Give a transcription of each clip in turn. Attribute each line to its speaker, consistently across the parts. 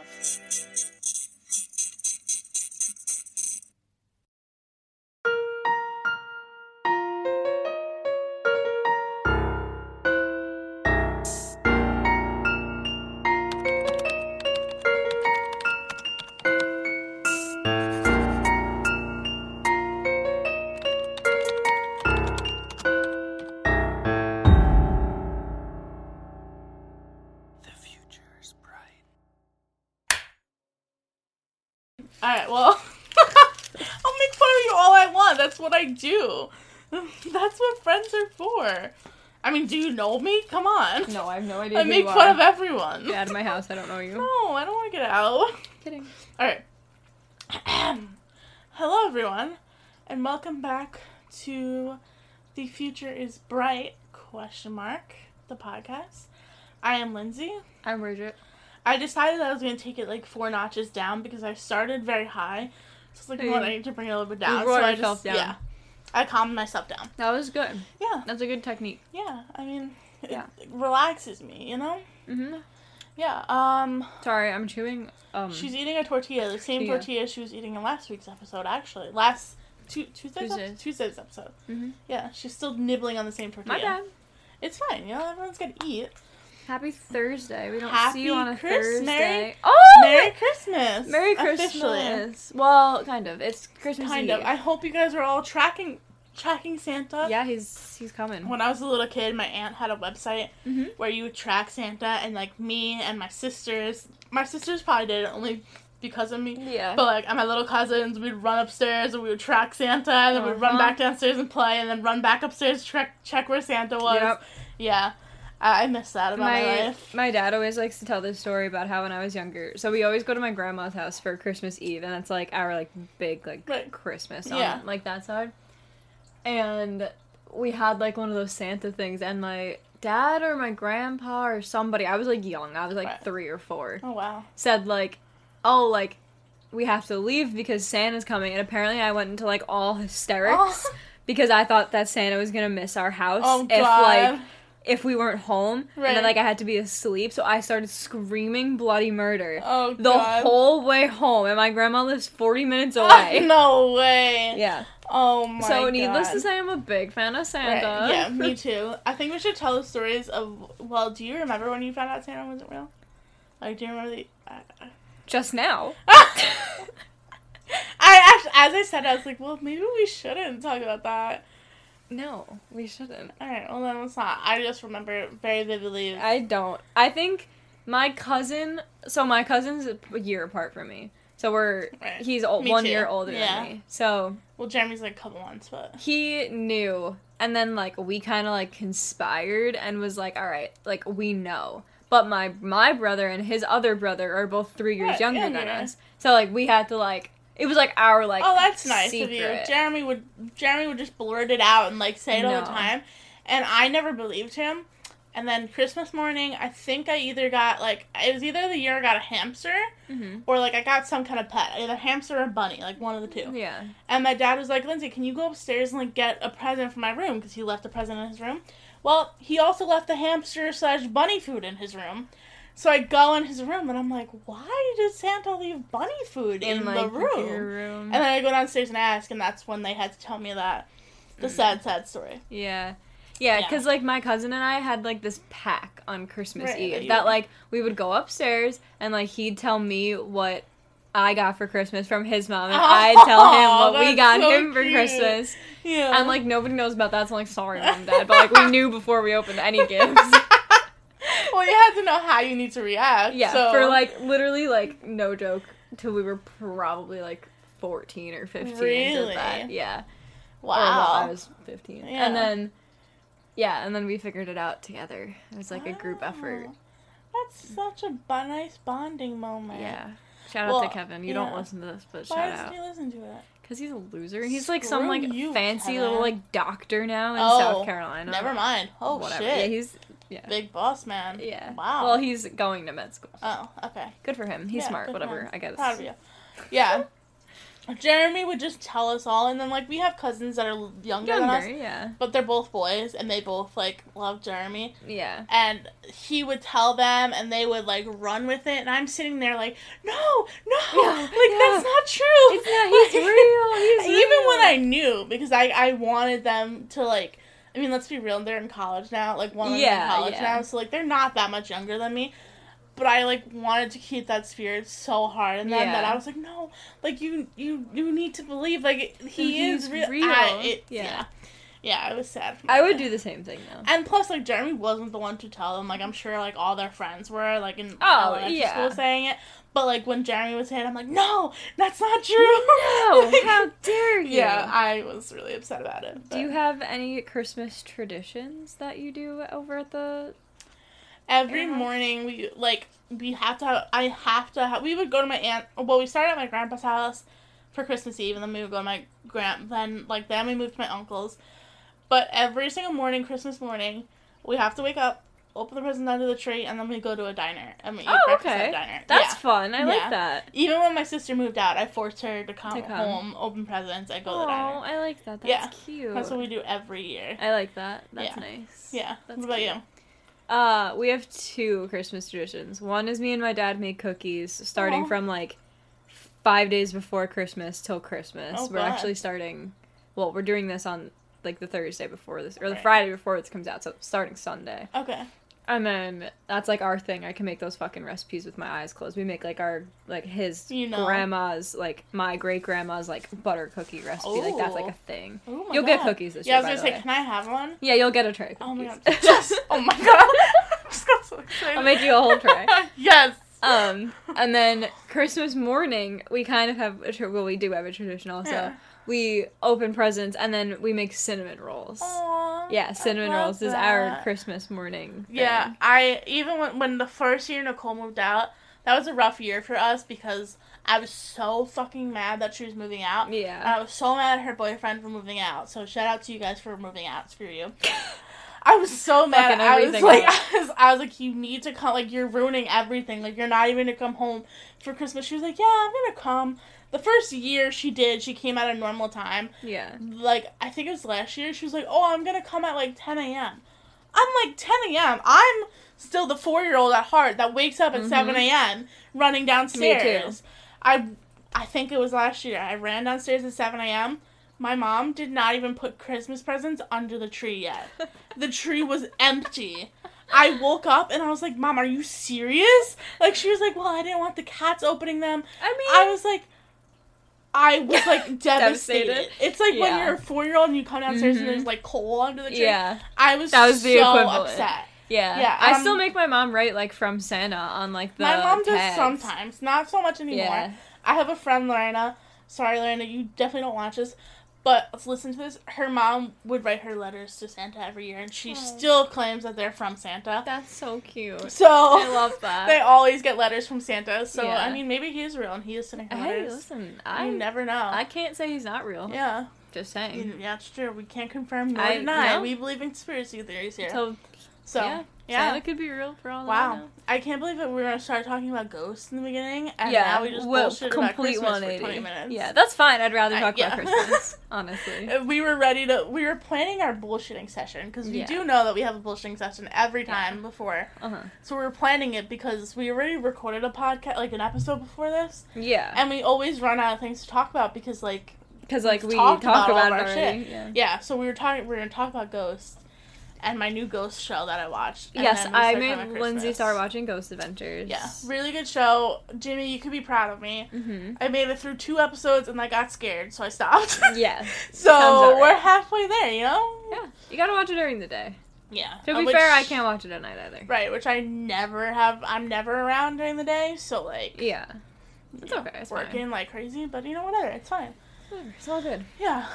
Speaker 1: Podmoth.
Speaker 2: The future is bright.
Speaker 3: All right, well, I'll make fun of you all I want. That's what I do. That's what friends are for. I mean, do you know me? Come on.
Speaker 4: No, I have no idea.
Speaker 3: I
Speaker 4: who
Speaker 3: make
Speaker 4: you
Speaker 3: fun
Speaker 4: are.
Speaker 3: of everyone.
Speaker 4: Get out of my house. I don't know you.
Speaker 3: No, I don't want to get out.
Speaker 4: Kidding.
Speaker 3: All right. Hello, everyone, and welcome back to "The Future Is Bright?" question mark the podcast. I am Lindsay.
Speaker 4: I'm Bridget.
Speaker 3: I decided that I was going to take it like four notches down because I started very high. So it's like,
Speaker 4: Hey.
Speaker 3: what, I need to bring it a little bit down.
Speaker 4: brought
Speaker 3: so I
Speaker 4: yourself
Speaker 3: just,
Speaker 4: down.
Speaker 3: yeah. I calmed myself down.
Speaker 4: That was good.
Speaker 3: Yeah,
Speaker 4: That's a good technique.
Speaker 3: yeah. I mean, it,
Speaker 4: Yeah.
Speaker 3: it relaxes me, you know?
Speaker 4: hmm
Speaker 3: Yeah. Um,
Speaker 4: Sorry, I'm chewing. Um,
Speaker 3: she's eating a tortilla, the same
Speaker 4: Tortilla.
Speaker 3: tortilla she was eating in last week's episode, actually. Last two, Tuesday's, ep-
Speaker 4: Tuesdays.
Speaker 3: Tuesday's episode.
Speaker 4: Mhm.
Speaker 3: Yeah, she's still nibbling on the same tortilla.
Speaker 4: my bad.
Speaker 3: It's fine, you know, everyone's got to eat.
Speaker 4: Happy Thursday. We don't
Speaker 3: Happy
Speaker 4: see you on a
Speaker 3: Christ-
Speaker 4: Thursday.
Speaker 3: Merry-
Speaker 4: oh,
Speaker 3: Merry Christmas!
Speaker 4: Merry
Speaker 3: Officially.
Speaker 4: Christmas. Well, kind of. It's Christmas
Speaker 3: Kind
Speaker 4: Eve.
Speaker 3: of. I hope you guys are all tracking tracking Santa.
Speaker 4: yeah, he's he's coming.
Speaker 3: When I was a little kid, my aunt had a website
Speaker 4: Mhm.
Speaker 3: where you would track Santa, and like me and my sisters, my sisters probably did it only because of me.
Speaker 4: Yeah.
Speaker 3: But like and my little cousins, we'd run upstairs and we would track Santa, and then we'd run
Speaker 4: Uh-huh.
Speaker 3: back downstairs and play, and then run back upstairs check check where Santa was.
Speaker 4: Yep.
Speaker 3: Yeah, I, I miss that about my,
Speaker 4: my
Speaker 3: life.
Speaker 4: my dad always likes to tell this story about how when I was younger, so we always go to my grandma's house for Christmas Eve, and that's like our like big like
Speaker 3: Right.
Speaker 4: Christmas
Speaker 3: Yeah.
Speaker 4: on like that side, and we had like one of those Santa things, and my dad or my grandpa or somebody, I was like young, I was like
Speaker 3: Right.
Speaker 4: three or four,
Speaker 3: Oh wow.
Speaker 4: said like, oh like. We have to leave because Santa's coming, and apparently I went into like all hysterics
Speaker 3: Oh.
Speaker 4: because I thought that Santa was gonna miss our house
Speaker 3: Oh
Speaker 4: if
Speaker 3: god.
Speaker 4: like if we weren't home. And
Speaker 3: Right.
Speaker 4: then like I had to be asleep, so I started screaming bloody murder
Speaker 3: oh
Speaker 4: the
Speaker 3: god.
Speaker 4: whole way home. And my grandma lives forty minutes
Speaker 3: Oh,
Speaker 4: away.
Speaker 3: no way.
Speaker 4: Yeah.
Speaker 3: Oh my god.
Speaker 4: so needless to say I'm a big fan of Santa.
Speaker 3: Right, Yeah, me too. I think we should tell the stories of. Well, do you remember when you found out Santa wasn't real? Like, do you remember the? I
Speaker 4: Just now.
Speaker 3: I actually, as I said, I was like, well, maybe we shouldn't talk about that.
Speaker 4: No, we shouldn't.
Speaker 3: All right, well then let's not. I just remember it very vividly.
Speaker 4: I don't. I think my cousin so my cousin's a year apart from me. So we're
Speaker 3: Right.
Speaker 4: he's old,
Speaker 3: Me
Speaker 4: one
Speaker 3: too.
Speaker 4: year older
Speaker 3: Yeah.
Speaker 4: than me. So
Speaker 3: well, Jeremy's like a couple months, but
Speaker 4: he knew and then like we kind of like conspired and was like all right like we know but my my brother and his other brother are both three years
Speaker 3: Right,
Speaker 4: younger
Speaker 3: younger.
Speaker 4: than us so like we had to like it was like our like
Speaker 3: oh, that's nice of you.
Speaker 4: secret.
Speaker 3: Jeremy would Jeremy would just blurt it out and like say it all the
Speaker 4: No.
Speaker 3: time, and I never believed him. And then Christmas morning, I think I either got like it was either the year I got a hamster.
Speaker 4: Mhm.
Speaker 3: or like I got some kind of pet, either hamster or bunny, like one of the two.
Speaker 4: yeah
Speaker 3: And my dad was like, Lindsay, can you go upstairs and like get a present for my room? Because he left a present in his room. Well, he also left the hamster slash bunny food in his room. So I go in his room and I'm like, why did Santa leave bunny food in, the
Speaker 4: like,
Speaker 3: room?
Speaker 4: your room.
Speaker 3: And then I go downstairs and ask, and that's when they had to tell me that
Speaker 4: Mm.
Speaker 3: the sad, sad story.
Speaker 4: yeah yeah,
Speaker 3: Yeah.
Speaker 4: because like my cousin and I had like this pack on Christmas
Speaker 3: Right, that
Speaker 4: Eve
Speaker 3: you-
Speaker 4: that like we would go upstairs and like he'd tell me what I got for Christmas from his mom and
Speaker 3: Oh,
Speaker 4: I'd tell him what
Speaker 3: that's
Speaker 4: we got
Speaker 3: so
Speaker 4: him for
Speaker 3: cute.
Speaker 4: Christmas.
Speaker 3: Yeah,
Speaker 4: And like nobody knows about that, so like sorry, mom, dad, but like we knew before we opened any gifts.
Speaker 3: well, you had to know how you need to react.
Speaker 4: Yeah,
Speaker 3: so.
Speaker 4: for like literally like no joke till we were probably like fourteen or fifteen. and
Speaker 3: Really?
Speaker 4: Did that. Yeah.
Speaker 3: wow,
Speaker 4: Or, well, I was fifteen,
Speaker 3: Yeah.
Speaker 4: and then yeah, and then we figured it out together. It was like a group
Speaker 3: Wow.
Speaker 4: effort.
Speaker 3: That's such a bo- nice bonding moment.
Speaker 4: Yeah. Shout out
Speaker 3: Well,
Speaker 4: to Kevin. You
Speaker 3: yeah.
Speaker 4: don't listen to this, but
Speaker 3: Why
Speaker 4: shout
Speaker 3: doesn't
Speaker 4: out
Speaker 3: he listen to it?
Speaker 4: because he's a loser. He's like some
Speaker 3: Screw
Speaker 4: like
Speaker 3: you,
Speaker 4: fancy
Speaker 3: Kevin.
Speaker 4: little like doctor now in
Speaker 3: Oh,
Speaker 4: South Carolina.
Speaker 3: Never mind. Oh
Speaker 4: uh, Whatever.
Speaker 3: shit. Oh.
Speaker 4: Yeah, he's yeah.
Speaker 3: Big boss man.
Speaker 4: Yeah.
Speaker 3: Wow.
Speaker 4: Well, he's going to med school.
Speaker 3: oh, okay.
Speaker 4: Good for him. He's
Speaker 3: Yeah,
Speaker 4: smart.
Speaker 3: good
Speaker 4: Whatever.
Speaker 3: times.
Speaker 4: I guess.
Speaker 3: Proud of you. Yeah. Jeremy would just tell us all, and then like we have cousins that are younger, than
Speaker 4: Younger,
Speaker 3: us,
Speaker 4: yeah.
Speaker 3: but they're both boys, and they both like love Jeremy.
Speaker 4: Yeah.
Speaker 3: And he would tell them, and they would like run with it. And I'm sitting there like, no, no,
Speaker 4: Yeah,
Speaker 3: like
Speaker 4: yeah.
Speaker 3: that's not true.
Speaker 4: It's not, he's
Speaker 3: Like,
Speaker 4: real. He's
Speaker 3: Even when
Speaker 4: real.
Speaker 3: I knew, because I I wanted them to like. I mean, let's be real. They're in college now. Like one of them's
Speaker 4: Yeah,
Speaker 3: in college
Speaker 4: yeah.
Speaker 3: now, so like they're not that much younger than me. But I like wanted to keep that spirit so hard in them that
Speaker 4: Yeah.
Speaker 3: I was like, no, like you you you need to believe like he
Speaker 4: He's
Speaker 3: is real.
Speaker 4: real.
Speaker 3: I- it-
Speaker 4: Yeah.
Speaker 3: yeah. yeah, yeah, it was sad. for
Speaker 4: I
Speaker 3: my
Speaker 4: would
Speaker 3: friend.
Speaker 4: do the same thing though.
Speaker 3: And plus, like Jeremy wasn't the one to tell them. Like I'm sure, like all their friends were like in
Speaker 4: Oh,
Speaker 3: elementary
Speaker 4: yeah.
Speaker 3: school saying it. But like when Jeremy was saying, it, I'm like, no, that's not true.
Speaker 4: No,
Speaker 3: Like,
Speaker 4: Oh, how dare you?
Speaker 3: yeah, I was really upset about it.
Speaker 4: do you
Speaker 3: but-
Speaker 4: have any Christmas traditions that you do over at the?
Speaker 3: every
Speaker 4: Yeah.
Speaker 3: morning we like we have to have, I have to have, we would go to my aunt well we started at my grandpa's house for Christmas Eve and then we would go to my grand then like then we moved to my uncle's but every single morning Christmas morning we have to wake up open the presents under the tree and then we go to a diner and we eat
Speaker 4: Oh,
Speaker 3: breakfast at
Speaker 4: okay.
Speaker 3: a diner
Speaker 4: That's
Speaker 3: yeah.
Speaker 4: fun. I
Speaker 3: Yeah.
Speaker 4: like that.
Speaker 3: even when my sister moved out I forced her to come,
Speaker 4: To come.
Speaker 3: home open presents I go to
Speaker 4: Oh,
Speaker 3: the diner
Speaker 4: I like that. That's
Speaker 3: Yeah.
Speaker 4: cute.
Speaker 3: that's what we do every year
Speaker 4: I like that.
Speaker 3: Yeah.
Speaker 4: That's nice.
Speaker 3: yeah
Speaker 4: That's
Speaker 3: what about
Speaker 4: cute.
Speaker 3: you
Speaker 4: Uh, we have two Christmas traditions. One is me and my dad make cookies starting
Speaker 3: Aw.
Speaker 4: from like five days before Christmas till Christmas.
Speaker 3: Oh,
Speaker 4: we're
Speaker 3: God.
Speaker 4: actually starting. Well, we're doing this on like the Thursday before this or the
Speaker 3: Right.
Speaker 4: Friday before this comes out, so starting Sunday.
Speaker 3: okay
Speaker 4: And then that's like our thing. I can make those fucking recipes with my eyes closed. We make like our like his
Speaker 3: You know.
Speaker 4: grandma's like my great grandma's like butter cookie recipe. Like that's like
Speaker 3: Ooh.
Speaker 4: a thing.
Speaker 3: oh my
Speaker 4: You'll get
Speaker 3: God.
Speaker 4: cookies this
Speaker 3: yeah I
Speaker 4: year.
Speaker 3: was
Speaker 4: by
Speaker 3: gonna say
Speaker 4: the way.
Speaker 3: can I have one
Speaker 4: yeah, you'll get a tray. Of
Speaker 3: Oh my
Speaker 4: cookies.
Speaker 3: god. Yes. Oh my god. Just got so excited.
Speaker 4: I'll make you a whole tray.
Speaker 3: yes.
Speaker 4: Um, and then Christmas morning, we kind of have a tra- well, we do have a tradition also.
Speaker 3: Yeah.
Speaker 4: We open presents and then we make cinnamon rolls.
Speaker 3: Aw,
Speaker 4: yeah, cinnamon
Speaker 3: Oh, I love
Speaker 4: rolls is our
Speaker 3: that.
Speaker 4: Christmas morning. Thing.
Speaker 3: Yeah, I even when, when the first year Nicole moved out, that was a rough year for us because I was so fucking mad that she was moving out. And
Speaker 4: yeah.
Speaker 3: I was so mad at her boyfriend for moving out. So shout out to you guys for moving out. Screw you. I was so mad.
Speaker 4: Fucking
Speaker 3: I was
Speaker 4: everything
Speaker 3: like,
Speaker 4: up.
Speaker 3: I was, I was like, you need to come. Like, you're ruining everything. Like, you're not even gonna come home for Christmas. She was like, yeah, I'm gonna come. The first year she did, she came at a normal time.
Speaker 4: Yeah.
Speaker 3: Like, I think it was last year. She was like, oh, I'm gonna come at like 10 a.m. I'm like 10 a.m. I'm still the four year old at heart that wakes up at
Speaker 4: Mhm.
Speaker 3: 7 a.m. running downstairs. I I think it was last year. I ran downstairs at 7 a.m. My mom did not even put Christmas presents under the tree yet. the tree was empty. I woke up and I was like, Mom, are you serious? Like, she was like, Well, I didn't want the cats opening them.
Speaker 4: I mean,
Speaker 3: I was like, I was like devastated.
Speaker 4: Devastated.
Speaker 3: It's like when
Speaker 4: Yeah.
Speaker 3: you're a four year old and you come downstairs
Speaker 4: Mhm.
Speaker 3: and there's like coal under the tree.
Speaker 4: yeah,
Speaker 3: I was,
Speaker 4: That was
Speaker 3: so
Speaker 4: the equivalent.
Speaker 3: upset.
Speaker 4: yeah,
Speaker 3: Yeah,
Speaker 4: I
Speaker 3: um,
Speaker 4: still make my mom write like from Santa on like the.
Speaker 3: My mom does
Speaker 4: tags.
Speaker 3: sometimes, not so much anymore.
Speaker 4: Yeah.
Speaker 3: I have a friend, Lorena. Sorry, Lorena, you definitely don't watch this, but let's listen to this. Her mom would write her letters to Santa every year, and she
Speaker 4: Aw.
Speaker 3: still claims that they're from Santa.
Speaker 4: That's so cute.
Speaker 3: So
Speaker 4: I love that.
Speaker 3: they always get letters from Santa. So
Speaker 4: Yeah.
Speaker 3: I mean, maybe he is real and he is sending her
Speaker 4: Hey,
Speaker 3: letters.
Speaker 4: listen, I
Speaker 3: you never know.
Speaker 4: I can't say he's not real.
Speaker 3: yeah,
Speaker 4: Just saying.
Speaker 3: You- yeah, it's true. We can't confirm nor
Speaker 4: I-
Speaker 3: deny.
Speaker 4: no.
Speaker 3: We believe in conspiracy theories here. So,
Speaker 4: So yeah,
Speaker 3: yeah.
Speaker 4: Santa could be real for all that I know.
Speaker 3: Wow, I can't believe that we were gonna start talking about ghosts in the beginning, and
Speaker 4: yeah,
Speaker 3: now we just
Speaker 4: well,
Speaker 3: bullshit about Christmas for twenty minutes.
Speaker 4: Yeah, that's fine. I'd rather
Speaker 3: I-
Speaker 4: talk about
Speaker 3: yeah.
Speaker 4: Christmas, honestly.
Speaker 3: Uh, we were ready to. We were planning our bullshitting session because we
Speaker 4: Yeah.
Speaker 3: do know that we have a bullshitting session every time before.
Speaker 4: Uh-huh.
Speaker 3: So we were planning it because we already recorded a podcast, like an episode before this,
Speaker 4: Yeah,
Speaker 3: and we always run out of things to talk about because, like,
Speaker 4: because like we
Speaker 3: talked
Speaker 4: talk
Speaker 3: about all
Speaker 4: about,
Speaker 3: of
Speaker 4: it
Speaker 3: our
Speaker 4: already. Yeah.
Speaker 3: yeah. So we were talking. We were gonna talk about ghosts and my new ghost show that I watched. and
Speaker 4: Yes,
Speaker 3: then we
Speaker 4: I
Speaker 3: started talking
Speaker 4: made
Speaker 3: about
Speaker 4: Lindsay
Speaker 3: Christmas.
Speaker 4: start watching Ghost Adventures.
Speaker 3: Yeah, really good show, Jimmy. You could be proud of me.
Speaker 4: Mm-hmm.
Speaker 3: I made it through two episodes and I got scared, so I stopped.
Speaker 4: Yes.
Speaker 3: So
Speaker 4: Sounds about
Speaker 3: we're
Speaker 4: right.
Speaker 3: halfway there, you know?
Speaker 4: Yeah. You gotta watch it during the day.
Speaker 3: Yeah.
Speaker 4: To
Speaker 3: Uh,
Speaker 4: be
Speaker 3: which-
Speaker 4: fair, I can't watch it at night either.
Speaker 3: Right, which I never have. I'm never around during the day, so like,
Speaker 4: Yeah. It's
Speaker 3: you
Speaker 4: okay, it's
Speaker 3: working like crazy, but you know, whatever, it's fine.
Speaker 4: It's all good.
Speaker 3: Yeah,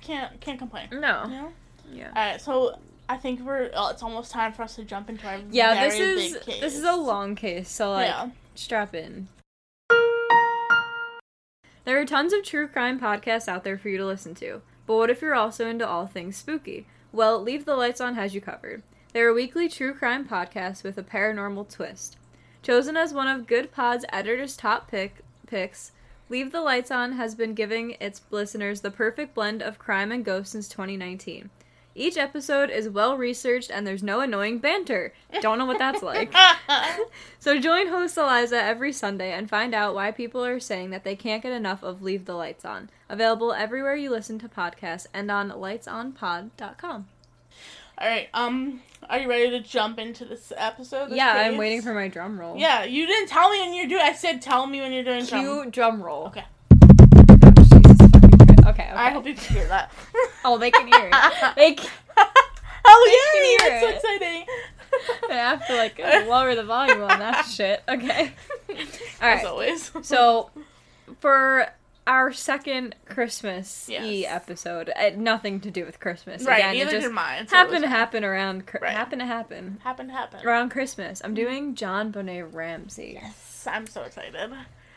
Speaker 3: can't can't complain. You
Speaker 4: No.
Speaker 3: know.
Speaker 4: Yeah.
Speaker 3: All right, so I think we're. Oh, it's almost time for us to jump into our.
Speaker 4: Yeah,
Speaker 3: very
Speaker 4: this is
Speaker 3: big case.
Speaker 4: this is a long case, so like
Speaker 3: yeah.
Speaker 4: strap in. There are tons of true crime podcasts out there for you to listen to, but what if you're also into all things spooky? Well, Leave the Lights On has you covered. They're a weekly true crime podcast with a paranormal twist. Chosen as one of Good Pod's editor's top pick picks, Leave the Lights On has been giving its listeners the perfect blend of crime and ghosts since 2019. Each episode is well researched and there's no annoying banter. Don't know what that's like. So join host Eliza every Sunday and find out why people are saying that they can't get enough of Leave the Lights On. Available everywhere you listen to podcasts and on lightsonpod.com.
Speaker 3: All right. Um, are you ready to jump into this episode? this
Speaker 4: yeah, I'm
Speaker 3: case?
Speaker 4: waiting for my drum roll.
Speaker 3: Yeah, you didn't tell me when you're doing. I said tell me when you're doing.
Speaker 4: Cue
Speaker 3: drum.
Speaker 4: drum, roll. Oh,
Speaker 3: Okay.
Speaker 4: Jesus fucking Christ. Okay, okay.
Speaker 3: I hope you can hear that.
Speaker 4: Oh, they can hear it. They can-
Speaker 3: oh
Speaker 4: They
Speaker 3: yay!
Speaker 4: can
Speaker 3: That's so
Speaker 4: hear
Speaker 3: exciting.
Speaker 4: I have to like lower the volume on that shit. Okay. All
Speaker 3: As
Speaker 4: right.
Speaker 3: always.
Speaker 4: So for our second Christmas E
Speaker 3: Yes.
Speaker 4: episode, it, nothing to do with Christmas.
Speaker 3: right,
Speaker 4: Again,
Speaker 3: neither
Speaker 4: it just
Speaker 3: did mine. so it
Speaker 4: happened
Speaker 3: was-
Speaker 4: to happen around cr-
Speaker 3: Right. Mm-hmm.
Speaker 4: happened to happen
Speaker 3: Happened, happened.
Speaker 4: around Christmas. I'm doing John Bonet Ramsey.
Speaker 3: Yes, I'm so excited.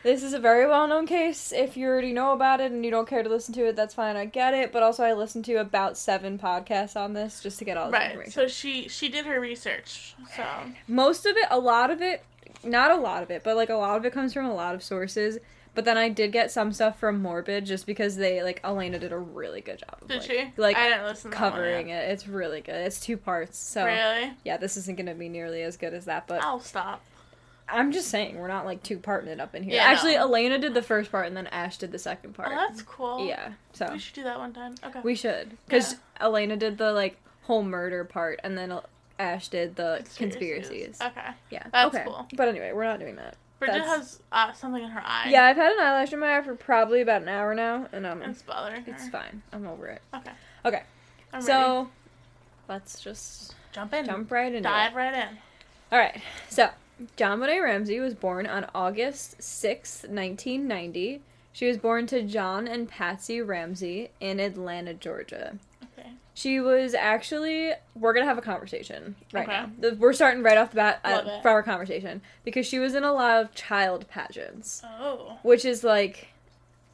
Speaker 4: This is a very well-known case. If you already know about it and you don't care to listen to it, that's fine. I get it. But also, I listened to about seven podcasts on this just to get all the
Speaker 3: Right.
Speaker 4: information.
Speaker 3: So she she did her research. So
Speaker 4: most of it a lot of it not a lot of it but like a lot of it comes from a lot of sources but then i did get some stuff from morbid just because they like elena did a really good job of
Speaker 3: did
Speaker 4: like,
Speaker 3: she?
Speaker 4: like
Speaker 3: I didn't listen. to that one
Speaker 4: covering
Speaker 3: yet.
Speaker 4: it it's really good it's two parts so
Speaker 3: Really? Oh.
Speaker 4: yeah this isn't gonna be nearly as good as that but
Speaker 3: I'll stop.
Speaker 4: i'm just saying we're not like two parting it up in here
Speaker 3: Yeah,
Speaker 4: actually
Speaker 3: no.
Speaker 4: elena did the first part and then ash did the second
Speaker 3: Oh,
Speaker 4: part
Speaker 3: that's cool.
Speaker 4: yeah so
Speaker 3: We should do that one time. Okay.
Speaker 4: we should, because Elena did the like whole murder part, and then El- Ash did the conspiracies.
Speaker 3: Okay.
Speaker 4: Yeah,
Speaker 3: Uh, That's cool.
Speaker 4: But anyway, we're not doing that.
Speaker 3: Bridget
Speaker 4: That's-
Speaker 3: has uh, something in her eye.
Speaker 4: Yeah, I've had an eyelash in my eye for probably about an hour now, and um,
Speaker 3: It's
Speaker 4: it's,
Speaker 3: bothering her.
Speaker 4: fine. I'm over it.
Speaker 3: Okay.
Speaker 4: Okay,
Speaker 3: I'm
Speaker 4: so
Speaker 3: ready.
Speaker 4: let's just
Speaker 3: jump in.
Speaker 4: jump right into
Speaker 3: Dive
Speaker 4: it.
Speaker 3: right in.
Speaker 4: All right, so John Bonet Ramsey was born on August sixth, 1990. She was born to John and Patsy Ramsey in Atlanta, Georgia.
Speaker 3: Okay.
Speaker 4: She was actually. We're gonna have a conversation right
Speaker 3: Okay.
Speaker 4: now. The- We're starting right off the bat
Speaker 3: Love
Speaker 4: uh,
Speaker 3: it.
Speaker 4: from our conversation because she was in a lot of child pageants,
Speaker 3: Oh.
Speaker 4: which is like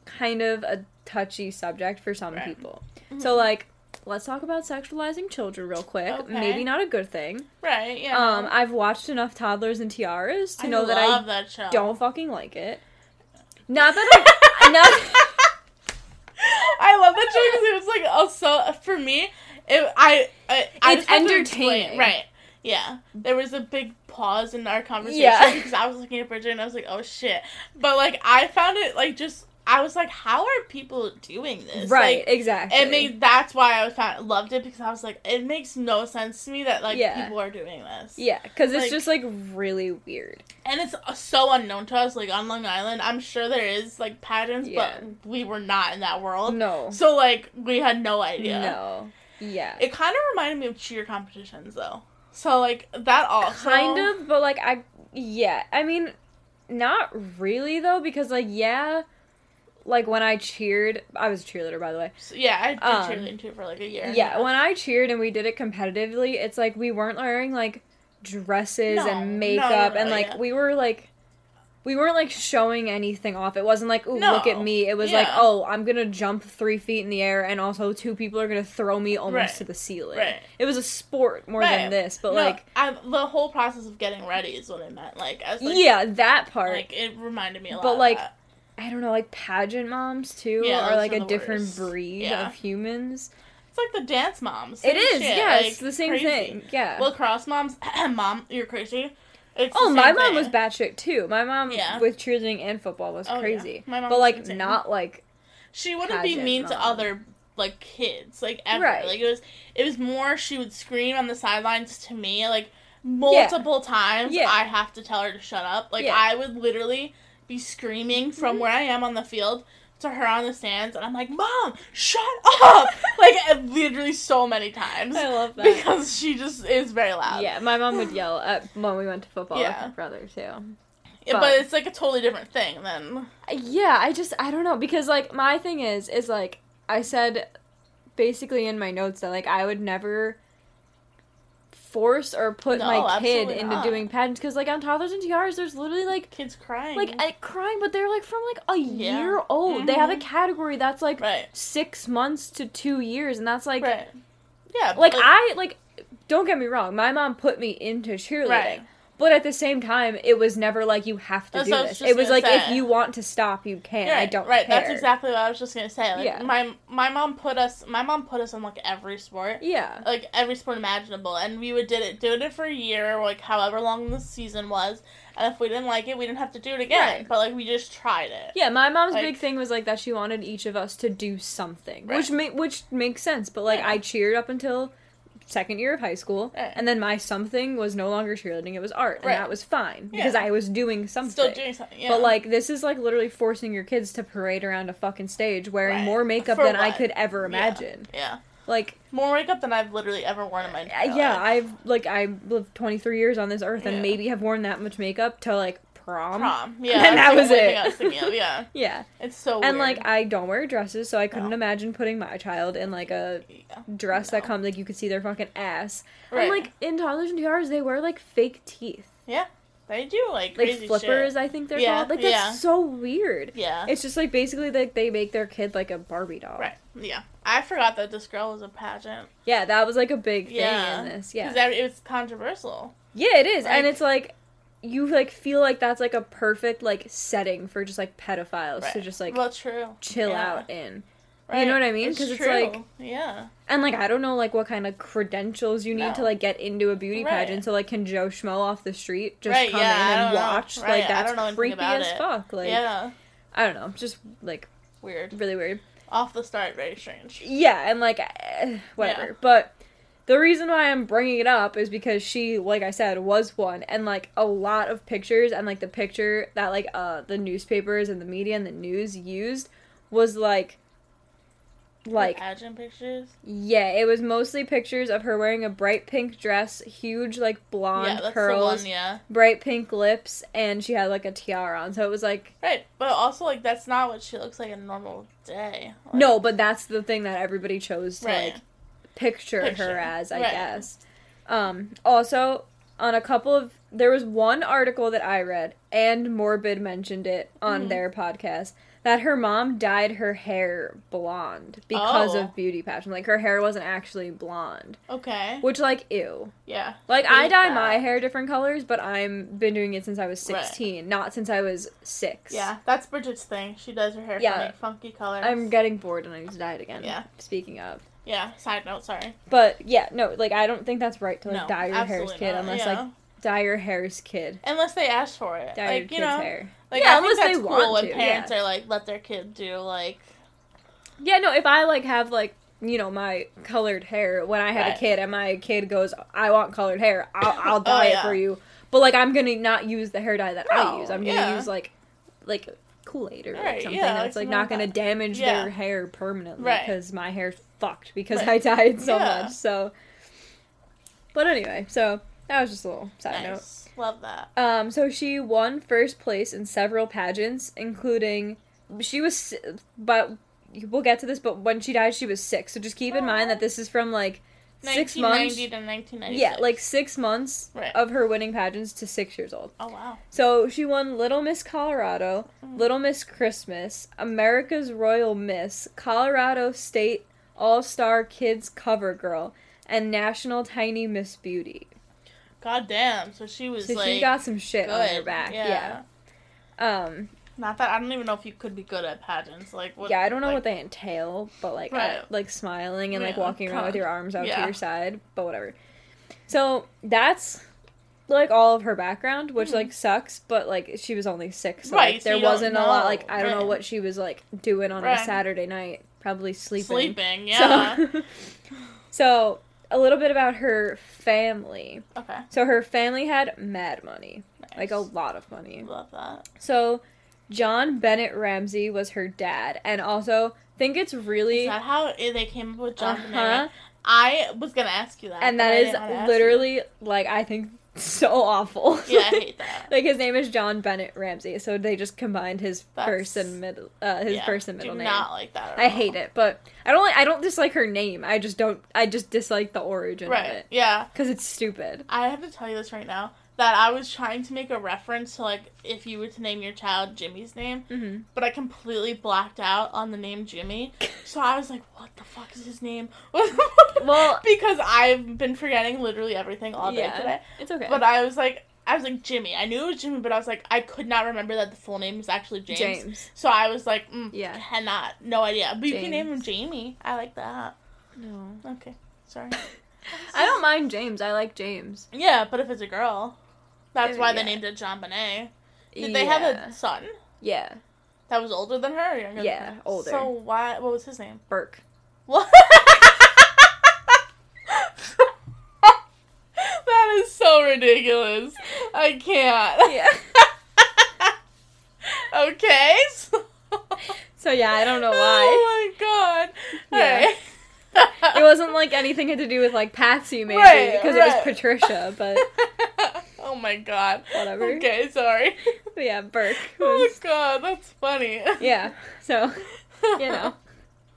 Speaker 4: kind of a touchy subject for some
Speaker 3: Right.
Speaker 4: people.
Speaker 3: Mm-hmm.
Speaker 4: So like, let's talk about sexualizing children real quick.
Speaker 3: Okay.
Speaker 4: Maybe not a good thing.
Speaker 3: Right. Yeah.
Speaker 4: Um, I've watched enough toddlers and tiaras to
Speaker 3: I
Speaker 4: know that
Speaker 3: love
Speaker 4: I
Speaker 3: that show.
Speaker 4: don't fucking like it. Not that I. not,
Speaker 3: I love that show because it was like also for me, it I I, I
Speaker 4: It's
Speaker 3: just had to explain-
Speaker 4: entertaining.
Speaker 3: right? Yeah, there was a big pause in our conversation
Speaker 4: Yeah.
Speaker 3: because I was looking at Bridget and I was like, oh shit, but like I found it like just I was like, how are people doing this?
Speaker 4: right.
Speaker 3: Like,
Speaker 4: exactly.
Speaker 3: it made that's why I was found, loved it because I was like, it makes no sense to me that like
Speaker 4: Yeah.
Speaker 3: people are doing this.
Speaker 4: Yeah, because it's
Speaker 3: like-
Speaker 4: just like really weird.
Speaker 3: and it's uh, so unknown to us. Like on Long Island, I'm sure there is like pageants,
Speaker 4: Yeah.
Speaker 3: but we were not in that world.
Speaker 4: No.
Speaker 3: So like we had no idea.
Speaker 4: No. Yeah.
Speaker 3: It kind of reminded me of cheer competitions, though. So like that also
Speaker 4: kind of, but like I yeah. I mean, not really though, because like yeah, like when I cheered, I was a cheerleader by the way.
Speaker 3: So, yeah, I did
Speaker 4: Um,
Speaker 3: cheerleading too for like a year. and a
Speaker 4: Yeah,
Speaker 3: half.
Speaker 4: when I cheered and we did it competitively, it's like we weren't wearing like dresses
Speaker 3: No,
Speaker 4: and
Speaker 3: no,
Speaker 4: makeup
Speaker 3: no,
Speaker 4: and like
Speaker 3: yeah.
Speaker 4: we were like we weren't like showing anything off. It wasn't like, "Ooh, look at
Speaker 3: No,
Speaker 4: me." It was like,
Speaker 3: yeah.
Speaker 4: "Oh, I'm gonna jump three feet in the air, and also two people are gonna throw me almost
Speaker 3: Right.
Speaker 4: to the ceiling."
Speaker 3: Right.
Speaker 4: It was a sport more than
Speaker 3: Right.
Speaker 4: this, but
Speaker 3: No,
Speaker 4: like,
Speaker 3: I, the whole process of getting ready is what I meant. Like as like,
Speaker 4: yeah, that part.
Speaker 3: like it reminded me a lot.
Speaker 4: But,
Speaker 3: of
Speaker 4: like,
Speaker 3: that.
Speaker 4: I don't know, like pageant moms too
Speaker 3: Yeah,
Speaker 4: are
Speaker 3: those
Speaker 4: like
Speaker 3: are
Speaker 4: a
Speaker 3: the
Speaker 4: different
Speaker 3: worst.
Speaker 4: breed
Speaker 3: Yeah.
Speaker 4: of humans.
Speaker 3: it's like the dance moms.
Speaker 4: it is,
Speaker 3: shit,
Speaker 4: yeah,
Speaker 3: like,
Speaker 4: it's the same
Speaker 3: crazy.
Speaker 4: thing. Yeah.
Speaker 3: Lacrosse moms, mom, you're crazy. It's the
Speaker 4: oh, my
Speaker 3: same
Speaker 4: mom
Speaker 3: thing.
Speaker 4: was batshit too. My mom
Speaker 3: Yeah.
Speaker 4: with cheerleading and football was
Speaker 3: Oh, yeah.
Speaker 4: crazy.
Speaker 3: My mom
Speaker 4: but
Speaker 3: was
Speaker 4: like
Speaker 3: insane.
Speaker 4: not like
Speaker 3: She wouldn't be
Speaker 4: pageant
Speaker 3: mean to
Speaker 4: mom.
Speaker 3: other like kids, like ever.
Speaker 4: Right.
Speaker 3: Like it was, it was more she would scream on the sidelines to me like multiple times.
Speaker 4: Yeah.
Speaker 3: I have to tell her to shut up. Like
Speaker 4: Yeah. Mm-hmm.
Speaker 3: I would literally be screaming from where I am on the field to her on the stands, and I'm like, "Mom, shut up!" like uh, literally so many times
Speaker 4: I love that.
Speaker 3: because she just is very loud.
Speaker 4: yeah, my mom would yell at when we went to football with
Speaker 3: Yeah.
Speaker 4: my brother too.
Speaker 3: but,
Speaker 4: but-
Speaker 3: it's like a totally different thing than
Speaker 4: Yeah, I just I don't know because like my thing is is like I said basically in my notes that like I would never force or put
Speaker 3: No,
Speaker 4: my kid
Speaker 3: absolutely
Speaker 4: into
Speaker 3: not.
Speaker 4: doing pageants because like on toddlers and tiaras there's literally like
Speaker 3: kids crying.
Speaker 4: like I, crying but they're like from like a
Speaker 3: Yeah. Mm-hmm.
Speaker 4: year old they have a category that's like
Speaker 3: right,
Speaker 4: six months to two years and that's like
Speaker 3: right, yeah,
Speaker 4: like
Speaker 3: but-
Speaker 4: I like don't get me wrong my mom put me into cheerleading
Speaker 3: Right.
Speaker 4: But at the same time, it was never like you have to
Speaker 3: That's
Speaker 4: do
Speaker 3: what I was
Speaker 4: this.
Speaker 3: just
Speaker 4: It was
Speaker 3: gonna
Speaker 4: like if
Speaker 3: say.
Speaker 4: you want to stop, you can.
Speaker 3: right,
Speaker 4: I don't
Speaker 3: right.
Speaker 4: care.
Speaker 3: That's exactly what I was just gonna say. Like
Speaker 4: Yeah.
Speaker 3: my my mom put us my mom put us in like every sport.
Speaker 4: Yeah.
Speaker 3: Like every sport imaginable, and we would did it did it for a year, or, like however long the season was, and if we didn't like it, we didn't have to do it again.
Speaker 4: Right.
Speaker 3: But like we just tried it.
Speaker 4: Yeah, my mom's
Speaker 3: Like-
Speaker 4: big thing was like that she wanted each of us to do something,
Speaker 3: Right.
Speaker 4: which ma- which makes sense. But like,
Speaker 3: Yeah.
Speaker 4: I cheered up until second year of high school,
Speaker 3: Right.
Speaker 4: and then my something was no longer cheerleading; it was art, and
Speaker 3: Right.
Speaker 4: that was fine because
Speaker 3: Yeah.
Speaker 4: I was doing something.
Speaker 3: Still doing something. Yeah.
Speaker 4: But like, this is like literally forcing your kids to parade around a fucking stage wearing
Speaker 3: Right.
Speaker 4: more makeup
Speaker 3: For
Speaker 4: than I
Speaker 3: what?
Speaker 4: could ever imagine.
Speaker 3: yeah,
Speaker 4: Like,
Speaker 3: more makeup than I've literally ever worn in my entire
Speaker 4: I- Uh, yeah,
Speaker 3: life.
Speaker 4: I've like I've lived twenty three years on this earth
Speaker 3: Yeah.
Speaker 4: and maybe have worn that much makeup to like prom.
Speaker 3: prom. Yeah,
Speaker 4: um, And
Speaker 3: that's
Speaker 4: that
Speaker 3: the
Speaker 4: was
Speaker 3: only thing
Speaker 4: it.
Speaker 3: I was thinking of, Yeah,
Speaker 4: Yeah,
Speaker 3: it's so weird.
Speaker 4: and like I don't wear dresses, so I couldn't
Speaker 3: Oh, No.
Speaker 4: imagine putting my child in like a
Speaker 3: Yeah.
Speaker 4: dress that
Speaker 3: No.
Speaker 4: comes like you could see their fucking ass.
Speaker 3: Right.
Speaker 4: And like in toddlers and tiaras, they wear like fake teeth,
Speaker 3: they do like
Speaker 4: like
Speaker 3: crazy
Speaker 4: flippers.
Speaker 3: Shit.
Speaker 4: I think they're
Speaker 3: Yeah,
Speaker 4: called. Like that's
Speaker 3: yeah.
Speaker 4: so weird.
Speaker 3: Yeah.
Speaker 4: It's just like basically like they make their kid like a Barbie doll.
Speaker 3: Right. Yeah. I forgot that this girl was a pageant.
Speaker 4: Yeah, that was like a big thing
Speaker 3: Yeah.
Speaker 4: in this. Yeah.
Speaker 3: Because yeah. it was controversial.
Speaker 4: Yeah, it is.
Speaker 3: Like-
Speaker 4: and it's like you like feel like that's like a perfect like setting for just like pedophiles to
Speaker 3: Right.
Speaker 4: just like
Speaker 3: well, true.
Speaker 4: chill
Speaker 3: Yeah.
Speaker 4: out in. You know what I mean? 'Cause it's
Speaker 3: true.
Speaker 4: like-
Speaker 3: Yeah.
Speaker 4: And like I don't know like what kind of credentials you need to
Speaker 3: No.
Speaker 4: like get into a beauty
Speaker 3: Right.
Speaker 4: pageant. So like can Joe Schmo off the street just
Speaker 3: Right,
Speaker 4: come
Speaker 3: yeah, I
Speaker 4: in and
Speaker 3: don't know.
Speaker 4: watch?
Speaker 3: Right,
Speaker 4: Like
Speaker 3: I
Speaker 4: that's
Speaker 3: don't know anything
Speaker 4: creepy
Speaker 3: about
Speaker 4: as
Speaker 3: it.
Speaker 4: fuck. Like
Speaker 3: yeah.
Speaker 4: I don't know, just like
Speaker 3: Weird.
Speaker 4: really weird.
Speaker 3: Off the start, very strange.
Speaker 4: Yeah, and like eh, whatever.
Speaker 3: Yeah.
Speaker 4: But the reason why I'm bringing it up is because she, like I said, was one, and like a lot of pictures, and like the picture that like uh the newspapers and the media and the news used was like, like
Speaker 3: pageant pictures.
Speaker 4: yeah, it was mostly pictures of her wearing a bright pink dress, huge like blonde
Speaker 3: Yeah, that's
Speaker 4: curls,
Speaker 3: the one. Yeah.
Speaker 4: bright pink lips, and she had like a tiara on. So it was like.
Speaker 3: Right, but also like that's not what she looks like in a normal day. Like,
Speaker 4: No, but that's the thing that everybody chose to
Speaker 3: Right.
Speaker 4: like picture, her
Speaker 3: Picture.
Speaker 4: as, I
Speaker 3: Right.
Speaker 4: guess. Um, also, on a couple of there was one article that I read, and Morbid mentioned it on
Speaker 3: Mhm.
Speaker 4: their podcast that her mom dyed her hair blonde because
Speaker 3: Oh.
Speaker 4: of beauty pageant. Like her hair wasn't actually blonde,
Speaker 3: Okay.
Speaker 4: which like ew.
Speaker 3: Yeah.
Speaker 4: Like I
Speaker 3: Hate
Speaker 4: dye
Speaker 3: that.
Speaker 4: my hair different colors, but I'm been doing it since I was
Speaker 3: Right.
Speaker 4: sixteen, not since I was six.
Speaker 3: Yeah, that's Bridget's thing. She does her hair
Speaker 4: Yeah.
Speaker 3: funny, funky colors.
Speaker 4: I'm getting bored and I need to dye it again.
Speaker 3: Yeah.
Speaker 4: Speaking of.
Speaker 3: yeah. Side note, sorry.
Speaker 4: But yeah, no, like I don't think that's right to like
Speaker 3: no,
Speaker 4: dye your hair's
Speaker 3: absolutely
Speaker 4: kid
Speaker 3: not.
Speaker 4: unless
Speaker 3: Yeah.
Speaker 4: like dye your hair's kid,
Speaker 3: unless they ask for it.
Speaker 4: dye your
Speaker 3: like
Speaker 4: kid's
Speaker 3: you know,
Speaker 4: hair.
Speaker 3: like
Speaker 4: Yeah,
Speaker 3: I think
Speaker 4: unless they
Speaker 3: that's
Speaker 4: want
Speaker 3: cool when
Speaker 4: to,
Speaker 3: parents
Speaker 4: yeah.
Speaker 3: are like let their kid do like
Speaker 4: Yeah, no, if I like have like you know my colored hair when I had
Speaker 3: Right. Oh,
Speaker 4: a kid and my kid goes, I want colored hair, I'll, I'll dye it
Speaker 3: yeah.
Speaker 4: for you. But like I'm gonna not use the hair dye that I
Speaker 3: No,
Speaker 4: use. I'm gonna
Speaker 3: yeah.
Speaker 4: use like like Kool Aid or like,
Speaker 3: Right,
Speaker 4: something
Speaker 3: yeah,
Speaker 4: that's
Speaker 3: like
Speaker 4: like not
Speaker 3: something
Speaker 4: gonna
Speaker 3: like
Speaker 4: damage
Speaker 3: Yeah.
Speaker 4: their hair permanently
Speaker 3: Right.
Speaker 4: because my hair's fucked because
Speaker 3: Right.
Speaker 4: I dyed so
Speaker 3: Yeah.
Speaker 4: much. So, but anyway, so that was just a little side note.
Speaker 3: nice. Love that.
Speaker 4: Um, so she won first place in several pageants, including she was, si- but we'll get to this. But when she died, she was six. So just keep in mind that this is from like six
Speaker 3: 1990
Speaker 4: months.
Speaker 3: to 1996.
Speaker 4: Yeah, like six months
Speaker 3: Right.
Speaker 4: of her winning pageants to six years old.
Speaker 3: oh wow.
Speaker 4: So she won Little Miss Colorado,
Speaker 3: Mm.
Speaker 4: Little Miss Christmas, America's Royal Miss, Colorado State All Star Kids Cover Girl, and National Tiny Miss Beauty.
Speaker 3: God damn. So she was
Speaker 4: So
Speaker 3: like
Speaker 4: she got some shit
Speaker 3: good.
Speaker 4: on her back. yeah. Um,
Speaker 3: Not that I don't even know if you could be good at pageants. Like what?
Speaker 4: yeah, I don't know
Speaker 3: like,
Speaker 4: what they entail, but like,
Speaker 3: Right.
Speaker 4: I- like smiling and like
Speaker 3: Yeah,
Speaker 4: walking around with
Speaker 3: con-
Speaker 4: your arms out to
Speaker 3: yeah.
Speaker 4: your side, but whatever. So that's like all of her background, which
Speaker 3: Mhm.
Speaker 4: like sucks, but like she was only six, so
Speaker 3: Right,
Speaker 4: like,
Speaker 3: so
Speaker 4: there
Speaker 3: you don't
Speaker 4: wasn't a lot.
Speaker 3: know,
Speaker 4: Like I don't know
Speaker 3: right.
Speaker 4: what she was like doing on
Speaker 3: Right.
Speaker 4: a Saturday night, probably sleeping.
Speaker 3: Sleeping. Yeah.
Speaker 4: So, so a little bit about her family.
Speaker 3: okay.
Speaker 4: So her family had mad money, like a
Speaker 3: Nice.
Speaker 4: lot of money.
Speaker 3: Love that.
Speaker 4: So, John Bennett Ramsey was her dad, and also think it's really
Speaker 3: Is that how i- they came up with John
Speaker 4: Uh-huh.
Speaker 3: Benet? I was gonna ask you that,
Speaker 4: and
Speaker 3: but
Speaker 4: that
Speaker 3: I didn't wanna
Speaker 4: is
Speaker 3: ask
Speaker 4: literally like I think so awful.
Speaker 3: you. Yeah, I hate that.
Speaker 4: like his name is John Bennett Ramsey, so they just combined his
Speaker 3: That's-
Speaker 4: first and middle uh, his
Speaker 3: Yeah,
Speaker 4: first and middle
Speaker 3: do
Speaker 4: name.
Speaker 3: Not like that. At
Speaker 4: I
Speaker 3: all.
Speaker 4: hate it, but I don't like I don't dislike her name. I just don't I just dislike the origin of
Speaker 3: Right.
Speaker 4: it
Speaker 3: Yeah.
Speaker 4: cuz it's stupid.
Speaker 3: I have to tell you this right now that I was trying to make a reference to like if you were to name your child Jimmy's name,
Speaker 4: Mhm.
Speaker 3: but I completely blacked out on the name Jimmy. So I was like, "What the fuck is his name?" well,
Speaker 4: Well-
Speaker 3: because I've been forgetting literally everything all day
Speaker 4: Yeah.
Speaker 3: today.
Speaker 4: It's okay.
Speaker 3: But uh, I was like, I was like Jimmy. I knew it was Jimmy, but I was like I could not remember that the full name is actually James.
Speaker 4: James.
Speaker 3: So I was like, mm,
Speaker 4: Yeah.
Speaker 3: cannot, no idea. But you can name him
Speaker 4: James.
Speaker 3: Jamie. I like that.
Speaker 4: No.
Speaker 3: Okay, sorry.
Speaker 4: I don't mind James. I like James.
Speaker 3: yeah, but if it's a girl, that's
Speaker 4: Uh,
Speaker 3: why
Speaker 4: yeah.
Speaker 3: they named it John Bonet. Did they have a son
Speaker 4: Yeah.
Speaker 3: that was older than her? Or younger
Speaker 4: Yeah,
Speaker 3: than her?
Speaker 4: older.
Speaker 3: So why? What was his name?
Speaker 4: Burke.
Speaker 3: What? that is so ridiculous. I can't.
Speaker 4: Yeah.
Speaker 3: okay. so-
Speaker 4: So yeah, I don't know why.
Speaker 3: Oh my god.
Speaker 4: Yeah.
Speaker 3: Alright.
Speaker 4: It wasn't like anything had to do with like Patsy maybe
Speaker 3: Right,
Speaker 4: because it was
Speaker 3: right.
Speaker 4: Patricia, but,
Speaker 3: oh my god.
Speaker 4: Whatever.
Speaker 3: Okay, sorry.
Speaker 4: but yeah, Burke.
Speaker 3: Oh
Speaker 4: Was,
Speaker 3: god, that's funny.
Speaker 4: yeah. So you know.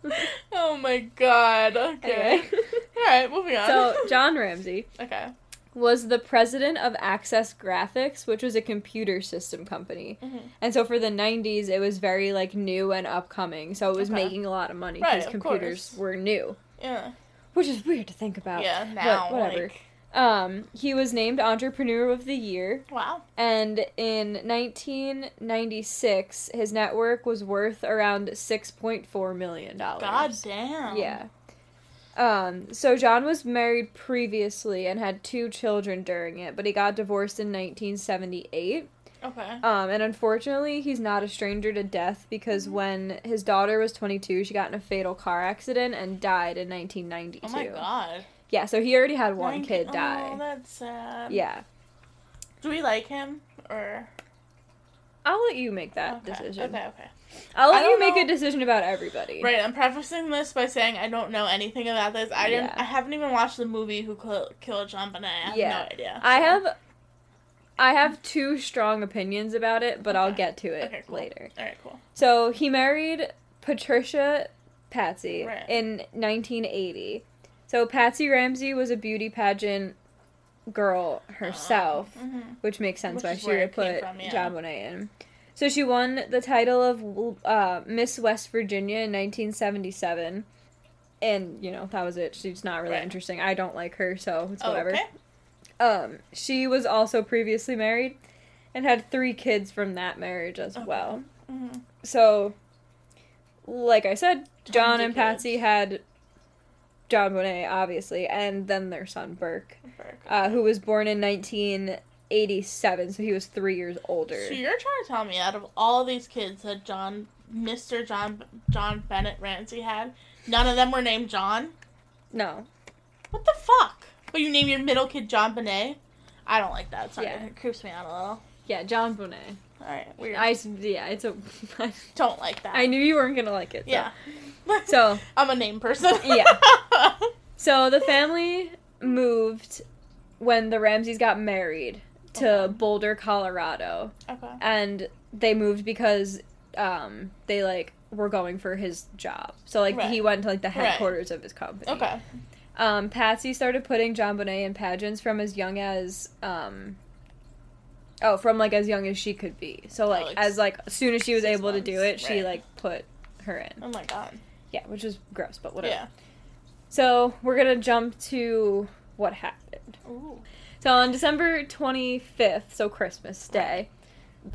Speaker 3: Oh my god. Okay.
Speaker 4: Anyway.
Speaker 3: Alright, moving on.
Speaker 4: So John Ramsey
Speaker 3: okay.
Speaker 4: was the president of Access Graphics, which was a computer system company.
Speaker 3: Mhm.
Speaker 4: And so for the 90s, it was very like new and upcoming. So it was
Speaker 3: Okay.
Speaker 4: making a lot of money
Speaker 3: Right,
Speaker 4: because
Speaker 3: of
Speaker 4: computers
Speaker 3: course.
Speaker 4: were new,
Speaker 3: Yeah.
Speaker 4: which is weird to think about.
Speaker 3: Yeah,
Speaker 4: but
Speaker 3: now.
Speaker 4: whatever.
Speaker 3: like-
Speaker 4: Um, he was named Entrepreneur of the Year,
Speaker 3: wow.
Speaker 4: and in 1996, his net worth was worth around 6.4 million dollars.
Speaker 3: God damn.
Speaker 4: Yeah. Um, so John was married previously and had two children during it, but he got divorced in 1978.
Speaker 3: Okay.
Speaker 4: Um, and unfortunately, he's not a stranger to death because when his daughter was 22, she got in a fatal car accident and died in 1992.
Speaker 3: Oh my god.
Speaker 4: Yeah, so he already had one
Speaker 3: Thank-
Speaker 4: kid
Speaker 3: Oh,
Speaker 4: die.
Speaker 3: that's sad.
Speaker 4: Yeah.
Speaker 3: Do we like him or
Speaker 4: I'll let you make that
Speaker 3: okay.
Speaker 4: decision.
Speaker 3: Okay, okay.
Speaker 4: I'll
Speaker 3: I
Speaker 4: let you
Speaker 3: don't
Speaker 4: make a
Speaker 3: know-
Speaker 4: decision about everybody.
Speaker 3: Right, I'm prefacing this by saying I don't know anything about this. I didn't.
Speaker 4: Yeah.
Speaker 3: I haven't even watched the movie Who Kill- Killed John Bonet. I have
Speaker 4: Yeah.
Speaker 3: no idea.
Speaker 4: I
Speaker 3: so.
Speaker 4: have I have two strong opinions about it, but I'll
Speaker 3: Okay.
Speaker 4: get to it
Speaker 3: Okay, cool.
Speaker 4: later.
Speaker 3: All right, cool.
Speaker 4: So he married Patricia Patsy
Speaker 3: Right.
Speaker 4: in 1980. So Patsy Ramsey was a beauty pageant girl
Speaker 3: Uh-huh.
Speaker 4: herself,
Speaker 3: mhm.
Speaker 4: which makes sense
Speaker 3: Which
Speaker 4: why
Speaker 3: is
Speaker 4: she
Speaker 3: where
Speaker 4: would
Speaker 3: it came
Speaker 4: put
Speaker 3: from, yeah.
Speaker 4: John Bonet in. So she won the title of uh, Miss West Virginia in 1977. And, you know, that was it. She's not really
Speaker 3: Right.
Speaker 4: interesting. I don't like her, so it's
Speaker 3: Oh,
Speaker 4: whatever.
Speaker 3: okay.
Speaker 4: Um, she was also previously married and had three kids from that marriage as
Speaker 3: Okay.
Speaker 4: well.
Speaker 3: Mhm.
Speaker 4: So, like I said, John
Speaker 3: of
Speaker 4: and Patsy
Speaker 3: kids.
Speaker 4: had John Bonet, obviously, and then their son Burke,
Speaker 3: Very cool.
Speaker 4: uh, who was born in 1987, so he was three years older.
Speaker 3: So you're trying to tell me out of all these kids that John, Mr. John, John Bennett Ramsey had, none of them were named John.
Speaker 4: No,
Speaker 3: What the fuck? But you name your middle kid John Bonet. I don't like that. Sorry,
Speaker 4: Yeah.
Speaker 3: it creeps me out a little.
Speaker 4: yeah, John Bonet.
Speaker 3: All right, weird.
Speaker 4: I yeah, it's a.
Speaker 3: don't like that.
Speaker 4: I knew you weren't gonna like it. so.
Speaker 3: Yeah.
Speaker 4: So
Speaker 3: I'm a name person.
Speaker 4: Yeah. so the family moved when the Ramses got married to
Speaker 3: Okay.
Speaker 4: Boulder, Colorado.
Speaker 3: okay.
Speaker 4: and they moved because um they like were going for his job. So like
Speaker 3: Right.
Speaker 4: he went to like the
Speaker 3: Right.
Speaker 4: headquarters of his company.
Speaker 3: Okay.
Speaker 4: Um Patsy started putting John Bonet in pageants from as young as um Oh, from like as young as she could be. So like
Speaker 3: like,
Speaker 4: as like as soon as she was
Speaker 3: Oh, six
Speaker 4: able to do it,
Speaker 3: months,
Speaker 4: she
Speaker 3: right.
Speaker 4: like put her in.
Speaker 3: Oh my god.
Speaker 4: Yeah, which is gross, but whatever.
Speaker 3: Yeah.
Speaker 4: So we're gonna jump to what happened.
Speaker 3: Ooh.
Speaker 4: So on December 25th, so Christmas Day,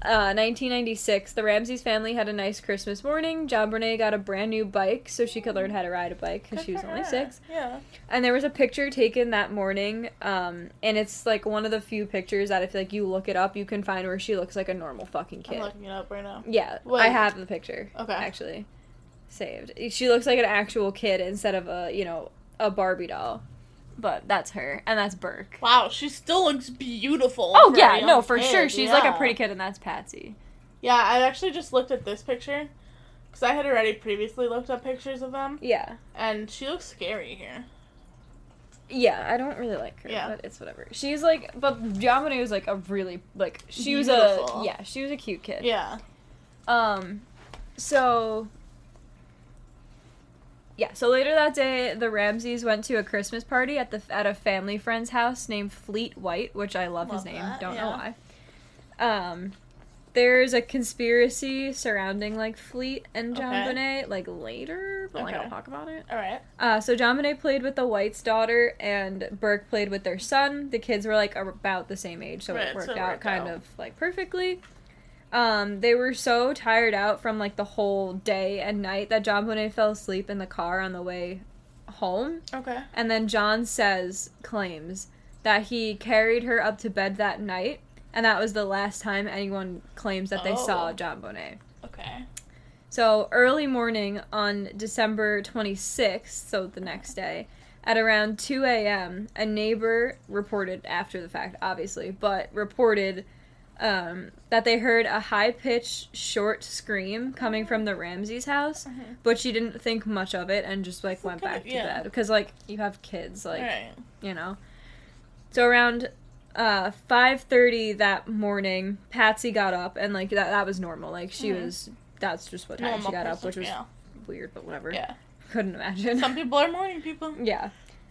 Speaker 4: uh, 1996, the Ramses family had a nice Christmas morning. John Bonet got a brand new bike so she could learn how to ride a bike because she was only six.
Speaker 3: Yeah.
Speaker 4: And there was a picture taken that morning, um, and it's like one of the few pictures that if like you look it up, you can find where she looks like a normal fucking kid.
Speaker 3: I'm looking it up right now.
Speaker 4: yeah, I
Speaker 3: Wait.
Speaker 4: have the picture.
Speaker 3: Okay.
Speaker 4: actually, saved. She looks like an actual kid instead of a you know a Barbie doll. But that's her, and that's Burke.
Speaker 3: Wow, she still looks beautiful.
Speaker 4: Oh
Speaker 3: for a
Speaker 4: yeah,
Speaker 3: young
Speaker 4: no, for
Speaker 3: kid,
Speaker 4: sure. She's like a
Speaker 3: yeah.
Speaker 4: pretty kid, and that's Patsy.
Speaker 3: Yeah, I actually just looked at this picture because I had already previously looked up pictures of them,
Speaker 4: Yeah,
Speaker 3: and she looks scary here.
Speaker 4: yeah. I don't really like her,
Speaker 3: Yeah.
Speaker 4: but it's whatever. She's like, but Jamini was like a really like she was
Speaker 3: Beautiful.
Speaker 4: a yeah, she was a cute kid.
Speaker 3: Yeah.
Speaker 4: Um, so yeah, so later that day, the Ramses went to a Christmas party at the at a family friend's house named Fleet White, which I love, his
Speaker 3: Love
Speaker 4: name.
Speaker 3: that,
Speaker 4: Don't know
Speaker 3: yeah.
Speaker 4: why. Um, there's a conspiracy surrounding like Fleet and John
Speaker 3: Okay.
Speaker 4: Bonet like later, but like
Speaker 3: Okay.
Speaker 4: I'll talk about it.
Speaker 3: All right.
Speaker 4: Uh, so John Bonet played with the White's daughter, and Burke played with their son. The kids were like about the same age, so
Speaker 3: Right, so
Speaker 4: it worked
Speaker 3: it
Speaker 4: out
Speaker 3: worked
Speaker 4: kind
Speaker 3: out.
Speaker 4: of like perfectly. Um, they were so tired out from like the whole day and night that John Bonet fell asleep in the car on the way home.
Speaker 3: Okay.
Speaker 4: And then John says, claims that he carried her up to bed that night, and that was the last time anyone claims that they
Speaker 3: Oh.
Speaker 4: saw John Bonet.
Speaker 3: Okay.
Speaker 4: So early morning on December 26th, so the next day, at around 2 a.m., a neighbor reported after the fact, obviously, but reported um, that they heard a high pitched, short scream coming from the Ramsey's house,
Speaker 3: Mhm.
Speaker 4: but she didn't think much of it and just like went
Speaker 3: Okay,
Speaker 4: back to
Speaker 3: yeah.
Speaker 4: bed because like you have kids, like
Speaker 3: All right.
Speaker 4: you know. So around uh 5:30 that morning, Patsy got up and like that that was normal. Like she
Speaker 3: Mhm.
Speaker 4: was that's just what time
Speaker 3: Normal
Speaker 4: she got up,
Speaker 3: person,
Speaker 4: which was
Speaker 3: yeah.
Speaker 4: weird, but whatever.
Speaker 3: Yeah.
Speaker 4: Couldn't imagine.
Speaker 3: Some people are morning people.
Speaker 4: yeah.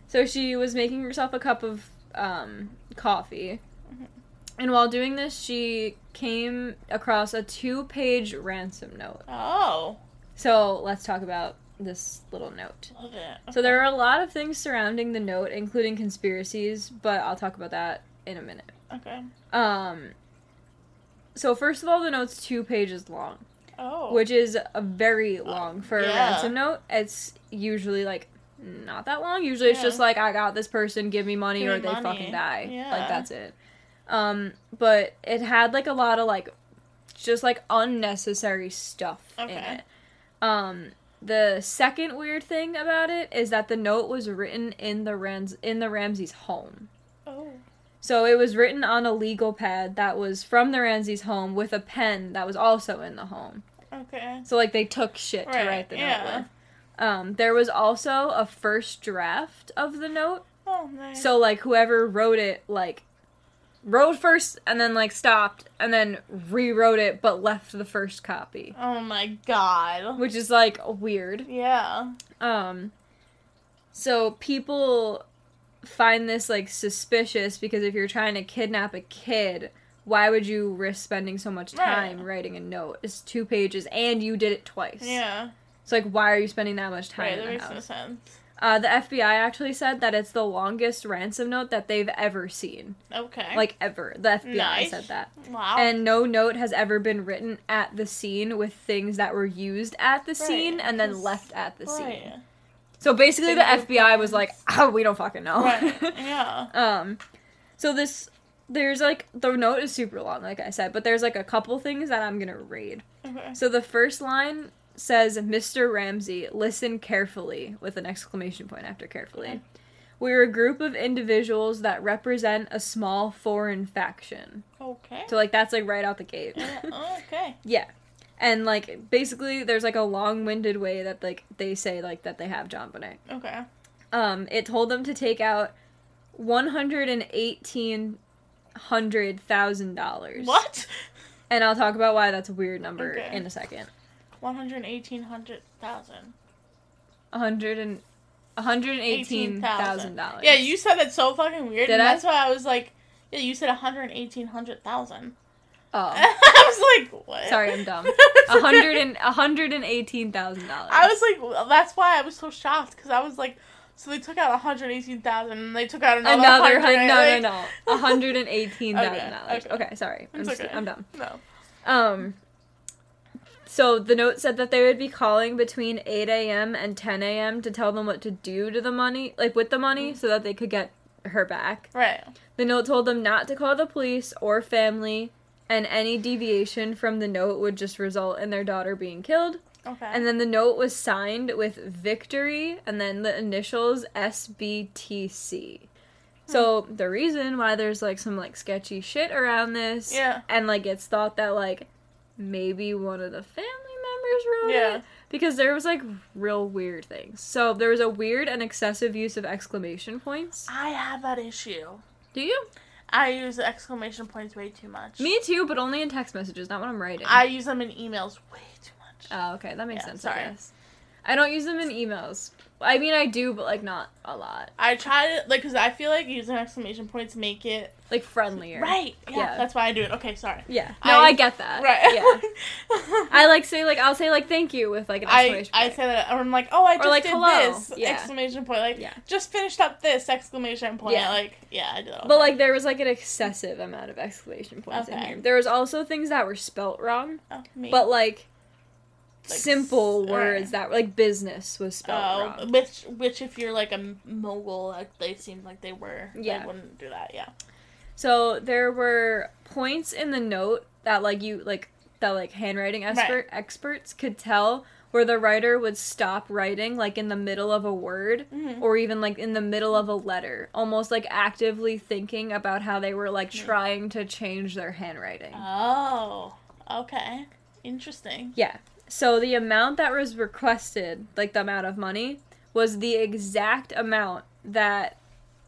Speaker 4: So she was making herself a cup of um coffee.
Speaker 3: Mhm.
Speaker 4: And while doing this, she came across a two-page ransom note.
Speaker 3: Oh,
Speaker 4: So, let's talk about this little note.
Speaker 3: love it.
Speaker 4: So there are a lot of things surrounding the note, including conspiracies, but I'll talk about that in a minute.
Speaker 3: Okay.
Speaker 4: Um, so first of all, the note's two pages long,
Speaker 3: Oh. Uh,
Speaker 4: which is a very long for a
Speaker 3: yeah.
Speaker 4: ransom note. It's usually like not that long. Usually it's
Speaker 3: Yeah.
Speaker 4: just like I got this person, give me money
Speaker 3: Give
Speaker 4: or
Speaker 3: me
Speaker 4: they
Speaker 3: money.
Speaker 4: fucking die.
Speaker 3: Yeah.
Speaker 4: Like that's it. Um, but it had like a lot of like just like unnecessary stuff in
Speaker 3: Okay.
Speaker 4: it. Um, the second weird thing about it is that the note was written in the Rams in the Ramses home.
Speaker 3: Oh.
Speaker 4: So it was written on a legal pad that was from the Ramsey's home with a pen that was also in the home.
Speaker 3: Okay.
Speaker 4: So like they took shit to
Speaker 3: Right,
Speaker 4: write the
Speaker 3: yeah.
Speaker 4: note with. Um, there was also a first draft of the note.
Speaker 3: Oh, nice.
Speaker 4: So like whoever wrote it like wrote first and then like stopped and then rewrote it but left the first copy,
Speaker 3: Oh my god.
Speaker 4: which is like weird.
Speaker 3: Yeah.
Speaker 4: Um, so people find this like suspicious because if you're trying to kidnap a kid, why would you risk spending so much
Speaker 3: Right.
Speaker 4: time writing a note? It's two pages, and you did it twice.
Speaker 3: Yeah.
Speaker 4: It's like, why are you spending that much time
Speaker 3: Right.
Speaker 4: in
Speaker 3: That
Speaker 4: the
Speaker 3: makes no
Speaker 4: house?
Speaker 3: sense.
Speaker 4: Uh, the FBI actually said that it's the longest ransom note that they've ever seen,
Speaker 3: Okay.
Speaker 4: like ever. The FBI
Speaker 3: Nice.
Speaker 4: said that.
Speaker 3: wow.
Speaker 4: And no note has ever been written at the scene with things that were used at the scene and then
Speaker 3: 'cause-
Speaker 4: left at the scene.
Speaker 3: right.
Speaker 4: So basically, the
Speaker 3: Finger
Speaker 4: FBI was like, "Oh, we don't fucking know."
Speaker 3: Right. yeah.
Speaker 4: um, so this there's like the note is super long, like I said, but there's like a couple things that I'm gonna read.
Speaker 3: Okay.
Speaker 4: So the first line says, "Mr. Ramsey, listen carefully," with an exclamation point after carefully. We're a group of individuals that represent a small foreign faction.
Speaker 3: Okay.
Speaker 4: So like that's like right out the gate.
Speaker 3: Yeah, okay.
Speaker 4: Yeah. And like basically there's like a long-winded way that like they say like that they have John Bonet
Speaker 3: Okay.
Speaker 4: um, it told them to take out one hundred and eighteen hundred thousand dollars.
Speaker 3: What?
Speaker 4: And I'll talk about why that's a weird number
Speaker 3: Okay.
Speaker 4: in a second.
Speaker 3: One hundred eighteen hundred thousand.
Speaker 4: A hundred and a hundred and eighteen thousand dollars.
Speaker 3: Yeah, you said that so fucking weird,
Speaker 4: Did
Speaker 3: and
Speaker 4: I?
Speaker 3: that's why I was like, yeah, you said one hundred eighteen hundred thousand.
Speaker 4: Oh,
Speaker 3: I was like, what?
Speaker 4: Sorry, I'm dumb.
Speaker 3: It's
Speaker 4: a hundred
Speaker 3: okay.
Speaker 4: and a hundred and eighteen thousand dollars.
Speaker 3: I was like, well, that's why I was so shocked because I was like, so they took out one hundred eighteen thousand, and they took out another,
Speaker 4: another hun-
Speaker 3: 100,
Speaker 4: no no
Speaker 3: like-
Speaker 4: no a hundred and eighteen thousand dollars.
Speaker 3: Okay, okay.
Speaker 4: Okay, sorry, I'm,
Speaker 3: It's
Speaker 4: just-
Speaker 3: okay.
Speaker 4: I'm dumb.
Speaker 3: No.
Speaker 4: Um. So the note said that they would be calling between 8 a.m. and 10 a.m. to tell them what to do to the money, like with the money, so that they could get her back.
Speaker 3: Right.
Speaker 4: The note told them not to call the police or family, and any deviation from the note would just result in their daughter being killed.
Speaker 3: Okay.
Speaker 4: And then the note was signed with victory and then the initials SBTC. So the reason why there's like some like sketchy shit around this
Speaker 3: Yeah.
Speaker 4: and like it's thought that like maybe one of the family members wrote
Speaker 3: Yeah.
Speaker 4: it because there was like real weird things. So there was a weird and excessive use of exclamation points.
Speaker 3: I have that issue.
Speaker 4: Do you?
Speaker 3: I use exclamation points way too much.
Speaker 4: Me too, but only in text messages, not when I'm writing.
Speaker 3: I use them in emails way too much.
Speaker 4: Oh, okay, that makes
Speaker 3: Yeah,
Speaker 4: sense.
Speaker 3: sorry.
Speaker 4: I guess. I don't use them in emails. I mean, I do, but like not a lot.
Speaker 3: I try to like because I feel like using exclamation points make it
Speaker 4: Like friendlier.
Speaker 3: right. Yeah,
Speaker 4: Yeah.
Speaker 3: that's why I do it. Okay, sorry.
Speaker 4: Yeah. No, I,
Speaker 3: I-
Speaker 4: get that.
Speaker 3: Right.
Speaker 4: Yeah.
Speaker 3: Yeah.
Speaker 4: I like say like I'll say like thank you with like an
Speaker 3: I,
Speaker 4: exclamation
Speaker 3: I
Speaker 4: point.
Speaker 3: say that or I'm like, oh, I just
Speaker 4: like,
Speaker 3: did
Speaker 4: hello.
Speaker 3: this
Speaker 4: Yeah.
Speaker 3: exclamation point. Like,
Speaker 4: Yeah.
Speaker 3: just finished up this exclamation point.
Speaker 4: Yeah.
Speaker 3: Like, yeah, I do that. all
Speaker 4: But
Speaker 3: the
Speaker 4: like there was like an excessive amount of exclamation points in
Speaker 3: Okay.
Speaker 4: here. There was also things that were spelt wrong,
Speaker 3: time. Oh, me.
Speaker 4: but like,
Speaker 3: Like,
Speaker 4: simple
Speaker 3: s- uh,
Speaker 4: words that were like business was spelled
Speaker 3: Oh,
Speaker 4: wrong.
Speaker 3: which which if you're like a mogul, like they seemed like they were. Yeah,
Speaker 4: Yeah.
Speaker 3: they wouldn't do that. Yeah.
Speaker 4: So there were points in the note that like you like that like handwriting expert experts could tell where the writer would stop writing like in the middle of a word
Speaker 3: Mhm.
Speaker 4: or even like in the middle of a letter, almost like actively thinking about how they were like
Speaker 3: Mm-hmm.
Speaker 4: trying to change their handwriting.
Speaker 3: Oh, okay, interesting.
Speaker 4: Yeah. So the amount that was requested, like the amount of money, was the exact amount that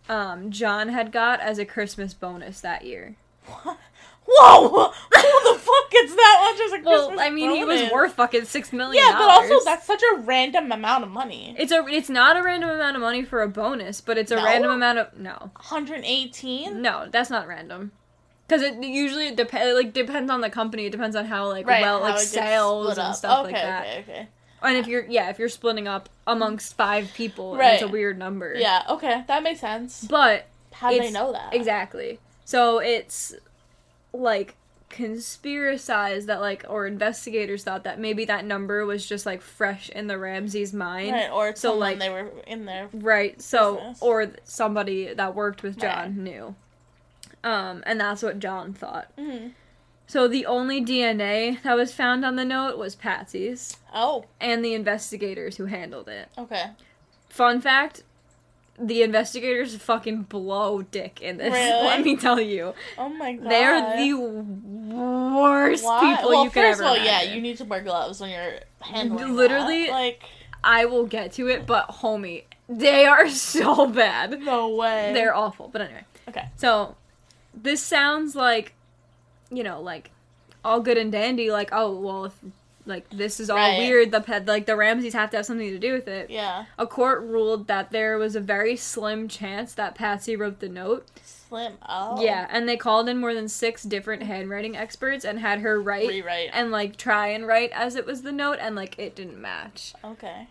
Speaker 4: um, John had got as a Christmas bonus that year.
Speaker 3: Whoa, who the fuck gets that much as a
Speaker 4: Well,
Speaker 3: Christmas?
Speaker 4: I mean, he was
Speaker 3: bonus?
Speaker 4: worth fucking six million.
Speaker 3: Yeah, but also
Speaker 4: dollars.
Speaker 3: that's such a random amount of money.
Speaker 4: it's a it's not a random amount of money for a bonus, but it's a
Speaker 3: No?
Speaker 4: random amount of no,
Speaker 3: 118.
Speaker 4: no, that's not random. Because it usually it depends like depends on the company. It depends on how like well
Speaker 3: how
Speaker 4: like
Speaker 3: it gets
Speaker 4: sales
Speaker 3: split
Speaker 4: and
Speaker 3: up.
Speaker 4: stuff
Speaker 3: okay,
Speaker 4: like that.
Speaker 3: Okay, okay.
Speaker 4: And if you're yeah, if you're splitting up amongst five people, right. it's a
Speaker 3: Right.
Speaker 4: weird number.
Speaker 3: Yeah, okay, that makes sense.
Speaker 4: But
Speaker 3: How do they
Speaker 4: It's-
Speaker 3: know that?
Speaker 4: Exactly. So it's like conspiracized that like or investigators thought that maybe that number was just like fresh in the Ramsey's mind.
Speaker 3: Right, or it's
Speaker 4: So,
Speaker 3: so
Speaker 4: like-
Speaker 3: like they were in there.
Speaker 4: Right, So
Speaker 3: Business.
Speaker 4: or th- somebody that worked with John
Speaker 3: Right.
Speaker 4: knew. Um and that's what John thought.
Speaker 3: Mhm.
Speaker 4: So the only DNA that was found on the note was Patsy's
Speaker 3: Oh,
Speaker 4: and the investigators who handled it.
Speaker 3: okay.
Speaker 4: Fun fact, the investigators fucking blow dick in this.
Speaker 3: Really?
Speaker 4: Let me tell you.
Speaker 3: Oh my god.
Speaker 4: They're the worst
Speaker 3: Why-
Speaker 4: people
Speaker 3: well,
Speaker 4: you could
Speaker 3: first
Speaker 4: ever
Speaker 3: of all, yeah,
Speaker 4: imagine.
Speaker 3: you need to wear gloves when you're handling.
Speaker 4: Literally-
Speaker 3: that. like
Speaker 4: I will get to it, but homie, they are so bad.
Speaker 3: no way.
Speaker 4: They're awful. But anyway,
Speaker 3: okay.
Speaker 4: so this sounds like, you know, like all good and dandy. Like, oh well, if like this is all
Speaker 3: Right.
Speaker 4: weird, the ped like the Ramses have to have something to do with it.
Speaker 3: Yeah,
Speaker 4: A court ruled that there was a very slim chance that Patsy wrote the note.
Speaker 3: slim. Oh,
Speaker 4: Yeah, and they called in more than six different handwriting experts and had her write
Speaker 3: Rewrite.
Speaker 4: and like try and write as it was the note and like it didn't match
Speaker 3: okay.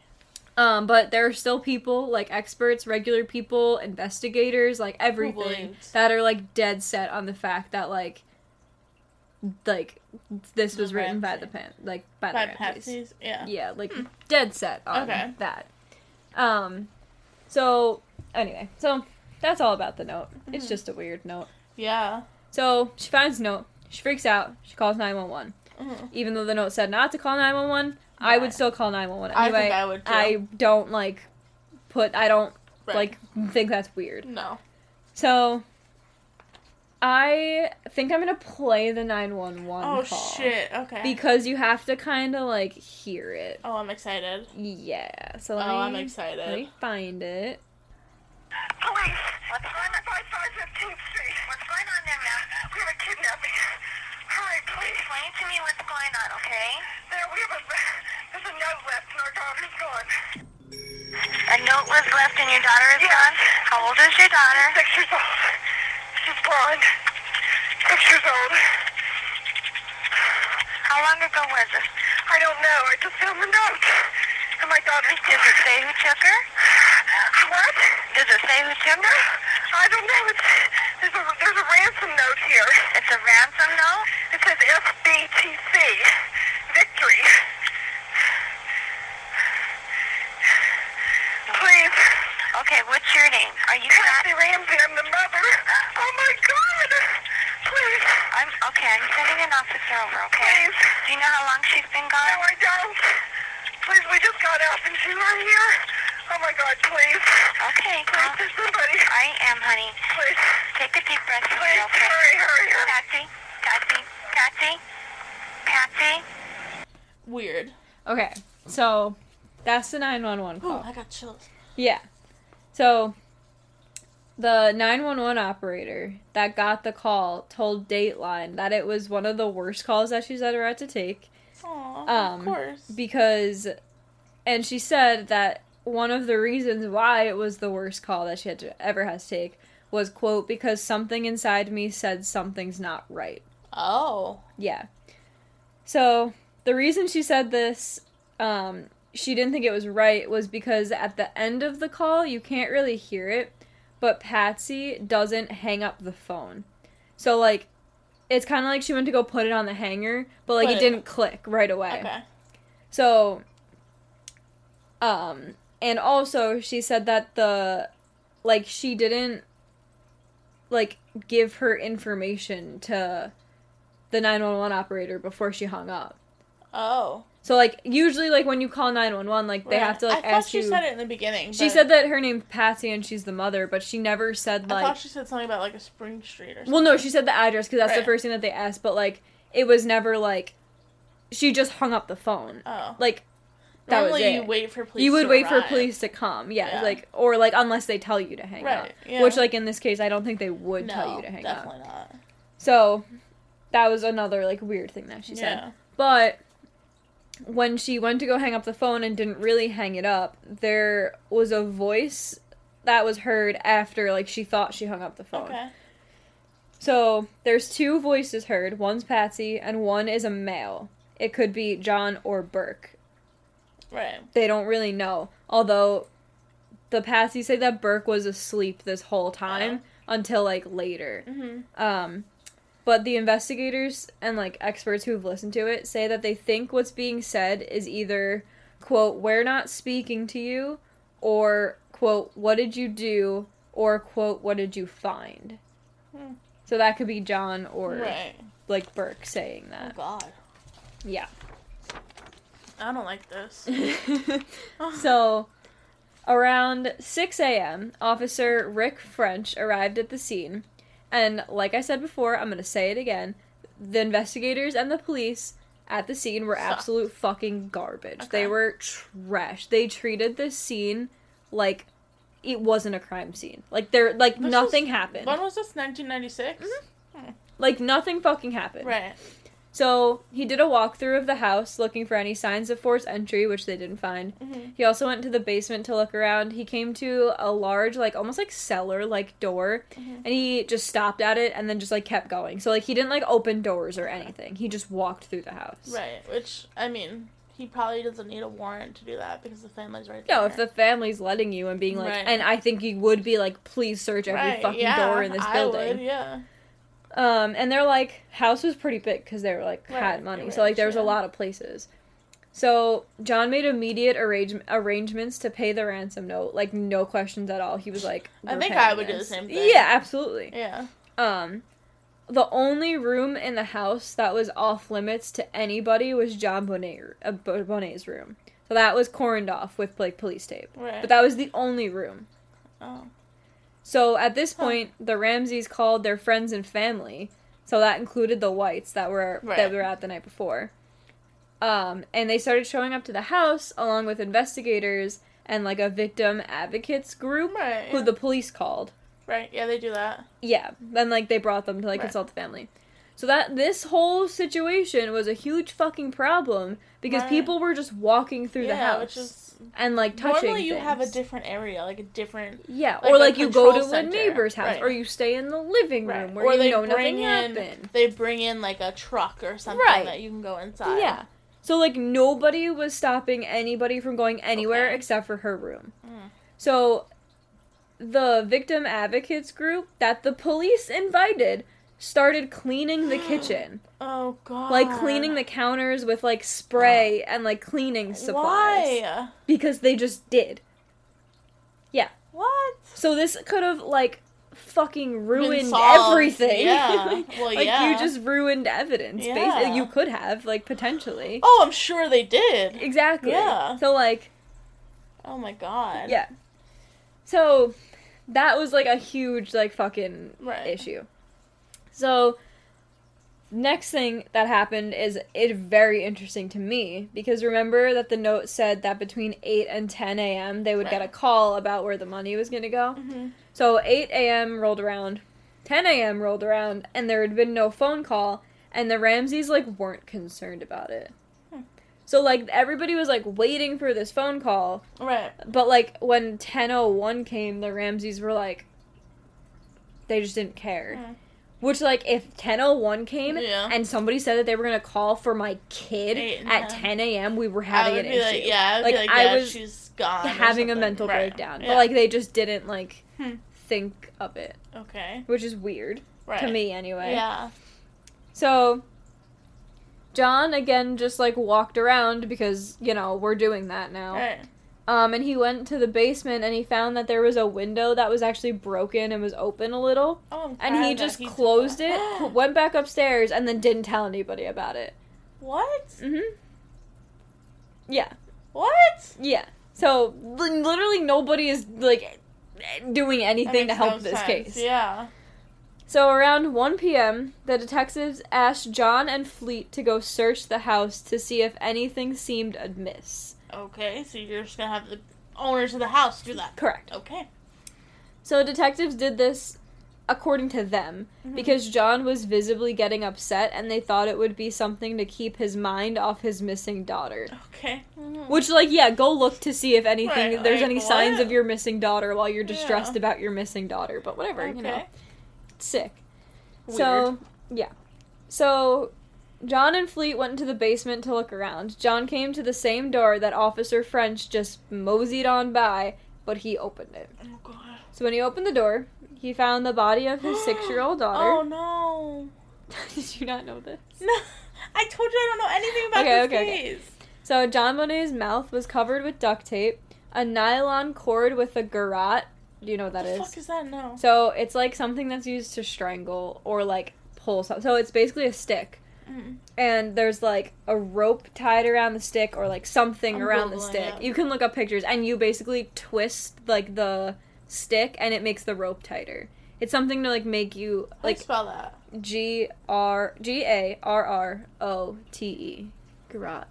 Speaker 4: um but there are still people like experts regular people investigators like everything
Speaker 3: believes?
Speaker 4: that are like dead set on the fact that like like this was
Speaker 3: The
Speaker 4: written by
Speaker 3: Ramsey.
Speaker 4: the pan like by,
Speaker 3: By
Speaker 4: the Ramses.
Speaker 3: Patsy's. Yeah.
Speaker 4: yeah like dead set on
Speaker 3: Okay.
Speaker 4: that um so anyway so that's all about the note
Speaker 3: Hmm.
Speaker 4: it's just a weird note
Speaker 3: Yeah.
Speaker 4: so she finds the note she freaks out she calls 911
Speaker 3: Mhm.
Speaker 4: even though the note said not to call 911, I would
Speaker 3: Right.
Speaker 4: still call 911
Speaker 3: I
Speaker 4: anyway.
Speaker 3: think I would, too.
Speaker 4: I don't like put I don't
Speaker 3: Right.
Speaker 4: like think that's weird.
Speaker 3: no.
Speaker 4: So I think I'm going to play the 911
Speaker 3: Oh
Speaker 4: call
Speaker 3: shit. Okay.
Speaker 4: because you have to kind of like hear it.
Speaker 3: oh, I'm excited.
Speaker 4: Yeah. So
Speaker 3: Oh,
Speaker 4: let me,
Speaker 3: I'm
Speaker 4: Let
Speaker 3: excited.
Speaker 4: me find it.
Speaker 1: Police, what's going on? 5515th Street. What's going on there, ma'am? We have a kidnapping. Hurry, please. Explain to me what's going on, okay? There, we have a... There's a note left and our daughter's gone. A note was left and your daughter is gone? How old is your daughter? Six years old. She's gone. Six years old. How long ago was this? I don't know. I just found the note. And my daughter's Does it say who took her? What? Does it say who took her? I don't know. It's, there's, a, there's a ransom note here. It's a ransom note? It says FBTC. Victory. Please. Okay, what's your name? Are you Kathy Ramsey? I'm the mother. Oh my God! Please. I'm okay. I'm sending an officer over. Okay. Please. Do you know how long she's been gone? No, I don't. Please, we just got out and she's right here. Oh my God! Please. Okay. Please, there's somebody. I am, honey. Please. Take a deep breath. Please. Hurry, hurry, hurry. Patsy. Patsy. Patsy. Patsy.
Speaker 3: Weird.
Speaker 4: Okay. So that's the 911
Speaker 3: Ooh,
Speaker 4: call.
Speaker 3: I got chills.
Speaker 4: Yeah. So the 911 operator that got the call told Dateline that it was one of the worst calls that she's ever had to take
Speaker 3: Aw,
Speaker 4: Um,
Speaker 3: of course.
Speaker 4: because And she said that one of the reasons why it was the worst call that she had to ever has to take was quote because something inside me said something's not right.
Speaker 3: Oh.
Speaker 4: Yeah. So the reason she said this, um, she didn't think it was right, was because at the end of the call, you can't really hear it, but Patsy doesn't hang up the phone. So, like, it's kind of like she went to go put it on the hanger, but, like,
Speaker 3: But-
Speaker 4: it didn't click right away.
Speaker 3: Okay.
Speaker 4: So, um, and also she said that the, like, she didn't, like, give her information to the 911 operator before she hung up.
Speaker 3: Oh.
Speaker 4: So, like, usually, like, when you call 911, like, they
Speaker 3: Right.
Speaker 4: have to, like,
Speaker 3: I thought
Speaker 4: ask
Speaker 3: she
Speaker 4: you.
Speaker 3: said it in the beginning.
Speaker 4: she
Speaker 3: but
Speaker 4: said that her name's Patsy and she's the mother, but she never said,
Speaker 3: I
Speaker 4: like,
Speaker 3: thought she said something about like a Spring Street or something.
Speaker 4: well, no, she said the address because that's the
Speaker 3: Right.
Speaker 4: first thing that they asked, but, like, it was never, like, she just hung up the phone.
Speaker 3: oh.
Speaker 4: Like, that was
Speaker 3: Normally you
Speaker 4: it.
Speaker 3: wait for police.
Speaker 4: you would
Speaker 3: to
Speaker 4: wait
Speaker 3: arrive.
Speaker 4: for police to come yeah,
Speaker 3: Yeah.
Speaker 4: like or like unless they tell you to hang up
Speaker 3: Right, yeah.
Speaker 4: which like in this case i don't think they would
Speaker 3: No,
Speaker 4: tell you to hang up
Speaker 3: definitely not.
Speaker 4: so that was another like weird thing that she said
Speaker 3: yeah.
Speaker 4: but when she went to go hang up the phone and didn't really hang it up there was a voice that was heard after like she thought she hung up the phone
Speaker 3: Okay.
Speaker 4: so there's two voices heard one's patsy and one is a male it could be john or burke
Speaker 3: Right.
Speaker 4: they don't really know. Although the Patsy said that Burke was asleep this whole time until like later.
Speaker 3: Mhm.
Speaker 4: Um, but the investigators and like experts who've listened to it say that they think what's being said is either quote we're not speaking to you or quote what did you do or quote what did you find.
Speaker 3: Hmm.
Speaker 4: So that could be John or
Speaker 3: Right.
Speaker 4: like Burke saying
Speaker 3: Oh
Speaker 4: that.
Speaker 3: God.
Speaker 4: Yeah.
Speaker 3: I don't like this. Ah.
Speaker 4: so, around 6 a.m., Officer Rick French arrived at the scene. And, like I said before, I'm going to say it again the investigators and the police at the scene were
Speaker 3: Sucked.
Speaker 4: absolute fucking garbage.
Speaker 3: Okay.
Speaker 4: They were trash. They treated this scene like it wasn't a crime scene. Like there like
Speaker 3: This
Speaker 4: nothing
Speaker 3: was-
Speaker 4: happened.
Speaker 3: When was this? 1996.
Speaker 4: Mm-hmm. Like nothing fucking happened.
Speaker 3: Right.
Speaker 4: So he did a walkthrough of the house looking for any signs of forced entry, which they didn't find.
Speaker 3: Mhm.
Speaker 4: He also went to the basement to look around. He came to a large, like almost like cellar like door,
Speaker 3: Mm-hmm.
Speaker 4: and he just stopped at it and then just like kept going. So like he didn't like open doors or anything. He just walked through the house.
Speaker 3: Right. Which I mean, he probably doesn't need a warrant to do that because the family's right there.
Speaker 4: No, if the family's letting you and being like,
Speaker 3: Right.
Speaker 4: and I think you would be like, please search every
Speaker 3: Right,
Speaker 4: fucking
Speaker 3: yeah,
Speaker 4: door in this
Speaker 3: I would,
Speaker 4: building.
Speaker 3: yeah.
Speaker 4: Um, and they're like house was pretty big because they were like
Speaker 3: Right,
Speaker 4: had
Speaker 3: they
Speaker 4: money,
Speaker 3: were
Speaker 4: so like there was a
Speaker 3: rich, yeah.
Speaker 4: lot of places. So John made immediate arrange- arrangements to pay the ransom note, like no questions at all. He was like,
Speaker 3: I
Speaker 4: "We're
Speaker 3: think
Speaker 4: paying
Speaker 3: I would do the
Speaker 4: this."
Speaker 3: same thing.
Speaker 4: Yeah, absolutely.
Speaker 3: Yeah.
Speaker 4: Um, the only room in the house that was off limits to anybody was John Bonnet, uh, Bo- Bonnet's room. So that was cordoned off with like police tape,
Speaker 3: Right.
Speaker 4: but that was the only room.
Speaker 3: oh.
Speaker 4: So at this
Speaker 3: Huh.
Speaker 4: point, the Ramses called their friends and family. So that included the whites that were that
Speaker 3: Right.
Speaker 4: were out the night before. Um, and they started showing up to the house along with investigators and like a victim advocates group
Speaker 3: Right.
Speaker 4: who
Speaker 3: yeah.
Speaker 4: the police called.
Speaker 3: right. Yeah, they do that.
Speaker 4: Yeah, then like they brought them to like
Speaker 3: Right.
Speaker 4: consult the family. So that this whole situation was a huge fucking problem because
Speaker 3: Right.
Speaker 4: people were just walking through the
Speaker 3: yeah,
Speaker 4: house
Speaker 3: which is
Speaker 4: and like touching.
Speaker 3: normally you have a
Speaker 4: things.
Speaker 3: different area, like a different
Speaker 4: Yeah,
Speaker 3: Like
Speaker 4: or
Speaker 3: a
Speaker 4: like you go
Speaker 3: control
Speaker 4: to
Speaker 3: center.
Speaker 4: a neighbor's house,
Speaker 3: Right.
Speaker 4: or you stay in the living room
Speaker 3: Right.
Speaker 4: where you know nothing happened.
Speaker 3: They bring in like a truck or something
Speaker 4: Right.
Speaker 3: that you can go inside.
Speaker 4: Yeah. So like nobody was stopping anybody from going anywhere
Speaker 3: Okay.
Speaker 4: except for her room.
Speaker 3: Mm.
Speaker 4: So the victim advocates group that the police invited started cleaning the kitchen.
Speaker 3: Oh god. Oh.
Speaker 4: Like cleaning the counters with like spray and like cleaning supplies
Speaker 3: Why?
Speaker 4: because they just did.
Speaker 3: What?
Speaker 4: So this could have like fucking
Speaker 3: Been
Speaker 4: ruined
Speaker 3: solved.
Speaker 4: everything.
Speaker 3: Yeah. Well,
Speaker 4: like
Speaker 3: yeah.
Speaker 4: you just ruined evidence. basi-
Speaker 3: Yeah.
Speaker 4: you could have like potentially.
Speaker 3: Oh, I'm sure they did.
Speaker 4: Exactly.
Speaker 3: Yeah.
Speaker 4: So like
Speaker 3: Oh my god.
Speaker 4: yeah. So that was like a huge like fucking
Speaker 3: Right.
Speaker 4: issue. So next thing that happened is it very interesting to me because remember that the note said that between 8 and 10 a.m. they would get a
Speaker 3: Right.
Speaker 4: call about where the money was going to go.
Speaker 3: Mhm.
Speaker 4: So 8 a.m. rolled around, 10 a.m. rolled around,
Speaker 3: Hmm.
Speaker 4: and there had been no phone call, and the Ramses like weren't concerned about it. So like everybody was like waiting for this phone call,
Speaker 3: Right.
Speaker 4: but like when 1001 came, the Ramses were like they just didn't care.
Speaker 3: Mm.
Speaker 4: Which like if 1001 came
Speaker 3: Yeah.
Speaker 4: and somebody said that they were going to call for my kid
Speaker 3: Eight and
Speaker 4: at
Speaker 3: ten.
Speaker 4: 10 a.m., we were
Speaker 3: I
Speaker 4: having
Speaker 3: would
Speaker 4: an
Speaker 3: be
Speaker 4: issue.
Speaker 3: like, yeah, I would be
Speaker 4: Like,
Speaker 3: like,
Speaker 4: I
Speaker 3: yeah,
Speaker 4: was
Speaker 3: she's gone. or
Speaker 4: having a
Speaker 3: something.
Speaker 4: mental
Speaker 3: Right.
Speaker 4: breakdown.
Speaker 3: Yeah.
Speaker 4: But like they just didn't like
Speaker 3: Hmm.
Speaker 4: think of it,
Speaker 3: okay,
Speaker 4: which is weird
Speaker 3: right.
Speaker 4: to me anyway.
Speaker 3: Yeah.
Speaker 4: So John again just like walked around because, you know, we're doing that now.
Speaker 3: Right.
Speaker 4: Um and he went to the basement and he found that there was a window that was actually broken and was open a little.
Speaker 3: Oh, I'm
Speaker 4: And
Speaker 3: glad
Speaker 4: he
Speaker 3: that
Speaker 4: just
Speaker 3: did
Speaker 4: closed it,
Speaker 3: that.
Speaker 4: cl- went back upstairs and then didn't tell anybody about it.
Speaker 3: what?
Speaker 4: Mhm. Yeah.
Speaker 3: What?
Speaker 4: Yeah. So li- literally nobody is like doing
Speaker 3: That
Speaker 4: anything
Speaker 3: makes
Speaker 4: to help
Speaker 3: no
Speaker 4: this
Speaker 3: sense.
Speaker 4: case.
Speaker 3: Yeah.
Speaker 4: So around 1 p.m., the detectives asked John and Fleet to go search the house to see if anything seemed amiss.
Speaker 3: Okay, so you're just gonna have the owners of the house do that.
Speaker 4: Correct.
Speaker 3: Okay.
Speaker 4: So detectives did this according to them
Speaker 3: Mm-hmm.
Speaker 4: because John was visibly getting upset and they thought it would be something to keep his mind off his missing daughter.
Speaker 3: Okay. Mhm.
Speaker 4: Which like yeah, go look to see if anything
Speaker 3: Right,
Speaker 4: if there's
Speaker 3: like,
Speaker 4: any signs
Speaker 3: what?
Speaker 4: of your missing daughter while you're distressed
Speaker 3: Yeah.
Speaker 4: about your missing daughter, but whatever,
Speaker 3: Okay.
Speaker 4: you know. sick. So yeah, so John and Fleet went into the basement to look around. John came to the same door that Officer French just moseyed on by, but he opened it.
Speaker 3: Oh god.
Speaker 4: So when he opened the door, he found the body of his six-year-old
Speaker 3: Oh
Speaker 4: daughter.
Speaker 3: no.
Speaker 4: Did you not know this?
Speaker 3: No, I told you I don't know anything about
Speaker 4: Okay,
Speaker 3: this
Speaker 4: okay, okay.
Speaker 3: case.
Speaker 4: So John Monet's mouth was covered with duct tape, a nylon cord with a garrote. Do you know what that
Speaker 3: the
Speaker 4: is?
Speaker 3: fuck is that? No.
Speaker 4: So it's like something that's used to strangle or like pull. So, so it's basically a stick.
Speaker 3: Mm.
Speaker 4: and there's like a rope tied around the stick or like something
Speaker 3: I'm
Speaker 4: around the
Speaker 3: Googling
Speaker 4: stick.
Speaker 3: it.
Speaker 4: You can look up pictures and you basically twist like the stick and it makes the rope tighter. It's something to like make you
Speaker 3: How do you
Speaker 4: like
Speaker 3: spell that.
Speaker 4: G R G A R R O T E. Garot.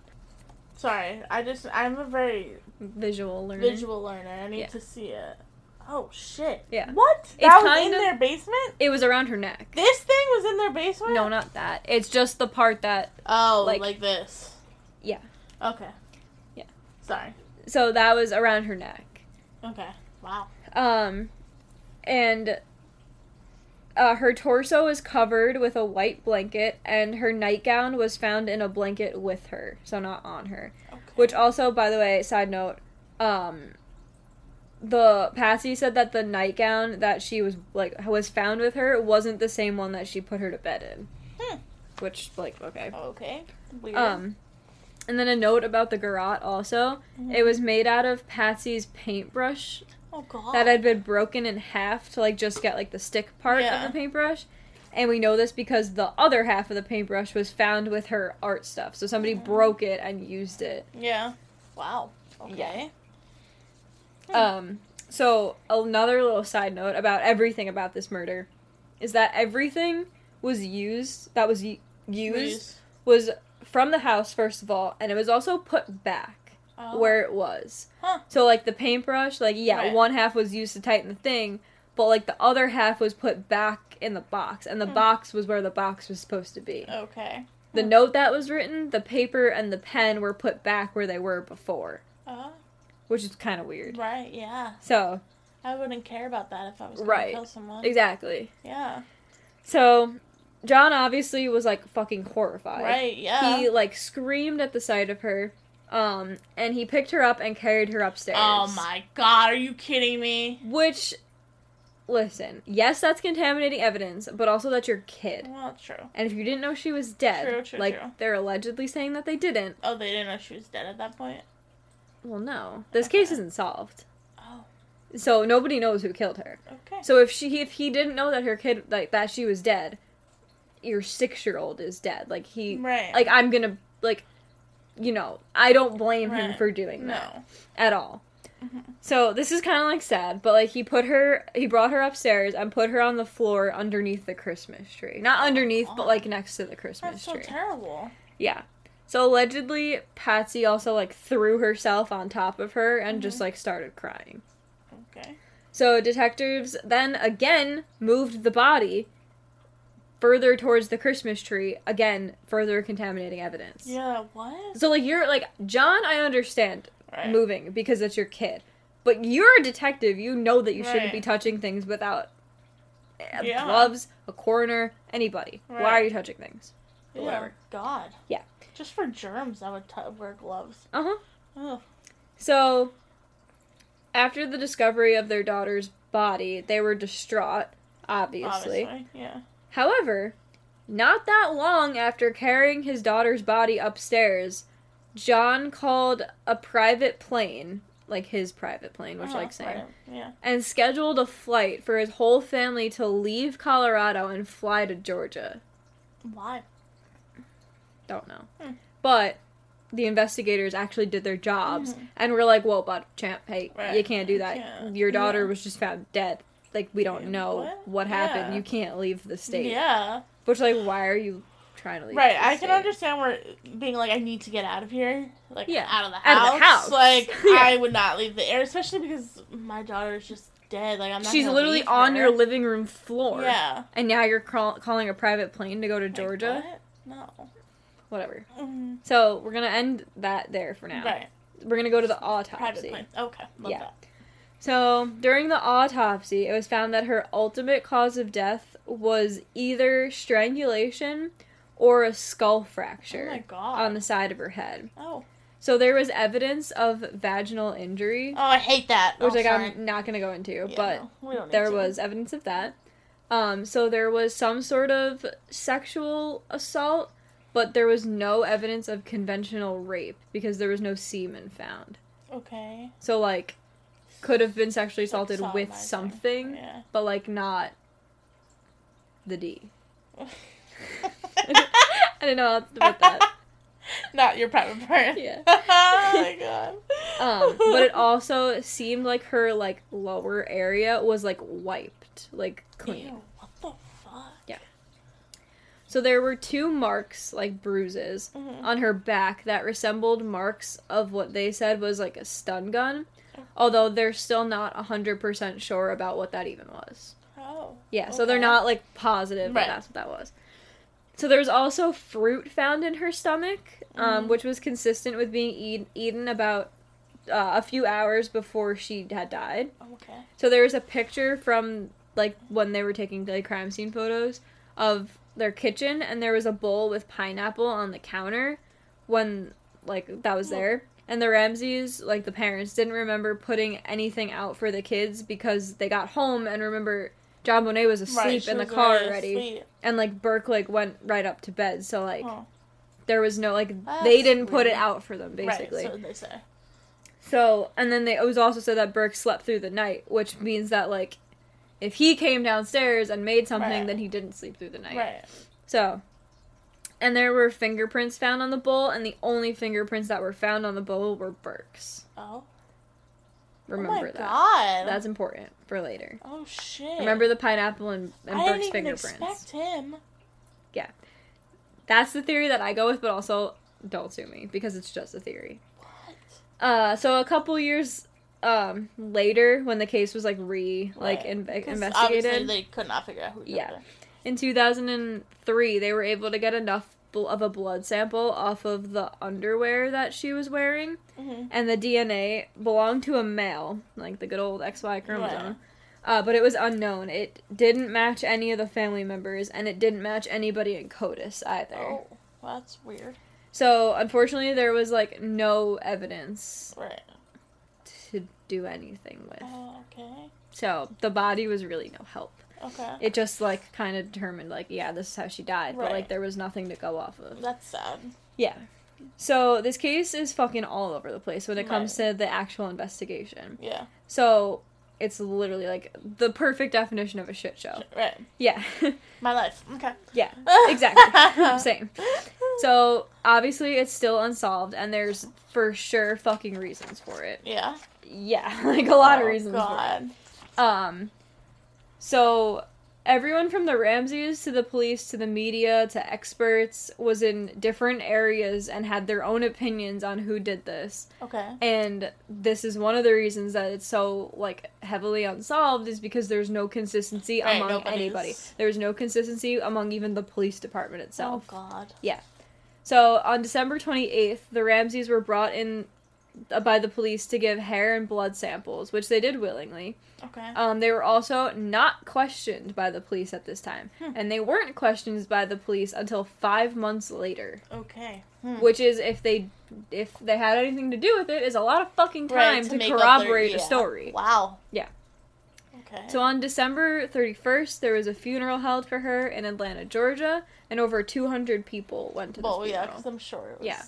Speaker 3: Sorry, I just I'm a very
Speaker 4: Visual learning.
Speaker 3: visual learner. I need
Speaker 4: Yeah.
Speaker 3: to see it. Oh shit.
Speaker 4: Yeah.
Speaker 3: What? That was
Speaker 4: kind
Speaker 3: in
Speaker 4: of-
Speaker 3: their basement.
Speaker 4: It was around her neck.
Speaker 3: This thing was in their basement.
Speaker 4: No, not that. It's just the part that
Speaker 3: Oh,
Speaker 4: like-
Speaker 3: like, this.
Speaker 4: Yeah.
Speaker 3: Okay.
Speaker 4: Yeah.
Speaker 3: Sorry.
Speaker 4: so that was around her neck.
Speaker 3: Okay. Wow.
Speaker 4: Um, and uh, her torso is covered with a white blanket, and her nightgown was found in a blanket with her, so not on her.
Speaker 3: Okay.
Speaker 4: Which also, by the way, side note, um, the Patsy said that the nightgown that she was like was found with her wasn't the same one that she put her to bed in.
Speaker 3: Hmm.
Speaker 4: Which, like, okay.
Speaker 3: Okay. Weird.
Speaker 4: Um, and then a note about the garrote also. It was made out of Patsy's paintbrush
Speaker 3: oh god.
Speaker 4: that had been broken in half to like just get like the stick part
Speaker 3: Yeah.
Speaker 4: of the paintbrush. And we know this because the other half of the paintbrush was found with her art stuff. So somebody broke it and used it.
Speaker 3: yeah. Wow. Okay. Hmm.
Speaker 4: Um so another little side note about everything about this murder is that everything was used that was y- used
Speaker 3: Used.
Speaker 4: was from the house first of all and it was also put back
Speaker 3: Oh.
Speaker 4: where it was.
Speaker 3: Huh.
Speaker 4: So like the paintbrush, like yeah,
Speaker 3: Right.
Speaker 4: one half was used to tighten the thing, but like the other half was put back in the box, and the
Speaker 3: Hmm. Oh.
Speaker 4: box was where the box was supposed to be.
Speaker 3: Okay.
Speaker 4: The
Speaker 3: hmm.
Speaker 4: note that was written, the paper and the pen were put back where they were before,
Speaker 3: Uh,
Speaker 4: which is kind of weird.
Speaker 3: right. Yeah.
Speaker 4: So
Speaker 3: I wouldn't care about that if I was gonna
Speaker 4: Right.
Speaker 3: kill someone.
Speaker 4: exactly.
Speaker 3: Yeah.
Speaker 4: So John obviously was like fucking horrified.
Speaker 3: Right. Yeah.
Speaker 4: He like screamed at the sight of her, um, and he picked her up and carried her upstairs.
Speaker 3: oh my god. Are you kidding me?
Speaker 4: Which, listen, yes, that's contaminating evidence, but also that's your kid.
Speaker 3: Well, true.
Speaker 4: And if you didn't know she was dead,
Speaker 3: True, true,
Speaker 4: like
Speaker 3: true.
Speaker 4: they're allegedly saying that they didn't,
Speaker 3: Oh, they didn't know she was dead at that point.
Speaker 4: well, no, this
Speaker 3: Okay.
Speaker 4: case isn't solved.
Speaker 3: Oh.
Speaker 4: So nobody knows who killed her.
Speaker 3: Okay.
Speaker 4: So if she, if he didn't know that her kid, like that she was dead, your six-year-old is dead. Like he,
Speaker 3: right.
Speaker 4: like I'm gonna, like, you know, I don't blame him
Speaker 3: Right.
Speaker 4: for doing that.
Speaker 3: no.
Speaker 4: at all.
Speaker 3: Mhm.
Speaker 4: So this is kind of like sad, but like he put her, he brought her upstairs and put her on the floor underneath the Christmas tree. Not underneath, but
Speaker 3: God.
Speaker 4: like next to the Christmas
Speaker 3: That's so
Speaker 4: tree.
Speaker 3: terrible.
Speaker 4: yeah. So allegedly, Patsy also like threw herself on top of her and
Speaker 3: Mm-hmm.
Speaker 4: just like started crying.
Speaker 3: Okay.
Speaker 4: So detectives then again moved the body further towards the Christmas tree, again, further contaminating evidence.
Speaker 3: Yeah, what?
Speaker 4: So like you're like John, I understand
Speaker 3: Right.
Speaker 4: moving because that's your kid. But you're a detective. You know that you shouldn't be
Speaker 3: Right.
Speaker 4: touching things without uh,
Speaker 3: Yeah.
Speaker 4: gloves, a coroner, anybody. Why are
Speaker 3: Right.
Speaker 4: you touching things?
Speaker 3: Yeah,
Speaker 4: Whatever.
Speaker 3: God.
Speaker 4: Yeah.
Speaker 3: Just for germs, I would t- wear gloves.
Speaker 4: Uh huh.
Speaker 3: Ugh.
Speaker 4: So, after the discovery of their daughter's body, they were distraught, obviously.
Speaker 3: Obviously. Yeah.
Speaker 4: However, not that long after carrying his daughter's body upstairs, John called a private plane, like his private plane, which
Speaker 3: Uh-huh,
Speaker 4: like saying,
Speaker 3: right. Yeah.
Speaker 4: and scheduled a flight for his whole family to leave Colorado and fly to Georgia.
Speaker 3: Why?
Speaker 4: Don't know.
Speaker 3: Hmm.
Speaker 4: But the investigators actually did their jobs and were like, whoa, but champ, hey,
Speaker 3: Right.
Speaker 4: Mm-hmm. you can't do
Speaker 3: You
Speaker 4: that.
Speaker 3: can't."
Speaker 4: Your daughter
Speaker 3: Yeah.
Speaker 4: was just found dead. Like, we don't
Speaker 3: Yeah,
Speaker 4: know what,
Speaker 3: what?
Speaker 4: happened.
Speaker 3: Yeah.
Speaker 4: You can't leave the state.
Speaker 3: Yeah.
Speaker 4: Which, like, why are you trying to leave
Speaker 3: Right.
Speaker 4: the
Speaker 3: I can
Speaker 4: state?
Speaker 3: understand where being like, I need to get out of here. Like,
Speaker 4: Yeah,
Speaker 3: out of the house.
Speaker 4: out of the house.
Speaker 3: Like,
Speaker 4: Yeah.
Speaker 3: I would not leave the air, especially because my daughter is just dead. Like, I'm not.
Speaker 4: She's
Speaker 3: gonna
Speaker 4: literally
Speaker 3: leave
Speaker 4: on
Speaker 3: her.
Speaker 4: your living room floor.
Speaker 3: Yeah.
Speaker 4: And now you're crawl- calling a private plane to go to
Speaker 3: Like,
Speaker 4: Georgia?
Speaker 3: what? No.
Speaker 4: Whatever.
Speaker 3: Mhm.
Speaker 4: So, we're going to end that there for now.
Speaker 3: Right.
Speaker 4: We're going to go to the
Speaker 3: Private
Speaker 4: autopsy.
Speaker 3: plane. Okay. Love
Speaker 4: Yeah.
Speaker 3: that. Oh
Speaker 4: So, during the autopsy, it was found that her ultimate cause of death was either strangulation or a skull
Speaker 3: Oh my
Speaker 4: fracture
Speaker 3: god.
Speaker 4: on the side of her head.
Speaker 3: oh.
Speaker 4: So, there was evidence of vaginal injury,
Speaker 3: Oh, I hate that.
Speaker 4: which
Speaker 3: oh,
Speaker 4: like
Speaker 3: sorry.
Speaker 4: I'm not going to go into,
Speaker 3: Yeah,
Speaker 4: but
Speaker 3: no, we don't need
Speaker 4: there
Speaker 3: to.
Speaker 4: was evidence of that. Um, so there was some sort of sexual assault, but there was no evidence of conventional rape because there was no semen found.
Speaker 3: Okay.
Speaker 4: So like could have been sexually
Speaker 3: Like
Speaker 4: assaulted with
Speaker 3: sodomizing.
Speaker 4: something,
Speaker 3: Yeah.
Speaker 4: but like not the D. I don't know about that.
Speaker 3: Not your private part.
Speaker 4: Yeah.
Speaker 3: oh my god.
Speaker 4: Um, but it also seemed like her like lower area was like wiped, like clean.
Speaker 3: Ew, what the fuck?
Speaker 4: So there were two marks, like bruises,
Speaker 3: Mhm.
Speaker 4: on her back that resembled marks of what they said was like a stun gun, although they're still not 100% sure about what that even was.
Speaker 3: Oh.
Speaker 4: Yeah, so they're
Speaker 3: Okay.
Speaker 4: not like positive that
Speaker 3: Right.
Speaker 4: that's what that was. So there was also fruit found in her stomach,
Speaker 3: Mm.
Speaker 4: um, which was consistent with being eat- eaten about uh, a few hours before she had died.
Speaker 3: Okay.
Speaker 4: So there was a picture from like when they were taking like crime scene photos of their kitchen, and there was a bowl with pineapple on the counter when like that was there. And the Ramses, like the parents, didn't remember putting anything out for the kids because they got home and remember John Bonet was asleep
Speaker 3: Right, she
Speaker 4: in the
Speaker 3: was
Speaker 4: car
Speaker 3: already
Speaker 4: already,
Speaker 3: asleep.
Speaker 4: and like Burke like went right up to bed. So like
Speaker 3: Oh.
Speaker 4: there was no like they
Speaker 3: That's
Speaker 4: didn't put it
Speaker 3: weird.
Speaker 4: out for them basically.
Speaker 3: Right, so they say.
Speaker 4: So, and then they, it was also said that Burke slept through the night, which means that, like, if he came downstairs and made something,
Speaker 3: Right.
Speaker 4: then he didn't sleep through the night.
Speaker 3: Right.
Speaker 4: So, and there were fingerprints found on the bowl, and the only fingerprints that were found on the bowl were Burke's.
Speaker 3: Oh. oh
Speaker 4: Remember
Speaker 3: my
Speaker 4: that.
Speaker 3: god.
Speaker 4: That's important for later.
Speaker 3: Oh shit.
Speaker 4: Remember the pineapple and, and
Speaker 3: I didn't
Speaker 4: Burke's
Speaker 3: even
Speaker 4: fingerprints.
Speaker 3: expect him.
Speaker 4: That's the theory that I go with, but also don't sue me because it's just a theory.
Speaker 3: What?
Speaker 4: Uh, so a couple years um later when the case was like re like
Speaker 3: Right.
Speaker 4: inve
Speaker 3: 'Cause Obviously
Speaker 4: investigated
Speaker 3: they could not figure out who. did
Speaker 4: Yeah.
Speaker 3: it.
Speaker 4: in 2003 they were able to get enough bl- of a blood sample off of the underwear that she was wearing
Speaker 3: Mhm.
Speaker 4: and the dna belonged to a male like the good old xy chromosome
Speaker 3: Right.
Speaker 4: uh, but it was unknown it didn't match any of the family members and it didn't match anybody in codis either
Speaker 3: Oh, well, that's weird.
Speaker 4: so unfortunately there was like no evidence
Speaker 3: Right.
Speaker 4: to do anything with
Speaker 3: Oh, okay.
Speaker 4: so the body was really no help
Speaker 3: Okay.
Speaker 4: it just like kind of determined like yeah this is how she died but like
Speaker 3: Right.
Speaker 4: there was nothing to go off of
Speaker 3: That's sad.
Speaker 4: Yeah. So this case is fucking all over the place when it comes to the actual investigation.
Speaker 3: Yeah.
Speaker 4: So it's literally like the perfect definition of a shit show.
Speaker 3: Right.
Speaker 4: Yeah.
Speaker 3: My life. Okay.
Speaker 4: yeah. Exactly. Same. So obviously it's still unsolved and there's for sure fucking reasons for it.
Speaker 3: Yeah.
Speaker 4: Yeah, like a lot of
Speaker 3: Oh,
Speaker 4: reasons for it.
Speaker 3: God.
Speaker 4: Um, so Everyone from the Ramses to the police to the media to experts was in different areas and had their own opinions on who did this.
Speaker 3: Okay.
Speaker 4: And this is one of the reasons that it's so like heavily unsolved is because there's no consistency
Speaker 3: Right,
Speaker 4: among
Speaker 3: nobody's-
Speaker 4: anybody. There's no consistency among even the police department
Speaker 3: Oh
Speaker 4: itself.
Speaker 3: God.
Speaker 4: So on December 28th, the Ramses were brought in uh, by the police to give hair and blood samples, which they did willingly.
Speaker 3: Okay.
Speaker 4: Um, they were also not questioned by the police at this time,
Speaker 3: Hmm.
Speaker 4: and they weren't questioned by the police until five months later.
Speaker 3: okay. Hmm.
Speaker 4: Which is, if they if they had anything to do with it, is a lot of fucking
Speaker 3: Right,
Speaker 4: time to,
Speaker 3: make up their-
Speaker 4: corroborate
Speaker 3: yeah.
Speaker 4: a story.
Speaker 3: Wow.
Speaker 4: Yeah.
Speaker 3: Okay.
Speaker 4: So on December 31st, there was a funeral held for her in Atlanta, Georgia, and over 200 people went to this
Speaker 3: well, yeah,
Speaker 4: funeral.
Speaker 3: because I'm sure it was.
Speaker 4: Yeah.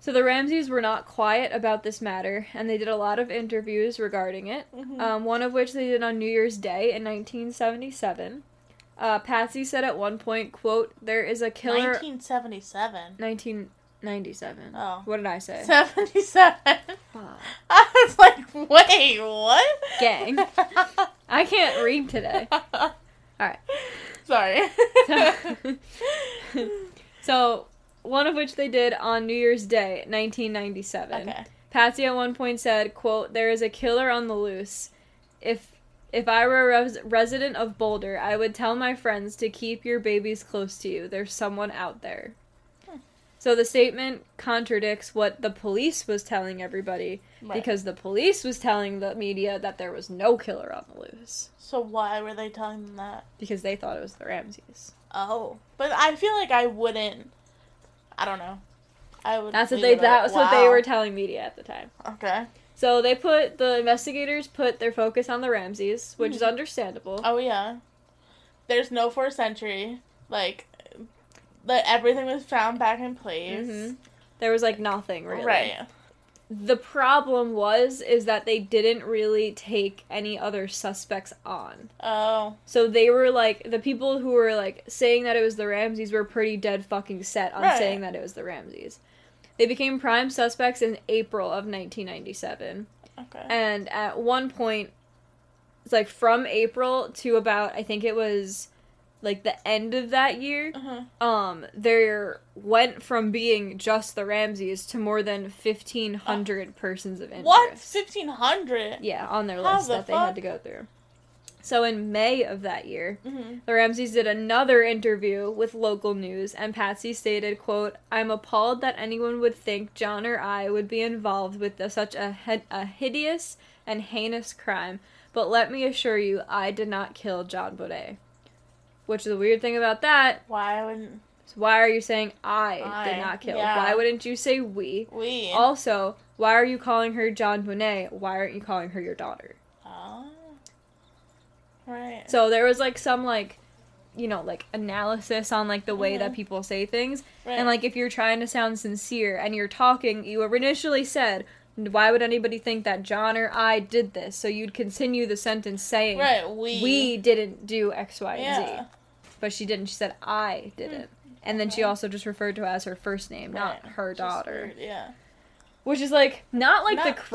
Speaker 4: So the Ramses were not quiet about this matter, and they did a lot of interviews regarding it.
Speaker 3: Mhm.
Speaker 4: Um, one of which they did on New Year's Day in 1977. Uh, Patsy said at one point, "quote There is a killer."
Speaker 3: 1977.
Speaker 4: 1997.
Speaker 3: Oh.
Speaker 4: Mm-hmm. What did I say?
Speaker 3: 77.
Speaker 4: Fuck.
Speaker 3: I was like, wait, what?
Speaker 4: Gang. I can't read today. Alright.
Speaker 3: Sorry.
Speaker 4: so one of which they did on New Year's Day, 1997.
Speaker 3: okay.
Speaker 4: Patsy at one point said, "quote There is a killer on the loose. If if I were a res- resident of Boulder, I would tell my friends to keep your babies close to you. There's someone out there."
Speaker 3: Hmm.
Speaker 4: So the statement contradicts what the police was telling everybody
Speaker 3: Right.
Speaker 4: because the police was telling the media that there was no killer on the loose
Speaker 3: So why were they telling them that?
Speaker 4: because they thought it was the Ramses.
Speaker 3: Oh, but I feel like I wouldn't. I don't know. I would.
Speaker 4: That's what
Speaker 3: leave
Speaker 4: they
Speaker 3: it at-
Speaker 4: that was what they
Speaker 3: wow.
Speaker 4: were telling media at the time.
Speaker 3: Okay.
Speaker 4: So they put the investigators put their focus on the Ramses, which is
Speaker 3: Mhm.
Speaker 4: understandable.
Speaker 3: Oh yeah. There's no fourth century. Like, that everything was found back in place.
Speaker 4: Mhm. There was like nothing really.
Speaker 3: Right.
Speaker 4: The problem was is that they didn't really take any other suspects on.
Speaker 3: Oh.
Speaker 4: So they were like the people who were like saying that it was the Ramses were pretty dead fucking set on
Speaker 3: Right.
Speaker 4: saying that it was the Ramses. They became prime suspects in April of 1997.
Speaker 3: Okay.
Speaker 4: And at one point, it's like from April to about, I think it was like the end of that year,
Speaker 3: uh-huh.
Speaker 4: um, there went from being just the Ramses to more than 1,500 persons of interest.
Speaker 3: What? Fifteen hundred.
Speaker 4: Yeah, on their
Speaker 3: How
Speaker 4: list
Speaker 3: the
Speaker 4: that they had
Speaker 3: fuck?
Speaker 4: to go through. So in May of that year,
Speaker 3: Mm-hmm.
Speaker 4: the Ramses did another interview with local news, and Patsy stated, quote, I'm appalled that anyone would think John or I would be involved with the- such a, hid- a hideous and heinous crime, but let me assure you, I did not kill John Baudet. Which the weird thing about that
Speaker 3: Why wouldn't
Speaker 4: is, why are you saying I,
Speaker 3: I,
Speaker 4: did not kill?
Speaker 3: yeah.
Speaker 4: Why wouldn't you say we?
Speaker 3: we?
Speaker 4: Also, why are you calling her John Bonet? Why aren't you calling her your daughter?
Speaker 3: Oh. Right.
Speaker 4: So there was like some like you know, like analysis on like the way
Speaker 3: Mhm.
Speaker 4: that people say things.
Speaker 3: right.
Speaker 4: And like if you're trying to sound sincere and you're talking, you initially said, why would anybody think that John or I did this? So you'd continue the sentence saying,
Speaker 3: right.
Speaker 4: we,
Speaker 3: We.
Speaker 4: didn't do X, Y,
Speaker 3: Yeah.
Speaker 4: and Z. But she didn't. She said, I didn't. And then she
Speaker 3: Mm. Okay.
Speaker 4: also just referred to it as her first name,
Speaker 3: Right.
Speaker 4: not her
Speaker 3: Just
Speaker 4: daughter.
Speaker 3: weird, Yeah.
Speaker 4: Which is like not like
Speaker 3: Not
Speaker 4: the
Speaker 3: too weird,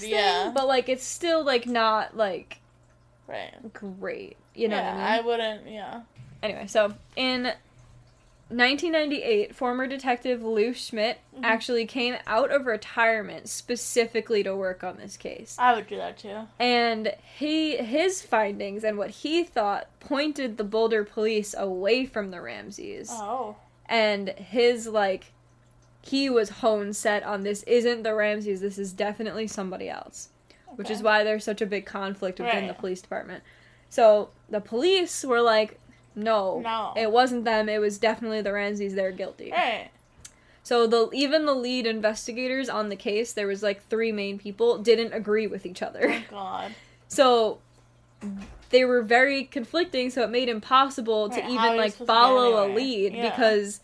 Speaker 4: craziest thing,
Speaker 3: yeah.
Speaker 4: but like it's still like not like
Speaker 3: Right.
Speaker 4: great. You know
Speaker 3: yeah,
Speaker 4: what I mean?
Speaker 3: wouldn't. Yeah.
Speaker 4: Anyway, so in 1998, former detective Lou Schmidt
Speaker 3: Mm-hmm.
Speaker 4: actually came out of retirement specifically to work on this case.
Speaker 3: I would do that too.
Speaker 4: And he his findings and what he thought pointed the Boulder police away from the Ramses.
Speaker 3: Oh.
Speaker 4: And his like he was hone set on this isn't the Ramses, this is definitely somebody else which is
Speaker 3: okay.
Speaker 4: why there's such a big conflict within
Speaker 3: Right.
Speaker 4: the police department. So the police were like, no,
Speaker 3: No.
Speaker 4: it wasn't them. It was definitely the Ramses. They're guilty.
Speaker 3: Right.
Speaker 4: So the even the lead investigators on the case, there was like three main people, didn't agree with each other.
Speaker 3: Oh, God.
Speaker 4: So they were very conflicting. So it made impossible to
Speaker 3: Right, how are
Speaker 4: even
Speaker 3: you
Speaker 4: like
Speaker 3: supposed to get
Speaker 4: follow a
Speaker 3: anywhere?
Speaker 4: lead
Speaker 3: Yeah.
Speaker 4: because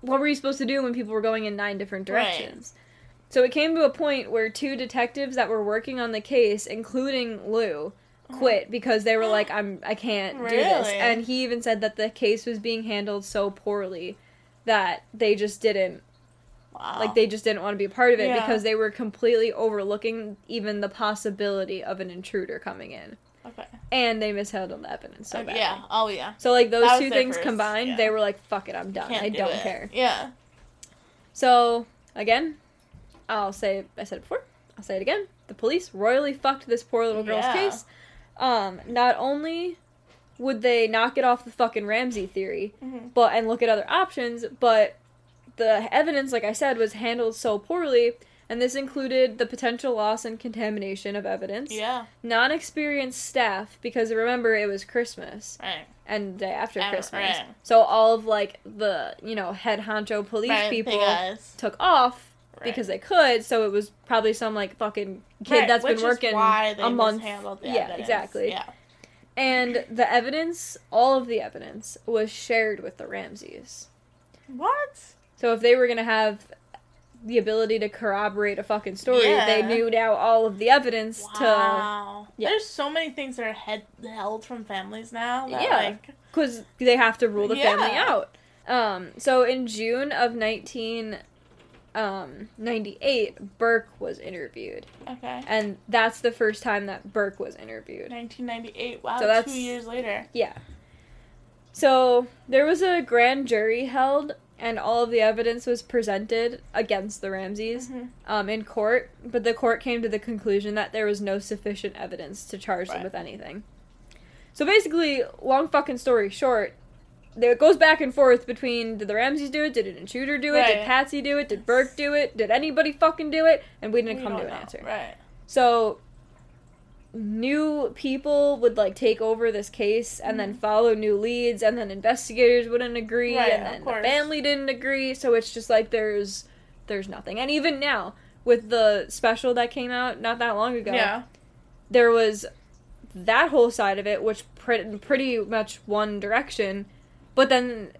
Speaker 4: what were you supposed to do when people were going in nine different
Speaker 3: Right.
Speaker 4: directions? So it came to a point where two detectives that were working on the case, including Lou, quit because they were like, "I'm I can't do this."
Speaker 3: Mm-hmm. Really?
Speaker 4: And he even said that the case was being handled so poorly that they just didn't
Speaker 3: Wow.
Speaker 4: like they just didn't want to be a part of it
Speaker 3: Oh. Yeah.
Speaker 4: because they were completely overlooking even the possibility of an intruder coming in.
Speaker 3: Okay.
Speaker 4: and they mishandled the evidence so badly.
Speaker 3: yeah. Oh yeah.
Speaker 4: So like
Speaker 3: That
Speaker 4: those
Speaker 3: was
Speaker 4: two
Speaker 3: their
Speaker 4: things
Speaker 3: first-
Speaker 4: combined,
Speaker 3: yeah.
Speaker 4: they were like, "Fuck it, I'm done.
Speaker 3: Can't
Speaker 4: I
Speaker 3: do
Speaker 4: don't
Speaker 3: it.
Speaker 4: care."
Speaker 3: Yeah.
Speaker 4: So again, I'll say I said it before. I'll say it again. The police royally fucked this poor little girl's
Speaker 3: Yeah.
Speaker 4: case. Um, not only would they not get off the fucking Ramsey theory,
Speaker 3: Mhm.
Speaker 4: but and look at other options, but the evidence, like I said, was handled so poorly, and this included the potential loss and contamination of evidence,
Speaker 3: Yeah.
Speaker 4: non-experienced staff, because remember it was Christmas
Speaker 3: Right.
Speaker 4: and the day after
Speaker 3: Uh,
Speaker 4: Christmas.
Speaker 3: right.
Speaker 4: So all of like the you know head honcho police
Speaker 3: right.
Speaker 4: people
Speaker 3: Big eyes.
Speaker 4: took off
Speaker 3: Right.
Speaker 4: because they could. So it was probably some like fucking kid
Speaker 3: Right,
Speaker 4: that's
Speaker 3: which
Speaker 4: been
Speaker 3: is
Speaker 4: working
Speaker 3: why they
Speaker 4: a month.
Speaker 3: mishandled the
Speaker 4: Yeah,
Speaker 3: evidence.
Speaker 4: exactly.
Speaker 3: Yeah.
Speaker 4: And the evidence, all of the evidence, was shared with the Ramses.
Speaker 3: What?
Speaker 4: So if they were gonna have the ability to corroborate a fucking story, they
Speaker 3: Yeah.
Speaker 4: knew now all of the evidence to
Speaker 3: Wow.
Speaker 4: yeah.
Speaker 3: There's so many things that are head- held from families now. That,
Speaker 4: Yeah.
Speaker 3: Like,
Speaker 4: because they have to rule the family
Speaker 3: Yeah.
Speaker 4: out. Um, so in June of nineteen um, ninety eight, Burke was interviewed,
Speaker 3: okay.
Speaker 4: and that's the first time that Burke was interviewed.
Speaker 3: 1998. Wow.
Speaker 4: So that's-
Speaker 3: two years later.
Speaker 4: Yeah. So there was a grand jury held, and all of the evidence was presented against the Ramses
Speaker 3: Mhm.
Speaker 4: um, in court, but the court came to the conclusion that there was no sufficient evidence to charge them
Speaker 3: Right.
Speaker 4: with anything. So basically, long fucking story short, there- it goes back and forth between did the Ramses do it, did an intruder do it, did
Speaker 3: Right.
Speaker 4: Patsy do it, did Burke do it, did anybody fucking do it, and we didn't
Speaker 3: We
Speaker 4: come to
Speaker 3: don't
Speaker 4: an
Speaker 3: know.
Speaker 4: answer.
Speaker 3: Right.
Speaker 4: So new people would like take over this case and then follow new leads and then investigators wouldn't agree
Speaker 3: Mm-hmm. Right,
Speaker 4: and
Speaker 3: of
Speaker 4: then the
Speaker 3: course.
Speaker 4: family didn't agree so it's just like there's there's nothing and even now with the special that came out not that long ago
Speaker 3: Yeah.
Speaker 4: there was that whole side of it which pre- pretty much one direction but then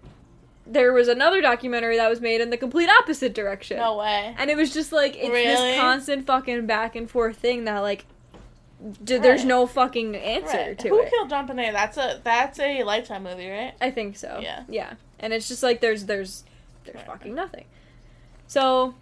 Speaker 4: there was another documentary that was made in the complete opposite direction
Speaker 3: No way.
Speaker 4: and it was just like it's
Speaker 3: Really?
Speaker 4: this constant fucking back and forth thing that like d- there's
Speaker 3: Right.
Speaker 4: no fucking answer
Speaker 3: Right.
Speaker 4: to
Speaker 3: Who
Speaker 4: it.
Speaker 3: killed John Bonet? That's a that's a lifetime movie, right?
Speaker 4: I think so.
Speaker 3: Yeah.
Speaker 4: Yeah. And it's just like there's there's there's
Speaker 3: Right.
Speaker 4: fucking nothing. So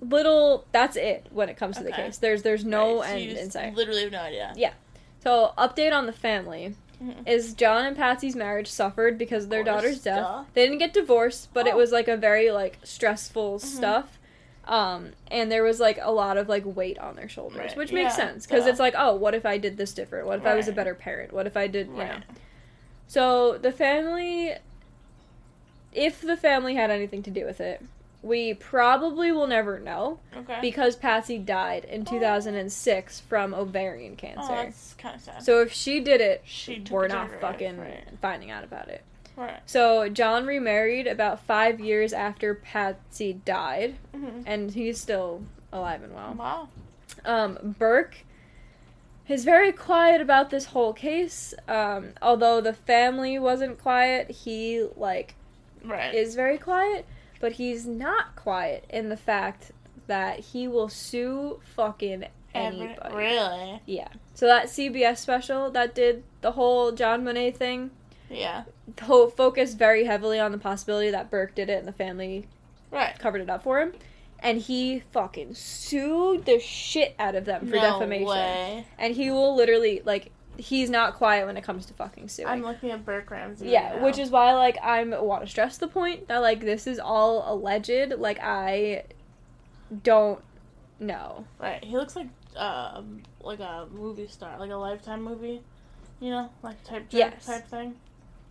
Speaker 4: little that's it when it comes to the
Speaker 3: Okay.
Speaker 4: case. There's there's no
Speaker 3: Right, so you
Speaker 4: end
Speaker 3: just
Speaker 4: in sight.
Speaker 3: Literally have no idea.
Speaker 4: So update on the family
Speaker 3: Mhm.
Speaker 4: is John and Patsy's marriage suffered because of their
Speaker 3: Of course,
Speaker 4: daughter's death.
Speaker 3: duh.
Speaker 4: They didn't get divorced, but
Speaker 3: Oh.
Speaker 4: it
Speaker 3: Mm-hmm.
Speaker 4: was like a very like stressful stuff. Um, and there was like a lot of like weight on their shoulders,
Speaker 3: Right.
Speaker 4: which makes
Speaker 3: Yeah,
Speaker 4: sense because
Speaker 3: duh.
Speaker 4: it's like, oh, what if I did this different? What if I was a
Speaker 3: Right.
Speaker 4: better parent? What if I did, you know?
Speaker 3: Right.
Speaker 4: So the family, if the family had anything to do with it, we probably will never know
Speaker 3: Okay.
Speaker 4: because Patsy died in 2006 from ovarian
Speaker 3: oh,
Speaker 4: cancer.
Speaker 3: that's kind of sad.
Speaker 4: So if she did it,
Speaker 3: She took
Speaker 4: we're
Speaker 3: it to
Speaker 4: not
Speaker 3: her,
Speaker 4: fucking
Speaker 3: right.
Speaker 4: finding out about it.
Speaker 3: Right.
Speaker 4: So John remarried about five years after Patsy died,
Speaker 3: hmm
Speaker 4: and he's still alive and well.
Speaker 3: Wow.
Speaker 4: Um, Burke is very quiet about this whole case. Um, although the family wasn't quiet, he like
Speaker 3: Right.
Speaker 4: is very quiet, but he's not quiet in the fact that he will sue fucking
Speaker 3: Every-
Speaker 4: anybody.
Speaker 3: really?
Speaker 4: Yeah. So that CBS special that did the whole John Monet thing
Speaker 3: Yeah.
Speaker 4: ho- focused very heavily on the possibility that Burke did it and the family
Speaker 3: Right.
Speaker 4: covered it up for him. And he fucking sued the shit out of them for
Speaker 3: no
Speaker 4: defamation.
Speaker 3: way.
Speaker 4: And he will literally, like, he's not quiet when it comes to fucking suing.
Speaker 3: I'm looking at Burke Ramsey.
Speaker 4: yeah,
Speaker 3: now.
Speaker 4: which is why, like, I want to stress the point that, like, this is all alleged. Like, I don't know.
Speaker 3: Right. He looks like um like a movie star, like a lifetime movie. You know, like type jerk
Speaker 4: Yes.
Speaker 3: type thing.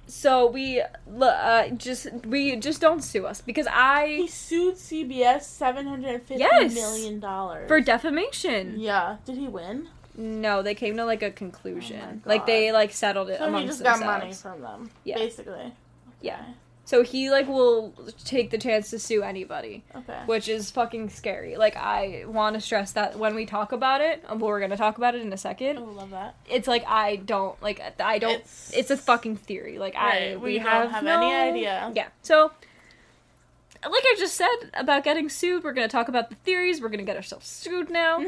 Speaker 4: So we l- uh, just we just don't sue us because
Speaker 3: He
Speaker 4: I
Speaker 3: sued CBS seven hundred and fifty million
Speaker 4: Yes.
Speaker 3: dollars.
Speaker 4: for defamation.
Speaker 3: Yeah. Did he win?
Speaker 4: No, they came to like a conclusion.
Speaker 3: Oh my
Speaker 4: like
Speaker 3: God.
Speaker 4: they like settled it
Speaker 3: So
Speaker 4: amongst
Speaker 3: he just
Speaker 4: themselves.
Speaker 3: got money from them.
Speaker 4: Yeah.
Speaker 3: Basically.
Speaker 4: Yeah. So he like will take the chance to sue anybody,
Speaker 3: Okay.
Speaker 4: which is fucking scary. Like I want to stress that when we talk about it, um, well, we're gonna talk about it in a
Speaker 3: I
Speaker 4: second.
Speaker 3: love that.
Speaker 4: It's like I don't like I don't. It's,
Speaker 3: It's-
Speaker 4: a fucking theory. Like I
Speaker 3: Right,
Speaker 4: we,
Speaker 3: we don't
Speaker 4: have,
Speaker 3: have
Speaker 4: no-
Speaker 3: any idea.
Speaker 4: Yeah. So. Like I just said about getting sued, we're gonna talk about the theories. We're gonna get ourselves sued now.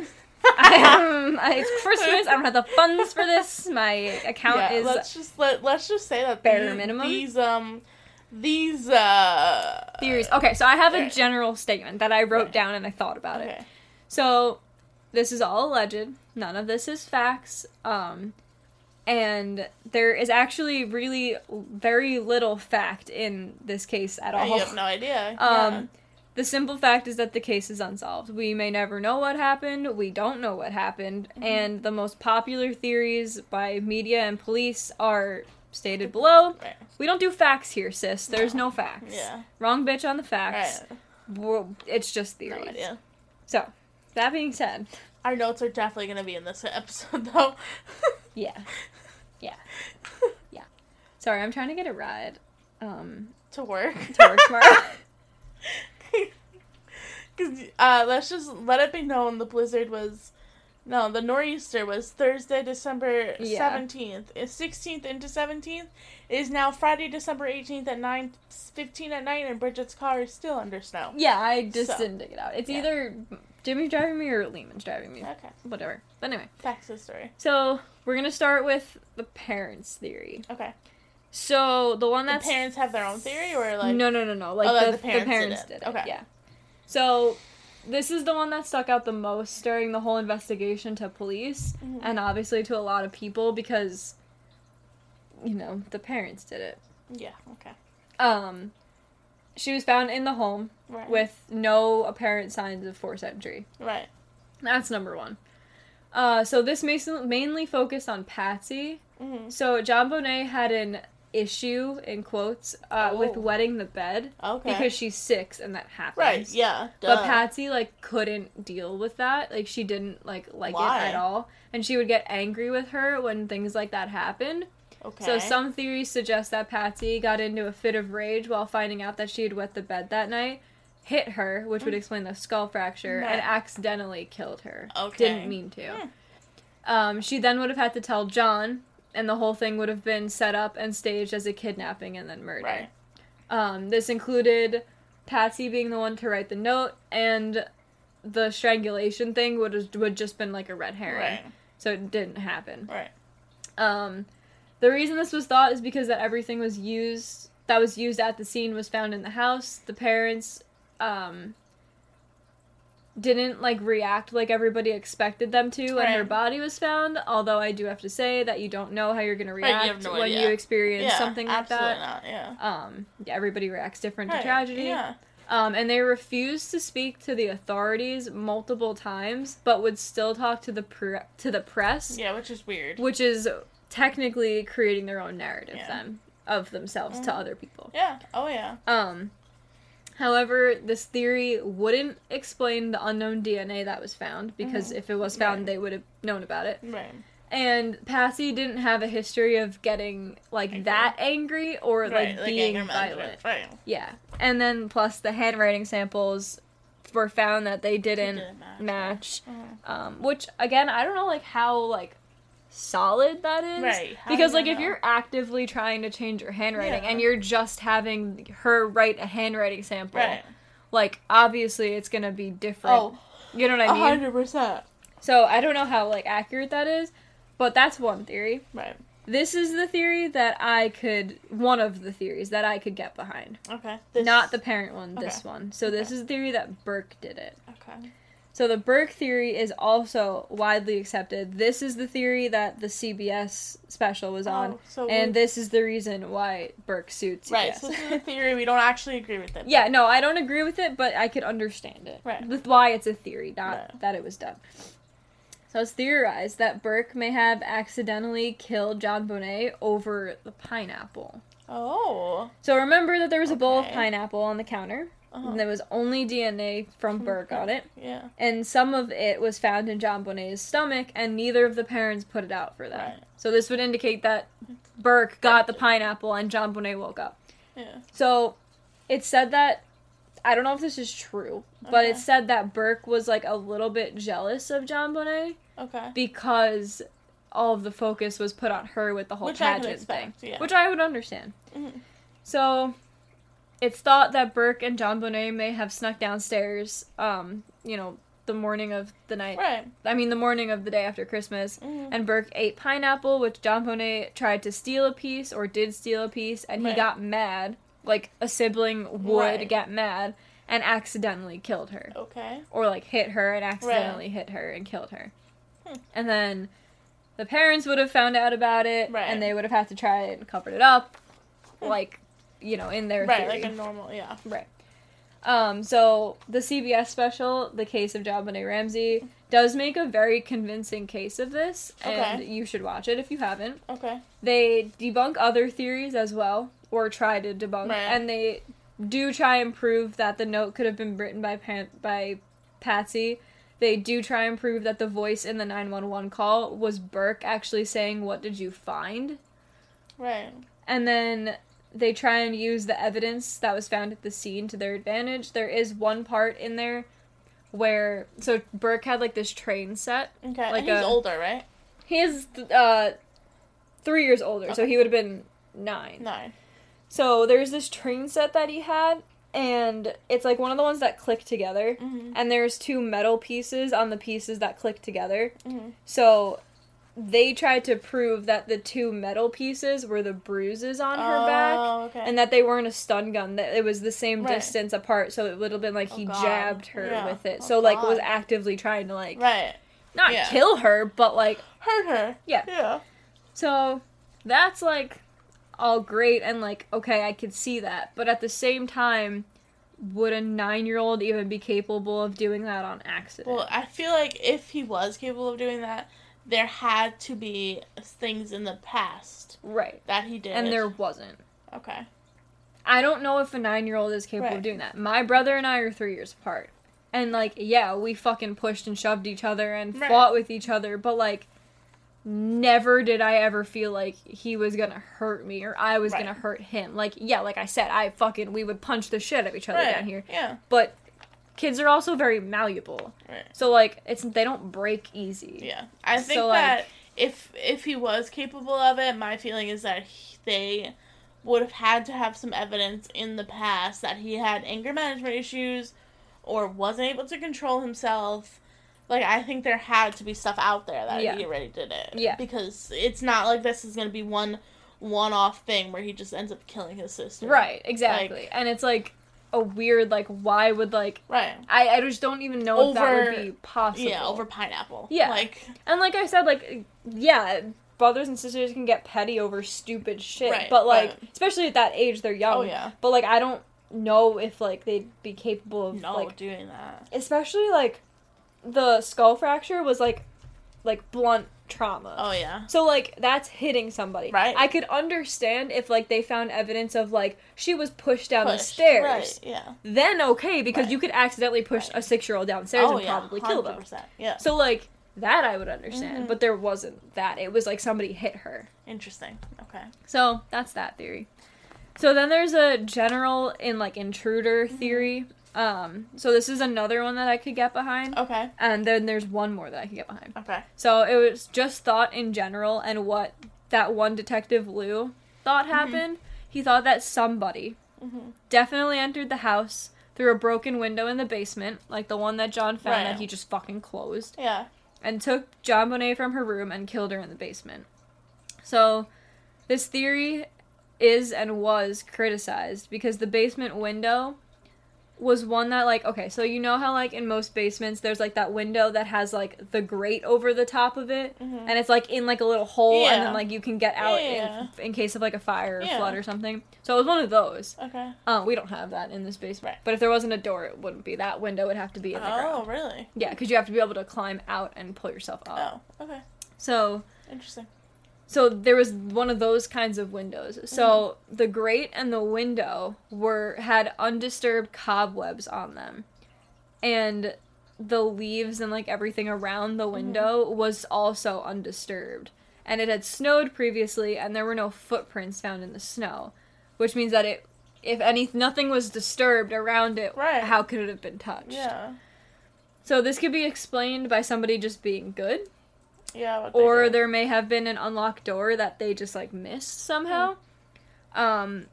Speaker 4: I, um, I, it's Christmas. I don't have the funds for this. My account
Speaker 3: yeah,
Speaker 4: is
Speaker 3: let's just let let's just say that
Speaker 4: bare
Speaker 3: these,
Speaker 4: minimum.
Speaker 3: These um these uh
Speaker 4: theories. Okay, so I have a
Speaker 3: Right.
Speaker 4: general statement that I wrote
Speaker 3: Right.
Speaker 4: down and I thought about it.
Speaker 3: Okay.
Speaker 4: So this is all alleged. None of this is facts. Um, And there is actually really very little fact in this case at all.
Speaker 3: You have no idea.
Speaker 4: Um,
Speaker 3: Yeah.
Speaker 4: The simple fact is that the case is unsolved. We may never know what happened, we don't know what happened,
Speaker 3: Mm-hmm.
Speaker 4: and the most popular theories by media and police are stated below.
Speaker 3: Right.
Speaker 4: We don't do facts here, sis. There's no, facts.
Speaker 3: Yeah.
Speaker 4: Wrong bitch on the facts.
Speaker 3: Right.
Speaker 4: We're- It's just
Speaker 3: No
Speaker 4: theories.
Speaker 3: idea.
Speaker 4: So, that being said,
Speaker 3: Our notes are definitely going to be in this episode, though.
Speaker 4: yeah. Yeah. Yeah. Sorry, I'm trying to get a ride um,
Speaker 3: to work.
Speaker 4: to work tomorrow.
Speaker 3: Cause, uh, let's just let it be known the blizzard was, no, the nor'easter was Thursday, December
Speaker 4: Yeah.
Speaker 3: seventeenth, Uh, sixteenth into seventeenth. Is now Friday, December eighteenth at nine fifteen at night, and Bridget's car is still under snow.
Speaker 4: yeah, I just
Speaker 3: So,
Speaker 4: didn't dig it out. It's
Speaker 3: yeah.
Speaker 4: either Jimmy's driving me or Lehman's driving me.
Speaker 3: Okay,
Speaker 4: whatever. But anyway,
Speaker 3: back to the story.
Speaker 4: so we're gonna start with the parents' theory.
Speaker 3: Okay,
Speaker 4: So the one
Speaker 3: the
Speaker 4: that's
Speaker 3: parents have their own theory, or like
Speaker 4: no, no, no, no. Like
Speaker 3: Oh, that
Speaker 4: the,
Speaker 3: the
Speaker 4: the parents,
Speaker 3: parents did it.
Speaker 4: did it.
Speaker 3: Okay.
Speaker 4: Yeah. So this is the one that stuck out the most during the whole investigation to police
Speaker 3: Mhm.
Speaker 4: and obviously to a lot of people because you know the parents did it.
Speaker 3: yeah, okay,
Speaker 4: Um, she was found in the home
Speaker 3: right,
Speaker 4: with no apparent signs of forced entry.
Speaker 3: right,
Speaker 4: That's number one. Uh, so this mason- mainly focused on Patsy.
Speaker 3: hmm
Speaker 4: So John Bonet had an issue in quotes uh, with
Speaker 3: Oh.
Speaker 4: wetting the bed
Speaker 3: okay,
Speaker 4: because she's six and that happens.
Speaker 3: right, yeah,
Speaker 4: But
Speaker 3: duh.
Speaker 4: Patsy like couldn't deal with that. Like she didn't like like
Speaker 3: Why?
Speaker 4: it at all, and she would get angry with her when things like that happened.
Speaker 3: okay,
Speaker 4: So some theories suggest that Patsy got into a fit of rage while finding out that she had wet the bed that night, hit her, which
Speaker 3: Mm.
Speaker 4: would explain the skull fracture, and
Speaker 3: Right.
Speaker 4: accidentally killed her.
Speaker 3: Okay.
Speaker 4: Didn't mean to.
Speaker 3: Hmm.
Speaker 4: Um, she then would have had to tell John, and the whole thing would have been set up and staged as a kidnapping and then murder.
Speaker 3: right,
Speaker 4: Um, this included Patsy being the one to write the note, and the strangulation thing would have, would just been like a red herring.
Speaker 3: right,
Speaker 4: So it didn't happen.
Speaker 3: right,
Speaker 4: Um, the reason this was thought is because that everything was used that was used at the scene was found in the house. The parents um, didn't like react like everybody expected them to when her
Speaker 3: Right.
Speaker 4: body was found. Although I do have to say that you don't know how you're going to
Speaker 3: Right, you have
Speaker 4: react
Speaker 3: no
Speaker 4: when
Speaker 3: idea.
Speaker 4: you experience
Speaker 3: yeah,
Speaker 4: something like
Speaker 3: absolutely
Speaker 4: that.
Speaker 3: not, yeah,
Speaker 4: Um, yeah, everybody reacts different
Speaker 3: Right,
Speaker 4: to tragedy.
Speaker 3: yeah,
Speaker 4: Um, and they refused to speak to the authorities multiple times, but would still talk to the pre- to the press
Speaker 3: yeah, which is weird,
Speaker 4: which is technically creating their own narrative
Speaker 3: Yeah.
Speaker 4: then of themselves to
Speaker 3: Mhm.
Speaker 4: other people.
Speaker 3: yeah, oh yeah.
Speaker 4: Um however, this theory wouldn't explain the unknown DNA that was found because if it was found
Speaker 3: Mm-hmm. Right.
Speaker 4: they would have known about it.
Speaker 3: Right.
Speaker 4: And Patsy didn't have a history of getting like
Speaker 3: Angry.
Speaker 4: that angry or
Speaker 3: right.
Speaker 4: like, being
Speaker 3: anger management,
Speaker 4: violent.
Speaker 3: Right.
Speaker 4: Yeah. And then plus the handwriting samples were found that they didn't
Speaker 3: didn't match.
Speaker 4: match.
Speaker 3: Mhm.
Speaker 4: Um, which again, I don't know like how like solid that is.
Speaker 3: Right. How
Speaker 4: because
Speaker 3: do you
Speaker 4: like if
Speaker 3: know?
Speaker 4: you're actively trying to change your handwriting
Speaker 3: Yeah.
Speaker 4: and you're just having her write a handwriting sample,
Speaker 3: Right.
Speaker 4: like obviously it's gonna be different.
Speaker 3: Oh,
Speaker 4: you know what I
Speaker 3: a
Speaker 4: mean?
Speaker 3: hundred percent.
Speaker 4: So I don't know how like accurate that is, but that's one theory.
Speaker 3: Right.
Speaker 4: This is the theory that I could one of the theories that I could get behind.
Speaker 3: Okay. This-
Speaker 4: Not the parent one, this
Speaker 3: Okay.
Speaker 4: one. So this
Speaker 3: Okay.
Speaker 4: is the theory that Burke did it.
Speaker 3: Okay.
Speaker 4: So the Burke theory is also widely accepted. This is the theory that the CBS special was on,
Speaker 3: Oh, so
Speaker 4: and
Speaker 3: we-
Speaker 4: this is the reason why Burke sued CBS.
Speaker 3: Right. So this is a theory. We don't actually agree with it.
Speaker 4: yeah, no, I don't agree with it, but I could understand it.
Speaker 3: Right.
Speaker 4: With why it's a theory, not
Speaker 3: Right.
Speaker 4: that it was done. So it's theorized that Burke may have accidentally killed John Bonet over the pineapple.
Speaker 3: Oh.
Speaker 4: So remember that there was a bowl of
Speaker 3: Okay.
Speaker 4: pineapple on the counter,
Speaker 3: Uh-huh.
Speaker 4: and there was only DNA from Burke on it.
Speaker 3: Yeah.
Speaker 4: and some of it was found in John Bonet's stomach, and neither of the parents put it out for them.
Speaker 3: Right.
Speaker 4: So this would indicate that Burke got the pineapple and John Bonet woke up.
Speaker 3: Yeah.
Speaker 4: So it said that I don't know if this is true, but it
Speaker 3: Okay.
Speaker 4: said that Burke was like a little bit jealous of John Bonet
Speaker 3: Okay.
Speaker 4: because all of the focus was put on her with the whole
Speaker 3: Which I could
Speaker 4: pageant thing,
Speaker 3: expect, yeah.
Speaker 4: which I would understand.
Speaker 3: Mhm.
Speaker 4: So it's thought that Burke and John Bonet may have snuck downstairs, um, you know, the morning of the night.
Speaker 3: Right.
Speaker 4: I mean, the morning of the day after Christmas.
Speaker 3: Mhm.
Speaker 4: And Burke ate pineapple, which John Bonet tried to steal a piece or did steal a piece, and he
Speaker 3: Right.
Speaker 4: got mad, like a sibling would
Speaker 3: Right.
Speaker 4: get mad, and accidentally killed her
Speaker 3: Okay.
Speaker 4: or like hit her and accidentally hit her and killed her.
Speaker 3: Hmm.
Speaker 4: And then the parents would have found out about it,
Speaker 3: Right. Hmm.
Speaker 4: and they would have had to try it and covered it up, like you know, in their
Speaker 3: Right,
Speaker 4: theory.
Speaker 3: like a normal, yeah.
Speaker 4: Right. Um, so the CBS special, The Case of JonBenet Ramsey, does make a very convincing case of this, and
Speaker 3: Okay.
Speaker 4: you should watch it if you haven't.
Speaker 3: Okay.
Speaker 4: They debunk other theories as well, or try to debunk,
Speaker 3: Right.
Speaker 4: and they do try and prove that the note could have been written by Pan- by Patsy. They do try and prove that the voice in the 911 call was Burke actually saying, "What did you find?"
Speaker 3: Right.
Speaker 4: and then they try and use the evidence that was found at the scene to their advantage. There is one part in there where so Burke had like this train set.
Speaker 3: Okay.
Speaker 4: Like
Speaker 3: and he's
Speaker 4: a-
Speaker 3: older, right?
Speaker 4: He is uh, three years older, so
Speaker 3: Okay.
Speaker 4: he would have been nine.
Speaker 3: Nine.
Speaker 4: So there's this train set that he had, and it's like one of the ones that click together.
Speaker 3: Mm-hmm.
Speaker 4: And there's two metal pieces on the pieces that click together.
Speaker 3: Mhm.
Speaker 4: So they tried to prove that the two metal pieces were the bruises on her back.
Speaker 3: Oh, okay.
Speaker 4: And that they weren't a stun gun; that it was the same
Speaker 3: Right.
Speaker 4: distance apart, so it would have been like
Speaker 3: Oh,
Speaker 4: he
Speaker 3: God.
Speaker 4: jabbed her
Speaker 3: Yeah.
Speaker 4: with it.
Speaker 3: Oh,
Speaker 4: so like was
Speaker 3: God.
Speaker 4: actively trying to like
Speaker 3: right.
Speaker 4: not
Speaker 3: Yeah.
Speaker 4: kill her, but like
Speaker 3: Hurt her.
Speaker 4: yeah.
Speaker 3: Yeah.
Speaker 4: So that's like all great and like okay, I could see that. But at the same time, would a 9-year-old even be capable of doing that on accident?
Speaker 3: Well, I feel like if he was capable of doing that, there had to be things in the past
Speaker 4: right.
Speaker 3: that he did.
Speaker 4: And there wasn't.
Speaker 3: Okay.
Speaker 4: I don't know if a 9-year-old is capable
Speaker 3: Right.
Speaker 4: of doing that. My brother and I are 3 years apart. And like yeah, we fucking pushed and shoved each other and
Speaker 3: Right.
Speaker 4: fought with each other, but like never did I ever feel like he was gonna hurt me or I was
Speaker 3: Right.
Speaker 4: gonna hurt him. Like, yeah, like I said, I fucking we would punch the shit out of each other
Speaker 3: Right.
Speaker 4: down here.
Speaker 3: Yeah.
Speaker 4: but kids are also very malleable.
Speaker 3: Right.
Speaker 4: So like it's they don't break easy.
Speaker 3: Yeah. I think
Speaker 4: So, like-
Speaker 3: that if if he was capable of it, my feeling is that he, they would have had to have some evidence in the past that he had anger management issues or wasn't able to control himself. Like I think there had to be stuff out there that
Speaker 4: Yeah.
Speaker 3: he already did it.
Speaker 4: Yeah.
Speaker 3: Because it's not like this is going to be one one-off thing where he just ends up killing his sister.
Speaker 4: Right, exactly.
Speaker 3: Like-
Speaker 4: and it's like a weird like why would like
Speaker 3: Right.
Speaker 4: I, I just don't even know if that
Speaker 3: Over-
Speaker 4: would be possible.
Speaker 3: Yeah, over pineapple.
Speaker 4: Yeah.
Speaker 3: Like
Speaker 4: And like I said, like yeah, brothers and sisters can get petty over stupid shit.
Speaker 3: Right,
Speaker 4: But like
Speaker 3: right.
Speaker 4: especially at that age they're young.
Speaker 3: Oh, yeah.
Speaker 4: But like I don't know if like they'd be capable of
Speaker 3: no
Speaker 4: like
Speaker 3: doing that.
Speaker 4: especially like the skull fracture was like like blunt trauma.
Speaker 3: Oh yeah.
Speaker 4: So like that's hitting somebody.
Speaker 3: Right.
Speaker 4: I could understand if like they found evidence of like she was pushed down the
Speaker 3: Pushed.
Speaker 4: stairs.
Speaker 3: Right. Yeah.
Speaker 4: Then okay, because
Speaker 3: Right.
Speaker 4: you could accidentally push
Speaker 3: Right. Oh,
Speaker 4: a six year old downstairs and probably kill them.
Speaker 3: 100%. Yeah.
Speaker 4: So like that I would understand.
Speaker 3: Mhm.
Speaker 4: But there wasn't that. It was like somebody hit her.
Speaker 3: Interesting. Okay.
Speaker 4: So that's that theory. So then there's a general in like intruder
Speaker 3: Mm-hmm.
Speaker 4: theory. Um so this is another one that I could get behind.
Speaker 3: Okay.
Speaker 4: And then there's one more that I could get behind.
Speaker 3: Okay.
Speaker 4: So it was just thought in general and what that one detective Lou thought happened. He thought that somebody
Speaker 3: Mhm.
Speaker 4: definitely entered the house through a broken window in the basement, like the one that John found
Speaker 3: Right.
Speaker 4: that he just fucking closed,
Speaker 3: Yeah.
Speaker 4: and took John Bonet from her room and killed her in the basement. So this theory is and was criticized because the basement window was one that like okay so you know how like in most basements there's like that window that has like the grate over the top of it and it's like in like a little hole and
Speaker 3: Mm-hmm. Yeah.
Speaker 4: then like you can get out
Speaker 3: Yeah.
Speaker 4: in, in case of like a fire or
Speaker 3: Yeah.
Speaker 4: flood or something so it was one of those
Speaker 3: Okay.
Speaker 4: uh, we don't have that in this basement
Speaker 3: Right.
Speaker 4: but if there wasn't a door it wouldn't be that window would have to be in the
Speaker 3: Oh,
Speaker 4: ground
Speaker 3: really?
Speaker 4: yeah because you have to be able to climb out and pull yourself up
Speaker 3: Oh, okay.
Speaker 4: so
Speaker 3: Interesting.
Speaker 4: so there was one of those kinds of windows. So
Speaker 3: Mm-hmm.
Speaker 4: the grate and the window were had undisturbed cobwebs on them. And the leaves and like everything around
Speaker 3: Mm-hmm.
Speaker 4: the window was also undisturbed. And it had snowed previously and there were no footprints found in the snow, which means that it if any nothing was disturbed around it,
Speaker 3: Right.
Speaker 4: how could it have been touched?
Speaker 3: Yeah.
Speaker 4: So this could be explained by somebody just being good
Speaker 3: Yeah. what they
Speaker 4: or
Speaker 3: did.
Speaker 4: there may have been an unlocked door that they just like missed somehow.
Speaker 3: Hmm.
Speaker 4: Um,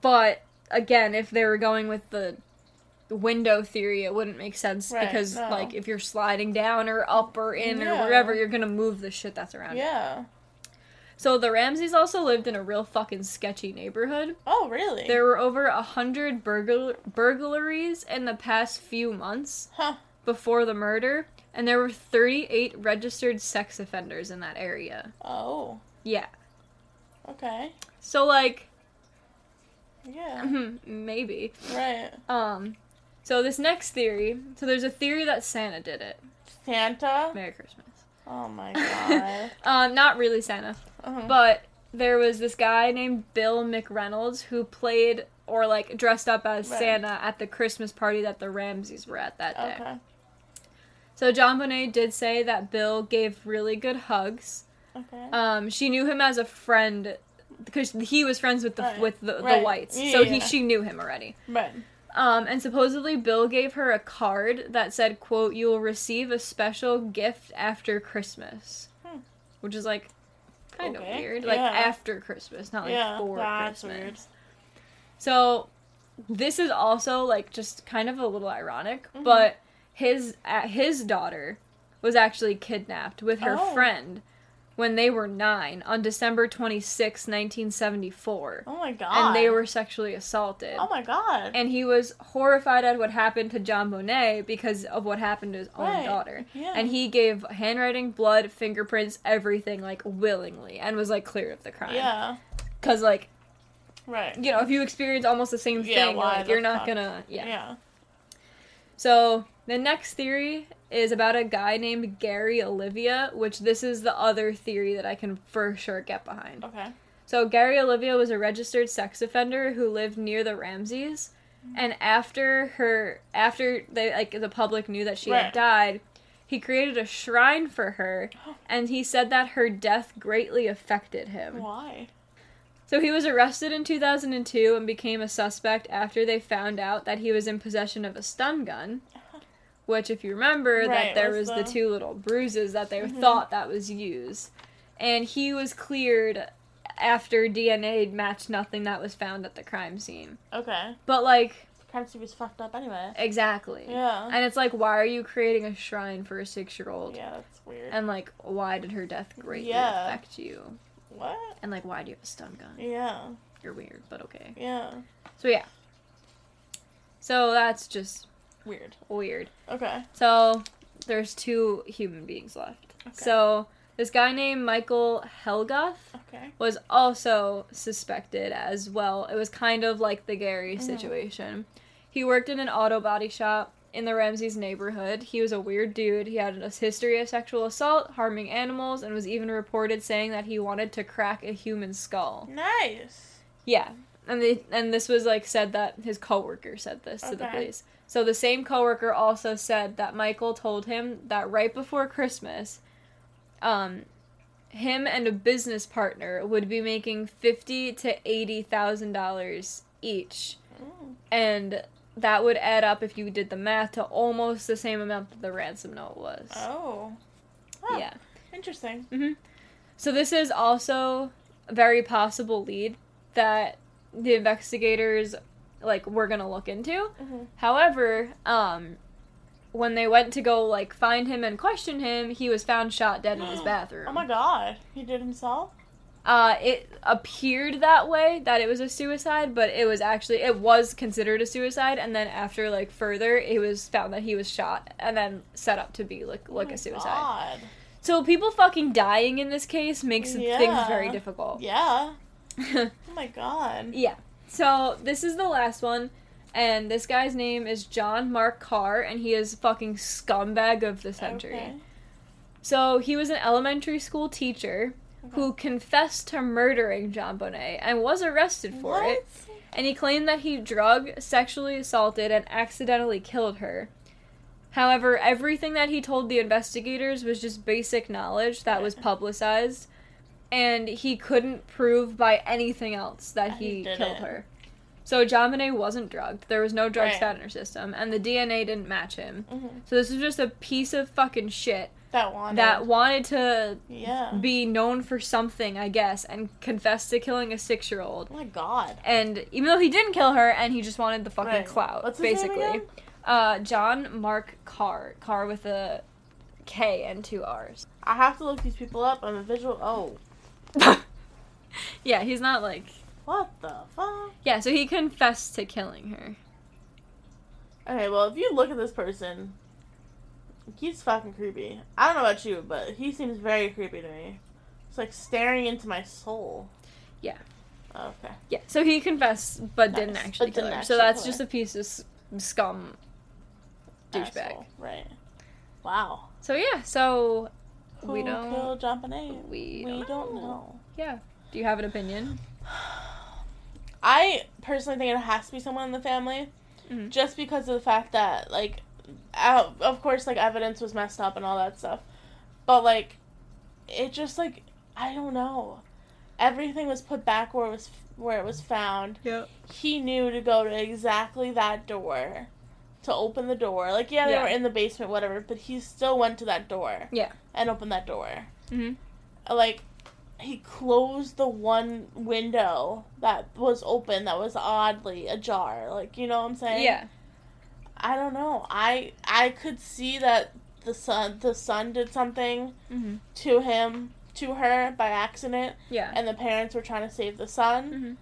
Speaker 4: but again, if they were going with the window theory, it wouldn't make sense
Speaker 3: Right,
Speaker 4: because
Speaker 3: no.
Speaker 4: like if you're sliding down or up or in
Speaker 3: Yeah.
Speaker 4: or wherever, you're gonna move the shit that's around. you.
Speaker 3: Yeah.
Speaker 4: So the Ramses also lived in a real fucking sketchy neighborhood.
Speaker 3: Oh, really?
Speaker 4: There were over a hundred burgl- burglaries in the past few months.
Speaker 3: Huh.
Speaker 4: before the murder, and there were 38 registered sex offenders in that area.
Speaker 3: Oh.
Speaker 4: Yeah.
Speaker 3: Okay.
Speaker 4: So like
Speaker 3: Yeah.
Speaker 4: maybe.
Speaker 3: Right.
Speaker 4: Um so this next theory, so there's a theory that Santa did it.
Speaker 3: Santa.
Speaker 4: Merry Christmas.
Speaker 3: Oh my god.
Speaker 4: Um not really Santa,
Speaker 3: Uh-huh.
Speaker 4: but there was this guy named Bill McReynolds who played or like dressed up as
Speaker 3: Right.
Speaker 4: Santa at the Christmas party that the Ramses were at that day.
Speaker 3: Okay.
Speaker 4: So John Bonet did say that Bill gave really good hugs.
Speaker 3: Okay.
Speaker 4: Um, she knew him as a friend because he was friends with the
Speaker 3: Right.
Speaker 4: with the,
Speaker 3: Right.
Speaker 4: the whites,
Speaker 3: Yeah,
Speaker 4: so
Speaker 3: yeah,
Speaker 4: he
Speaker 3: yeah.
Speaker 4: she knew him already.
Speaker 3: Right.
Speaker 4: Um, and supposedly Bill gave her a card that said, "quote You will receive a special gift after Christmas,"
Speaker 3: Hmm.
Speaker 4: which is like kind of
Speaker 3: Okay,
Speaker 4: weird, like
Speaker 3: yeah.
Speaker 4: after Christmas, not like
Speaker 3: Yeah,
Speaker 4: for
Speaker 3: that's
Speaker 4: Christmas.
Speaker 3: weird.
Speaker 4: So this is also like just kind of a little ironic,
Speaker 3: Mhm.
Speaker 4: but his uh, his daughter was actually kidnapped with her
Speaker 3: Oh.
Speaker 4: friend when they were 9 on December 26, 1974,
Speaker 3: Oh my god.
Speaker 4: and they were sexually assaulted.
Speaker 3: Oh my god.
Speaker 4: And he was horrified at what happened to John Bonet because of what happened to his own
Speaker 3: Right.
Speaker 4: daughter.
Speaker 3: Yeah.
Speaker 4: And he gave handwriting, blood, fingerprints, everything like willingly and was like clear of the crime.
Speaker 3: yeah.
Speaker 4: Cuz like
Speaker 3: Right.
Speaker 4: you know, if you experience almost the same
Speaker 3: Yeah,
Speaker 4: thing,
Speaker 3: why
Speaker 4: like,
Speaker 3: the
Speaker 4: you're not
Speaker 3: fuck?
Speaker 4: gonna. Yeah.
Speaker 3: Yeah.
Speaker 4: So the next theory is about a guy named Gary Olivia, which this is the other theory that I can for sure get behind.
Speaker 3: Okay.
Speaker 4: So Gary Olivia was a registered sex offender who lived near the Ramses, and after her, after they like the public knew that she
Speaker 3: Right.
Speaker 4: had died. He created a shrine for her, and he said that her death greatly affected him.
Speaker 3: Why?
Speaker 4: So he was arrested in 2002 and became a suspect after they found out that he was in possession of a stun gun, which, if you remember,
Speaker 3: Uh-huh. Right,
Speaker 4: that there
Speaker 3: was
Speaker 4: was the...
Speaker 3: the- Mm-hmm.
Speaker 4: two little bruises that they thought that was used, and he was cleared after DNA matched nothing that was found at the crime scene.
Speaker 3: Okay.
Speaker 4: But like,
Speaker 3: Crime scene was fucked up anyway.
Speaker 4: exactly,
Speaker 3: Yeah.
Speaker 4: and it's like, why are you creating a shrine for a six-year-old?
Speaker 3: Yeah, that's weird.
Speaker 4: And like, why did her death greatly
Speaker 3: Yeah.
Speaker 4: affect you?
Speaker 3: what?
Speaker 4: And like, why do you have a stun gun?
Speaker 3: Yeah.
Speaker 4: You're weird, but okay.
Speaker 3: Yeah.
Speaker 4: So yeah. So that's just
Speaker 3: Weird.
Speaker 4: weird.
Speaker 3: Okay.
Speaker 4: So there's two human beings left.
Speaker 3: Okay.
Speaker 4: So this guy named Michael Helgoth
Speaker 3: Okay.
Speaker 4: was also suspected as well. It was kind of like the Gary situation. He worked in an auto body shop in the Ramses neighborhood. He was a weird dude. He had a history of sexual assault, harming animals, and was even reported saying that he wanted to crack a human skull.
Speaker 3: Nice.
Speaker 4: Yeah. And they, and this was like said that his coworker said this to the
Speaker 3: Okay.
Speaker 4: police. So the same coworker also said that Michael told him that right before Christmas, um, him and a business partner would be making fifty to eighty thousand dollars each,
Speaker 3: Mm.
Speaker 4: and that would add up if you did the math to almost the same amount that the ransom note was.
Speaker 3: Oh. Huh.
Speaker 4: Yeah.
Speaker 3: Interesting.
Speaker 4: So this is also a very possible lead that the investigators like were gonna look into.
Speaker 3: Mhm.
Speaker 4: However, um when they went to go like find him and question him, he was found shot dead in his bathroom.
Speaker 3: Oh my god. He did himself?
Speaker 4: Uh it appeared that way that it was a suicide, but it was actually it was considered a suicide and then after like further it was found that he was shot and then set up to be like like
Speaker 3: Oh my
Speaker 4: a suicide.
Speaker 3: God.
Speaker 4: So people fucking dying in this case makes
Speaker 3: Yeah.
Speaker 4: things very difficult.
Speaker 3: Yeah. Oh my god.
Speaker 4: Yeah. So this is the last one, and this guy's name is John Mark Carr, and he is fucking scumbag of the century.
Speaker 3: Okay.
Speaker 4: So he was an elementary school teacher who confessed to murdering John Bonet and was arrested for
Speaker 3: what?
Speaker 4: it. And he claimed that he drug, sexually assaulted, and accidentally killed her. However, everything that he told the investigators was just basic knowledge that was publicized, and he couldn't prove by anything else that
Speaker 3: That he
Speaker 4: he
Speaker 3: did
Speaker 4: killed
Speaker 3: it.
Speaker 4: her. So Jaminet wasn't drugged. There was no drugs
Speaker 3: Right.
Speaker 4: found in her system, and the DNA didn't match him.
Speaker 3: Mhm.
Speaker 4: So this was just a piece of fucking shit
Speaker 3: That one.
Speaker 4: that wanted to
Speaker 3: Yeah.
Speaker 4: be known for something, I guess, and confessed to killing a six-year-old
Speaker 3: oh my god.
Speaker 4: and even though he didn't kill her, and he just wanted the fucking
Speaker 3: Right.
Speaker 4: clout,
Speaker 3: What's his name
Speaker 4: basically.
Speaker 3: again?
Speaker 4: Uh, John Mark Carr, Carr with a K and two R's.
Speaker 3: I have to look these people up. I'm a visual. Oh.
Speaker 4: yeah, he's not like
Speaker 3: What the fuck?
Speaker 4: yeah. So he confessed to killing her.
Speaker 3: Okay, well, if you look at this person, He's fucking creepy. I don't know about you, but he seems very creepy to me. It's like staring into my soul.
Speaker 4: Yeah.
Speaker 3: Okay.
Speaker 4: Yeah, so he confessed but didn't
Speaker 3: Nice,
Speaker 4: actually
Speaker 3: but
Speaker 4: kill
Speaker 3: didn't
Speaker 4: her. So
Speaker 3: actually
Speaker 4: that's
Speaker 3: kill
Speaker 4: just
Speaker 3: her.
Speaker 4: a piece of s- scum douchebag.
Speaker 3: Asshole. Right. Wow.
Speaker 4: So yeah, so
Speaker 3: Who
Speaker 4: we don't
Speaker 3: killed Jumpin' Ape?
Speaker 4: we
Speaker 3: We
Speaker 4: don't,
Speaker 3: don't know.
Speaker 4: Yeah. Do you have an opinion?
Speaker 3: I personally think it has to be someone in the family,
Speaker 4: Mhm.
Speaker 3: just because of the fact that, like, out, of course, like evidence was messed up and all that stuff, but like, it just like I don't know, everything was put back where it was where it was found.
Speaker 4: Yeah.
Speaker 3: He knew to go to exactly that door, to open the door. Like, yeah, they
Speaker 4: Yeah.
Speaker 3: were in the basement, whatever, but he still went to that door.
Speaker 4: Yeah.
Speaker 3: and opened that door.
Speaker 4: Mhm.
Speaker 3: Like he closed the one window that was open that was oddly ajar. Like you know what I'm saying?
Speaker 4: Yeah.
Speaker 3: I don't know. I I could see that the son the son did something
Speaker 4: Mhm.
Speaker 3: to him to her by accident,
Speaker 4: Yeah.
Speaker 3: and the parents were trying to save the son.
Speaker 4: Mhm.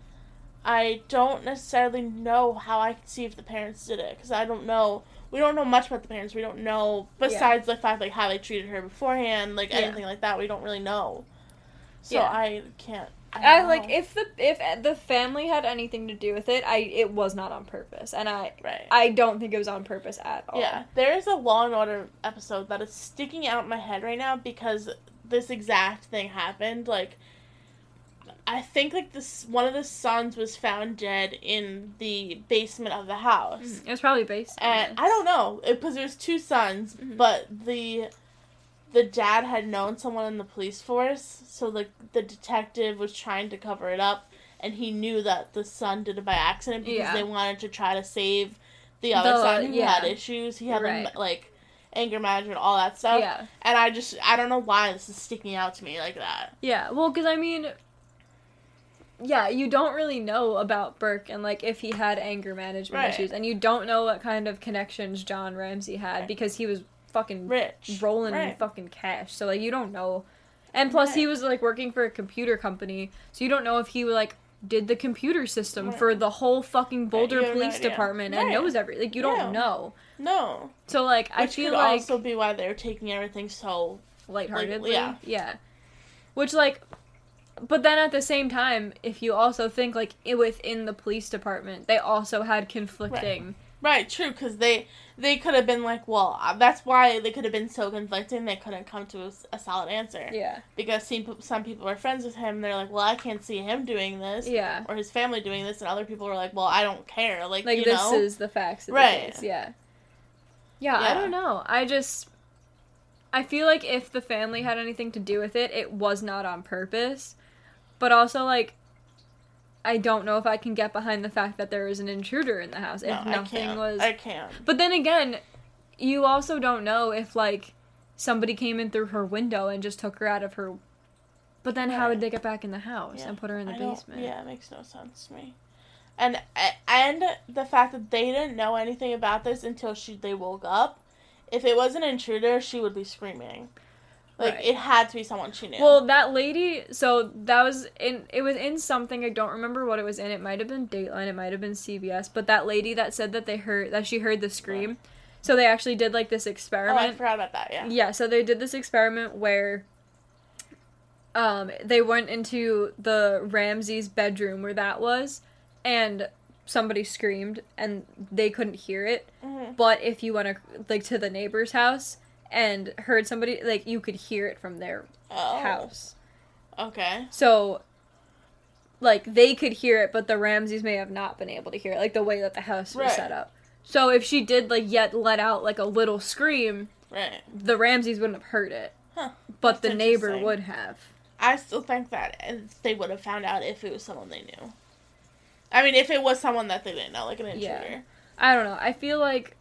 Speaker 3: I don't necessarily know how I could see if the parents did it because I don't know. We don't know much about the parents. We don't know besides the fact like how they treated her beforehand, like
Speaker 4: Yeah.
Speaker 3: anything like that. We don't really know. So
Speaker 4: Yeah.
Speaker 3: I can't.
Speaker 4: I
Speaker 3: don't
Speaker 4: like
Speaker 3: know.
Speaker 4: if the if the family had anything to do with it, I it was not on purpose, and I
Speaker 3: Right.
Speaker 4: I don't think it was on purpose at all.
Speaker 3: yeah, there is a Law and Order episode that is sticking out in my head right now because this exact thing happened. Like, I think like this one of the sons was found dead in the basement of the house.
Speaker 4: Mhm. it was probably based. on
Speaker 3: and
Speaker 4: this.
Speaker 3: I don't know because there was two sons,
Speaker 4: Mhm.
Speaker 3: but the the dad had known someone in the police force, so the the detective was trying to cover it up, and he knew that the son did it by accident because
Speaker 4: Yeah.
Speaker 3: they wanted to try to save the other
Speaker 4: The-
Speaker 3: son who
Speaker 4: yeah.
Speaker 3: had issues. He had
Speaker 4: Right.
Speaker 3: like anger management, all that stuff,
Speaker 4: Yeah,
Speaker 3: and I just I don't know why this is sticking out to me like that.
Speaker 4: yeah. Well, because I mean, yeah, you don't really know about Burke and like if he had anger management
Speaker 3: Right.
Speaker 4: issues, and you don't know what kind of connections John Ramsey had
Speaker 3: Right.
Speaker 4: because he was fucking
Speaker 3: Rich
Speaker 4: rolling in
Speaker 3: Right.
Speaker 4: fucking cash. So like you don't know. And plus he
Speaker 3: Right.
Speaker 4: was like working for a computer company, so you don't know if he like did the computer system
Speaker 3: Right.
Speaker 4: for the whole fucking Boulder
Speaker 3: you have no
Speaker 4: Police
Speaker 3: idea.
Speaker 4: Department and
Speaker 3: Right.
Speaker 4: knows every like you don't
Speaker 3: Yeah.
Speaker 4: know.
Speaker 3: no,
Speaker 4: So like I
Speaker 3: which
Speaker 4: feel
Speaker 3: could
Speaker 4: like
Speaker 3: also be why they're taking everything so
Speaker 4: lightheartedly.
Speaker 3: yeah.
Speaker 4: Yeah. Which like but then at the same time, if you also think like i- within the police department, they also had conflicting
Speaker 3: Right, true, because they they could have been like, well, uh, that's why they could have been so conflicting. They couldn't come to a, s- a solid answer
Speaker 4: Yeah.
Speaker 3: because some peop- some people are friends with him. They're like, well, I can't see him doing this,
Speaker 4: Yeah.
Speaker 3: or his family doing this, and other people are like, well, I don't care. Like,
Speaker 4: like
Speaker 3: you
Speaker 4: this
Speaker 3: know,
Speaker 4: is the facts of the
Speaker 3: Right.
Speaker 4: case. Yeah. yeah. I
Speaker 3: Yeah.
Speaker 4: don't know. I just I feel like if the family had anything to do with it, it was not on purpose. But also like I don't know if I can get behind the fact that there was an intruder in the house
Speaker 3: no,
Speaker 4: if
Speaker 3: I
Speaker 4: nothing
Speaker 3: can't.
Speaker 4: was
Speaker 3: I can't.
Speaker 4: But then again, you also don't know if like somebody came in through her window and just took her out of her but then how would
Speaker 3: Right.
Speaker 4: they get back in the house
Speaker 3: Yeah.
Speaker 4: and put her in the
Speaker 3: I don't-
Speaker 4: basement?
Speaker 3: Yeah, it makes no sense to me. And a- and the fact that they didn't know anything about this until she they woke up. If it was an intruder, she would be screaming. Like
Speaker 4: Right.
Speaker 3: it had to be someone she knew.
Speaker 4: Well, that lady. So that was in. It was in something. I don't remember what it was in. It might have been Dateline. It might have been CBS. But that lady that said that they heard that she heard the scream. So they actually did like this
Speaker 3: oh, I
Speaker 4: experiment.
Speaker 3: forgot about that. Yeah.
Speaker 4: yeah. So they did this experiment where. Um, they went into the Ramsey's bedroom where that was, and somebody screamed, and they couldn't hear it.
Speaker 3: Mhm.
Speaker 4: But if you went like to the neighbor's house and heard somebody, like you could hear it from their
Speaker 3: Oh.
Speaker 4: house.
Speaker 3: Okay.
Speaker 4: So, like, they could hear it, but the Ramses may have not been able to hear it, like, the way that the house was
Speaker 3: Right.
Speaker 4: set up. So, if she did, like, yet let out, like, a little scream,
Speaker 3: Right.
Speaker 4: the Ramses wouldn't have heard it.
Speaker 3: Huh. That's
Speaker 4: But the neighbor
Speaker 3: interesting.
Speaker 4: would have.
Speaker 3: I still think that if they would have found out if it was someone they knew. I mean, if it was someone that they didn't know, like an intruder.
Speaker 4: Yeah. I don't know. I feel like.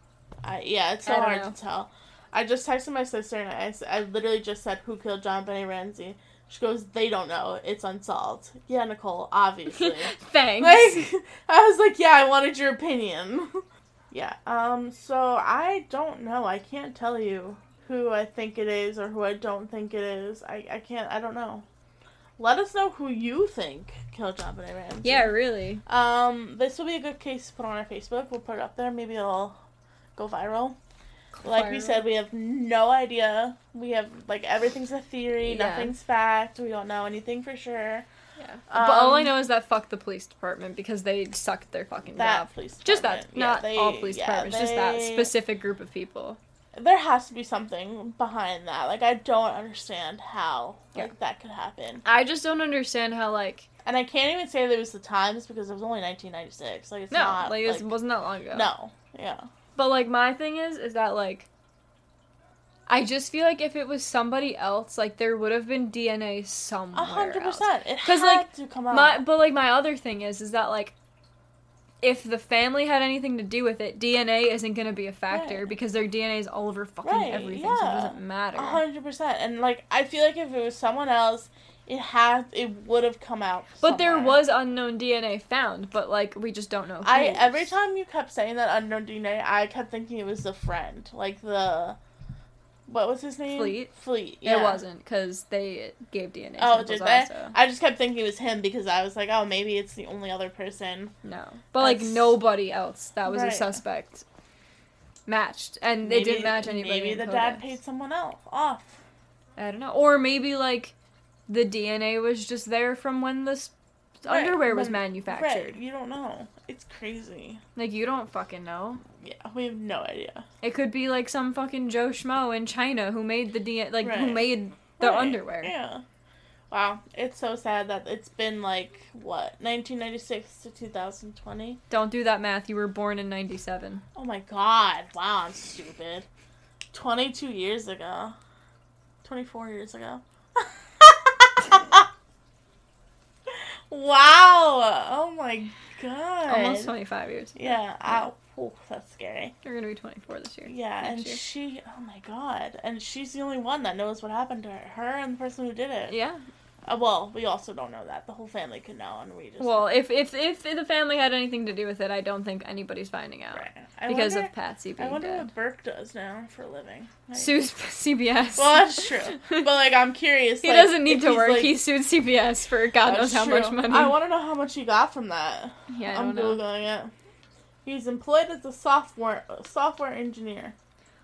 Speaker 3: I, yeah, it's
Speaker 4: I
Speaker 3: so
Speaker 4: don't
Speaker 3: hard
Speaker 4: know.
Speaker 3: to tell. I just texted my sister and I, s- I literally just said, Who killed John Benny Ramsey? She goes, They don't know. It's unsolved. Yeah, Nicole, obviously.
Speaker 4: Thanks.
Speaker 3: like, I was like, Yeah, I wanted your opinion. yeah, um, so I don't know. I can't tell you who I think it is or who I don't think it is. I, I can't, I don't know. Let us know who you think killed John Benny Ramsey.
Speaker 4: yeah, really.
Speaker 3: Um, this will be a good case to put on our Facebook. We'll put it up there. Maybe it'll go viral. Like we said, we have no idea. We have like everything's a theory,
Speaker 4: Yeah.
Speaker 3: nothing's fact. We don't know anything for sure.
Speaker 4: Yeah. but all I
Speaker 3: Um,
Speaker 4: know is that fuck the police department because they sucked their fucking
Speaker 3: That
Speaker 4: job.
Speaker 3: police
Speaker 4: Just that,
Speaker 3: department. Yeah,
Speaker 4: not
Speaker 3: they-
Speaker 4: all police
Speaker 3: yeah,
Speaker 4: departments, just that
Speaker 3: they-
Speaker 4: specific group of people.
Speaker 3: There has to be something behind that. Like I don't understand how like
Speaker 4: Yeah.
Speaker 3: that could happen.
Speaker 4: I just don't understand how like
Speaker 3: And I can't even say that it was the times because it was only 1996. Like it's
Speaker 4: no,
Speaker 3: not
Speaker 4: like, it wasn't that long ago.
Speaker 3: no, yeah.
Speaker 4: But like my thing is is that like I just feel like if it was somebody else, like there would have been DNA somewhere.
Speaker 3: A hundred
Speaker 4: else.
Speaker 3: percent. It
Speaker 4: 'Cause,
Speaker 3: had
Speaker 4: like,
Speaker 3: to come out.
Speaker 4: My but like my other thing is is that like if the family had anything to do with it, DNA isn't gonna be a factor
Speaker 3: Right.
Speaker 4: because their DNA is all over fucking
Speaker 3: Right,
Speaker 4: everything, so it
Speaker 3: yeah.
Speaker 4: doesn't matter.
Speaker 3: A hundred percent. And like I feel like if it was someone else, it had it would have come out.
Speaker 4: But there
Speaker 3: somewhere.
Speaker 4: was unknown DNA found, but like we just don't know.
Speaker 3: I
Speaker 4: whose.
Speaker 3: every time you kept saying that unknown DNA, I kept thinking it was the friend, like the what was his name?
Speaker 4: Fleet?
Speaker 3: Fleet.
Speaker 4: it
Speaker 3: yeah.
Speaker 4: wasn't because they gave DNA.
Speaker 3: Oh,
Speaker 4: samples
Speaker 3: did they?
Speaker 4: also.
Speaker 3: I just kept thinking it was him because I was like, oh, maybe it's the only other person.
Speaker 4: No, but like
Speaker 3: That's-
Speaker 4: nobody else that was a
Speaker 3: Right.
Speaker 4: suspect matched, and
Speaker 3: maybe,
Speaker 4: they didn't match anybody.
Speaker 3: Maybe
Speaker 4: in
Speaker 3: the dad
Speaker 4: Codex.
Speaker 3: paid someone else off.
Speaker 4: I don't know, or maybe like the DNA was just there from when this
Speaker 3: Right,
Speaker 4: underwear was
Speaker 3: when-
Speaker 4: manufactured.
Speaker 3: Right, you don't know. It's crazy.
Speaker 4: Like you don't fucking know.
Speaker 3: Yeah, we have no idea.
Speaker 4: It could be like some fucking Joe schmo in China who made the DNA, like who
Speaker 3: Right.
Speaker 4: made the
Speaker 3: Right,
Speaker 4: underwear.
Speaker 3: Yeah. Wow, it's so sad that it's been like what 1996 to 2020.
Speaker 4: Don't do that math. You were born in '97.
Speaker 3: Oh my god. Wow, I'm stupid. 22 years ago. 24 years ago. wow. Oh my god.
Speaker 4: Almost 25 years.
Speaker 3: Yeah. Ow. Ooh, that's scary.
Speaker 4: You're gonna be 24 this year.
Speaker 3: Yeah,
Speaker 4: Next
Speaker 3: and
Speaker 4: year.
Speaker 3: she, oh my god. And she's the only one that knows what happened to her. Her and the person who did it.
Speaker 4: yeah.
Speaker 3: Uh, well, we also don't know that. The whole family could know, and we just.
Speaker 4: Well, if if if the family had anything to do with it, I don't think anybody's finding out
Speaker 3: Right. I
Speaker 4: because
Speaker 3: wonder,
Speaker 4: of Patsy
Speaker 3: I
Speaker 4: being
Speaker 3: wonder
Speaker 4: dead.
Speaker 3: what Burke does now for a living. Like-
Speaker 4: Sues CBS.
Speaker 3: Well, that's true. But like, I'm curious.
Speaker 4: he
Speaker 3: like,
Speaker 4: doesn't need
Speaker 3: if
Speaker 4: to
Speaker 3: he's,
Speaker 4: work.
Speaker 3: like-
Speaker 4: he sued CBS for God
Speaker 3: That's
Speaker 4: knows how
Speaker 3: true.
Speaker 4: much money.
Speaker 3: I want to know how much he got from that.
Speaker 4: yeah, I
Speaker 3: am
Speaker 4: don't know.
Speaker 3: googling it. He's employed as a software software engineer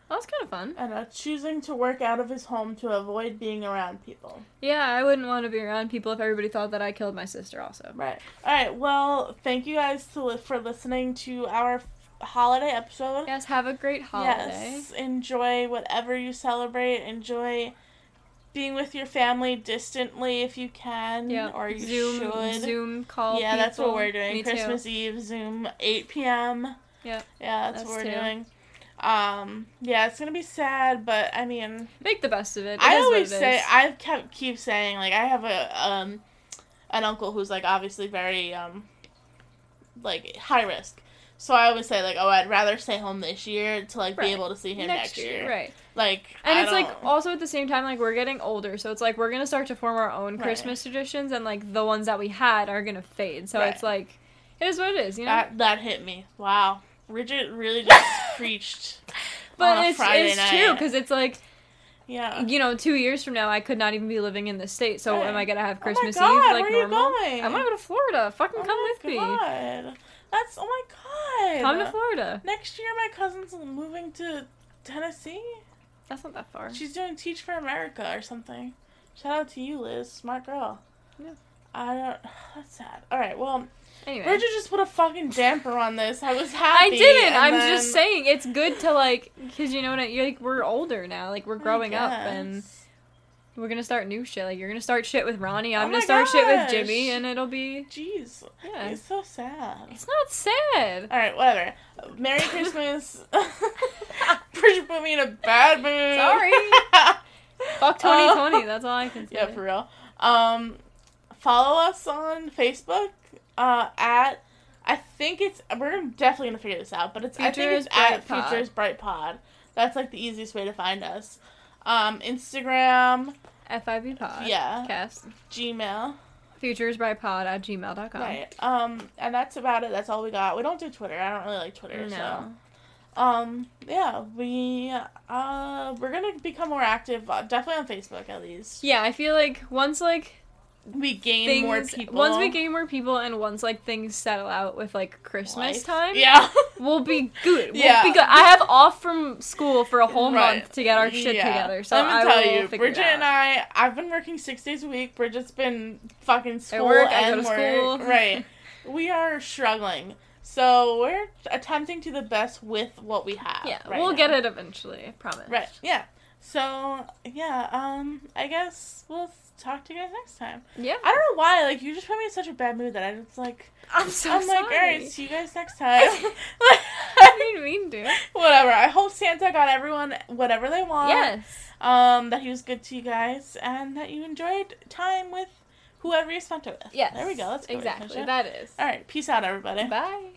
Speaker 4: That was kind of fun.
Speaker 3: and uh, choosing to work out of his home to avoid being around people.
Speaker 4: Yeah, I wouldn't want to be around people if everybody thought that I killed my sister. Also,
Speaker 3: Right. All right. Well, thank you guys to, li- for listening to our f- holiday episode.
Speaker 4: yes. Have a great holiday.
Speaker 3: Yes. Enjoy whatever you celebrate. Enjoy being with your family distantly if you can,
Speaker 4: Yeah.
Speaker 3: Mm, or you
Speaker 4: Zoom
Speaker 3: should.
Speaker 4: Zoom call.
Speaker 3: yeah, that's what
Speaker 4: people.
Speaker 3: we're doing.
Speaker 4: Me too.
Speaker 3: Christmas Eve, Zoom, 8 p.m.
Speaker 4: Yeah.
Speaker 3: Yeah, that's,
Speaker 4: Us
Speaker 3: what we're
Speaker 4: too.
Speaker 3: doing. Um, yeah, it's gonna be sad, but I mean,
Speaker 4: Make the best of it. It
Speaker 3: I
Speaker 4: is what
Speaker 3: always
Speaker 4: it
Speaker 3: say,
Speaker 4: is.
Speaker 3: I kept keep saying, like, I have a um, an uncle who's like obviously very um, like high risk. So I always say like, oh, I'd rather stay home this year to like
Speaker 4: Right.
Speaker 3: be able to see him next,
Speaker 4: next year,
Speaker 3: year.
Speaker 4: right?
Speaker 3: Like,
Speaker 4: And
Speaker 3: I
Speaker 4: it's like
Speaker 3: don't-
Speaker 4: also at the same time, like we're getting older, so it's like we're gonna start to form our own
Speaker 3: Right.
Speaker 4: Christmas traditions, and like the ones that we had are gonna fade. So it's like, it is what it is, you know.
Speaker 3: that that hit me. Wow, Bridget really just preached.
Speaker 4: but
Speaker 3: on a
Speaker 4: it's
Speaker 3: Friday
Speaker 4: it's
Speaker 3: night.
Speaker 4: true because it's like
Speaker 3: Yeah.
Speaker 4: you know, two years from now, I could not even be living in this state. So
Speaker 3: Right.
Speaker 4: am I gonna have
Speaker 3: Oh my
Speaker 4: Christmas
Speaker 3: God,
Speaker 4: Eve like
Speaker 3: where are you
Speaker 4: normal?
Speaker 3: going?
Speaker 4: I want to go to Florida. Fucking
Speaker 3: Oh
Speaker 4: come
Speaker 3: my
Speaker 4: with me.
Speaker 3: God. That's oh my god.
Speaker 4: Come to Florida.
Speaker 3: Next year, my cousin's moving to Tennessee.
Speaker 4: That's not that far.
Speaker 3: She's doing Teach for America or something. Shout out to you, Liz. Smart girl.
Speaker 4: Yeah.
Speaker 3: I don't. That's sad. All right. Well,
Speaker 4: Anyway,
Speaker 3: Bridget just put a fucking damper on this. I was
Speaker 4: I
Speaker 3: happy.
Speaker 4: didn't.
Speaker 3: and
Speaker 4: I'm
Speaker 3: then-
Speaker 4: just saying it's good to like because you know what? I- You're like we're older now. Like we're
Speaker 3: I
Speaker 4: growing up
Speaker 3: guess.
Speaker 4: and. We're gonna start new shit. Like you're gonna start shit with Ronnie. I'm
Speaker 3: Oh my
Speaker 4: gonna start shit with
Speaker 3: gosh.
Speaker 4: Jimmy, and it'll be
Speaker 3: Jeez.
Speaker 4: yeah.
Speaker 3: It's so sad.
Speaker 4: It's not sad.
Speaker 3: All right. Whatever. Merry Christmas. Bridget put me in a bad mood.
Speaker 4: Sorry. Fuck
Speaker 3: Oh.
Speaker 4: 2020. That's all I can say.
Speaker 3: Yeah, for real. Um, follow us on Facebook uh, at I think it's we're definitely gonna figure this out, but it's I think
Speaker 4: Futures
Speaker 3: it's at
Speaker 4: Bright Pod.
Speaker 3: Futures Bright Pod. That's like the easiest way to find us. Um, Instagram,
Speaker 4: FIB Pod.
Speaker 3: Yeah.
Speaker 4: Cast.
Speaker 3: Gmail,
Speaker 4: Futures by Pod at gmail.com.
Speaker 3: right? Um, and that's about it. That's all we got. We don't do Twitter. I don't really like Twitter.
Speaker 4: No.
Speaker 3: So, um, yeah, we uh, we're gonna become more active, uh, definitely on Facebook at least.
Speaker 4: Yeah, I feel like once like
Speaker 3: we gain
Speaker 4: things.
Speaker 3: more people.
Speaker 4: Once we gain more people, and once like things settle out with like Christmas
Speaker 3: Life.
Speaker 4: time,
Speaker 3: Yeah.
Speaker 4: we'll be good. We'll
Speaker 3: Yeah.
Speaker 4: be good. I have off from school for a whole
Speaker 3: Right.
Speaker 4: month to get our shit
Speaker 3: Yeah.
Speaker 4: together. So
Speaker 3: Let me
Speaker 4: I
Speaker 3: tell
Speaker 4: will
Speaker 3: you,
Speaker 4: figure
Speaker 3: Bridget
Speaker 4: it out.
Speaker 3: and I, I've been working six days a week. Bridget's been fucking school
Speaker 4: work, I go
Speaker 3: and
Speaker 4: to
Speaker 3: work.
Speaker 4: school.
Speaker 3: Right. we are struggling. So we're attempting to the best with what we have.
Speaker 4: yeah,
Speaker 3: right
Speaker 4: we'll
Speaker 3: now.
Speaker 4: get it eventually. I promise.
Speaker 3: Right. Yeah. So yeah, um, I guess we'll talk to you guys next time.
Speaker 4: Yeah.
Speaker 3: I don't know why, like you just put me in such a bad mood that I was like,
Speaker 4: I'm so
Speaker 3: I'm
Speaker 4: sorry.
Speaker 3: like, all right, see you guys next time.
Speaker 4: I didn't mean to.
Speaker 3: whatever. I hope Santa got everyone whatever they want.
Speaker 4: yes.
Speaker 3: Um, that he was good to you guys and that you enjoyed time with whoever you spent it with.
Speaker 4: Yes.
Speaker 3: There we go. That's
Speaker 4: exactly
Speaker 3: All
Speaker 4: that is.
Speaker 3: right. Peace out, everybody.
Speaker 4: Bye.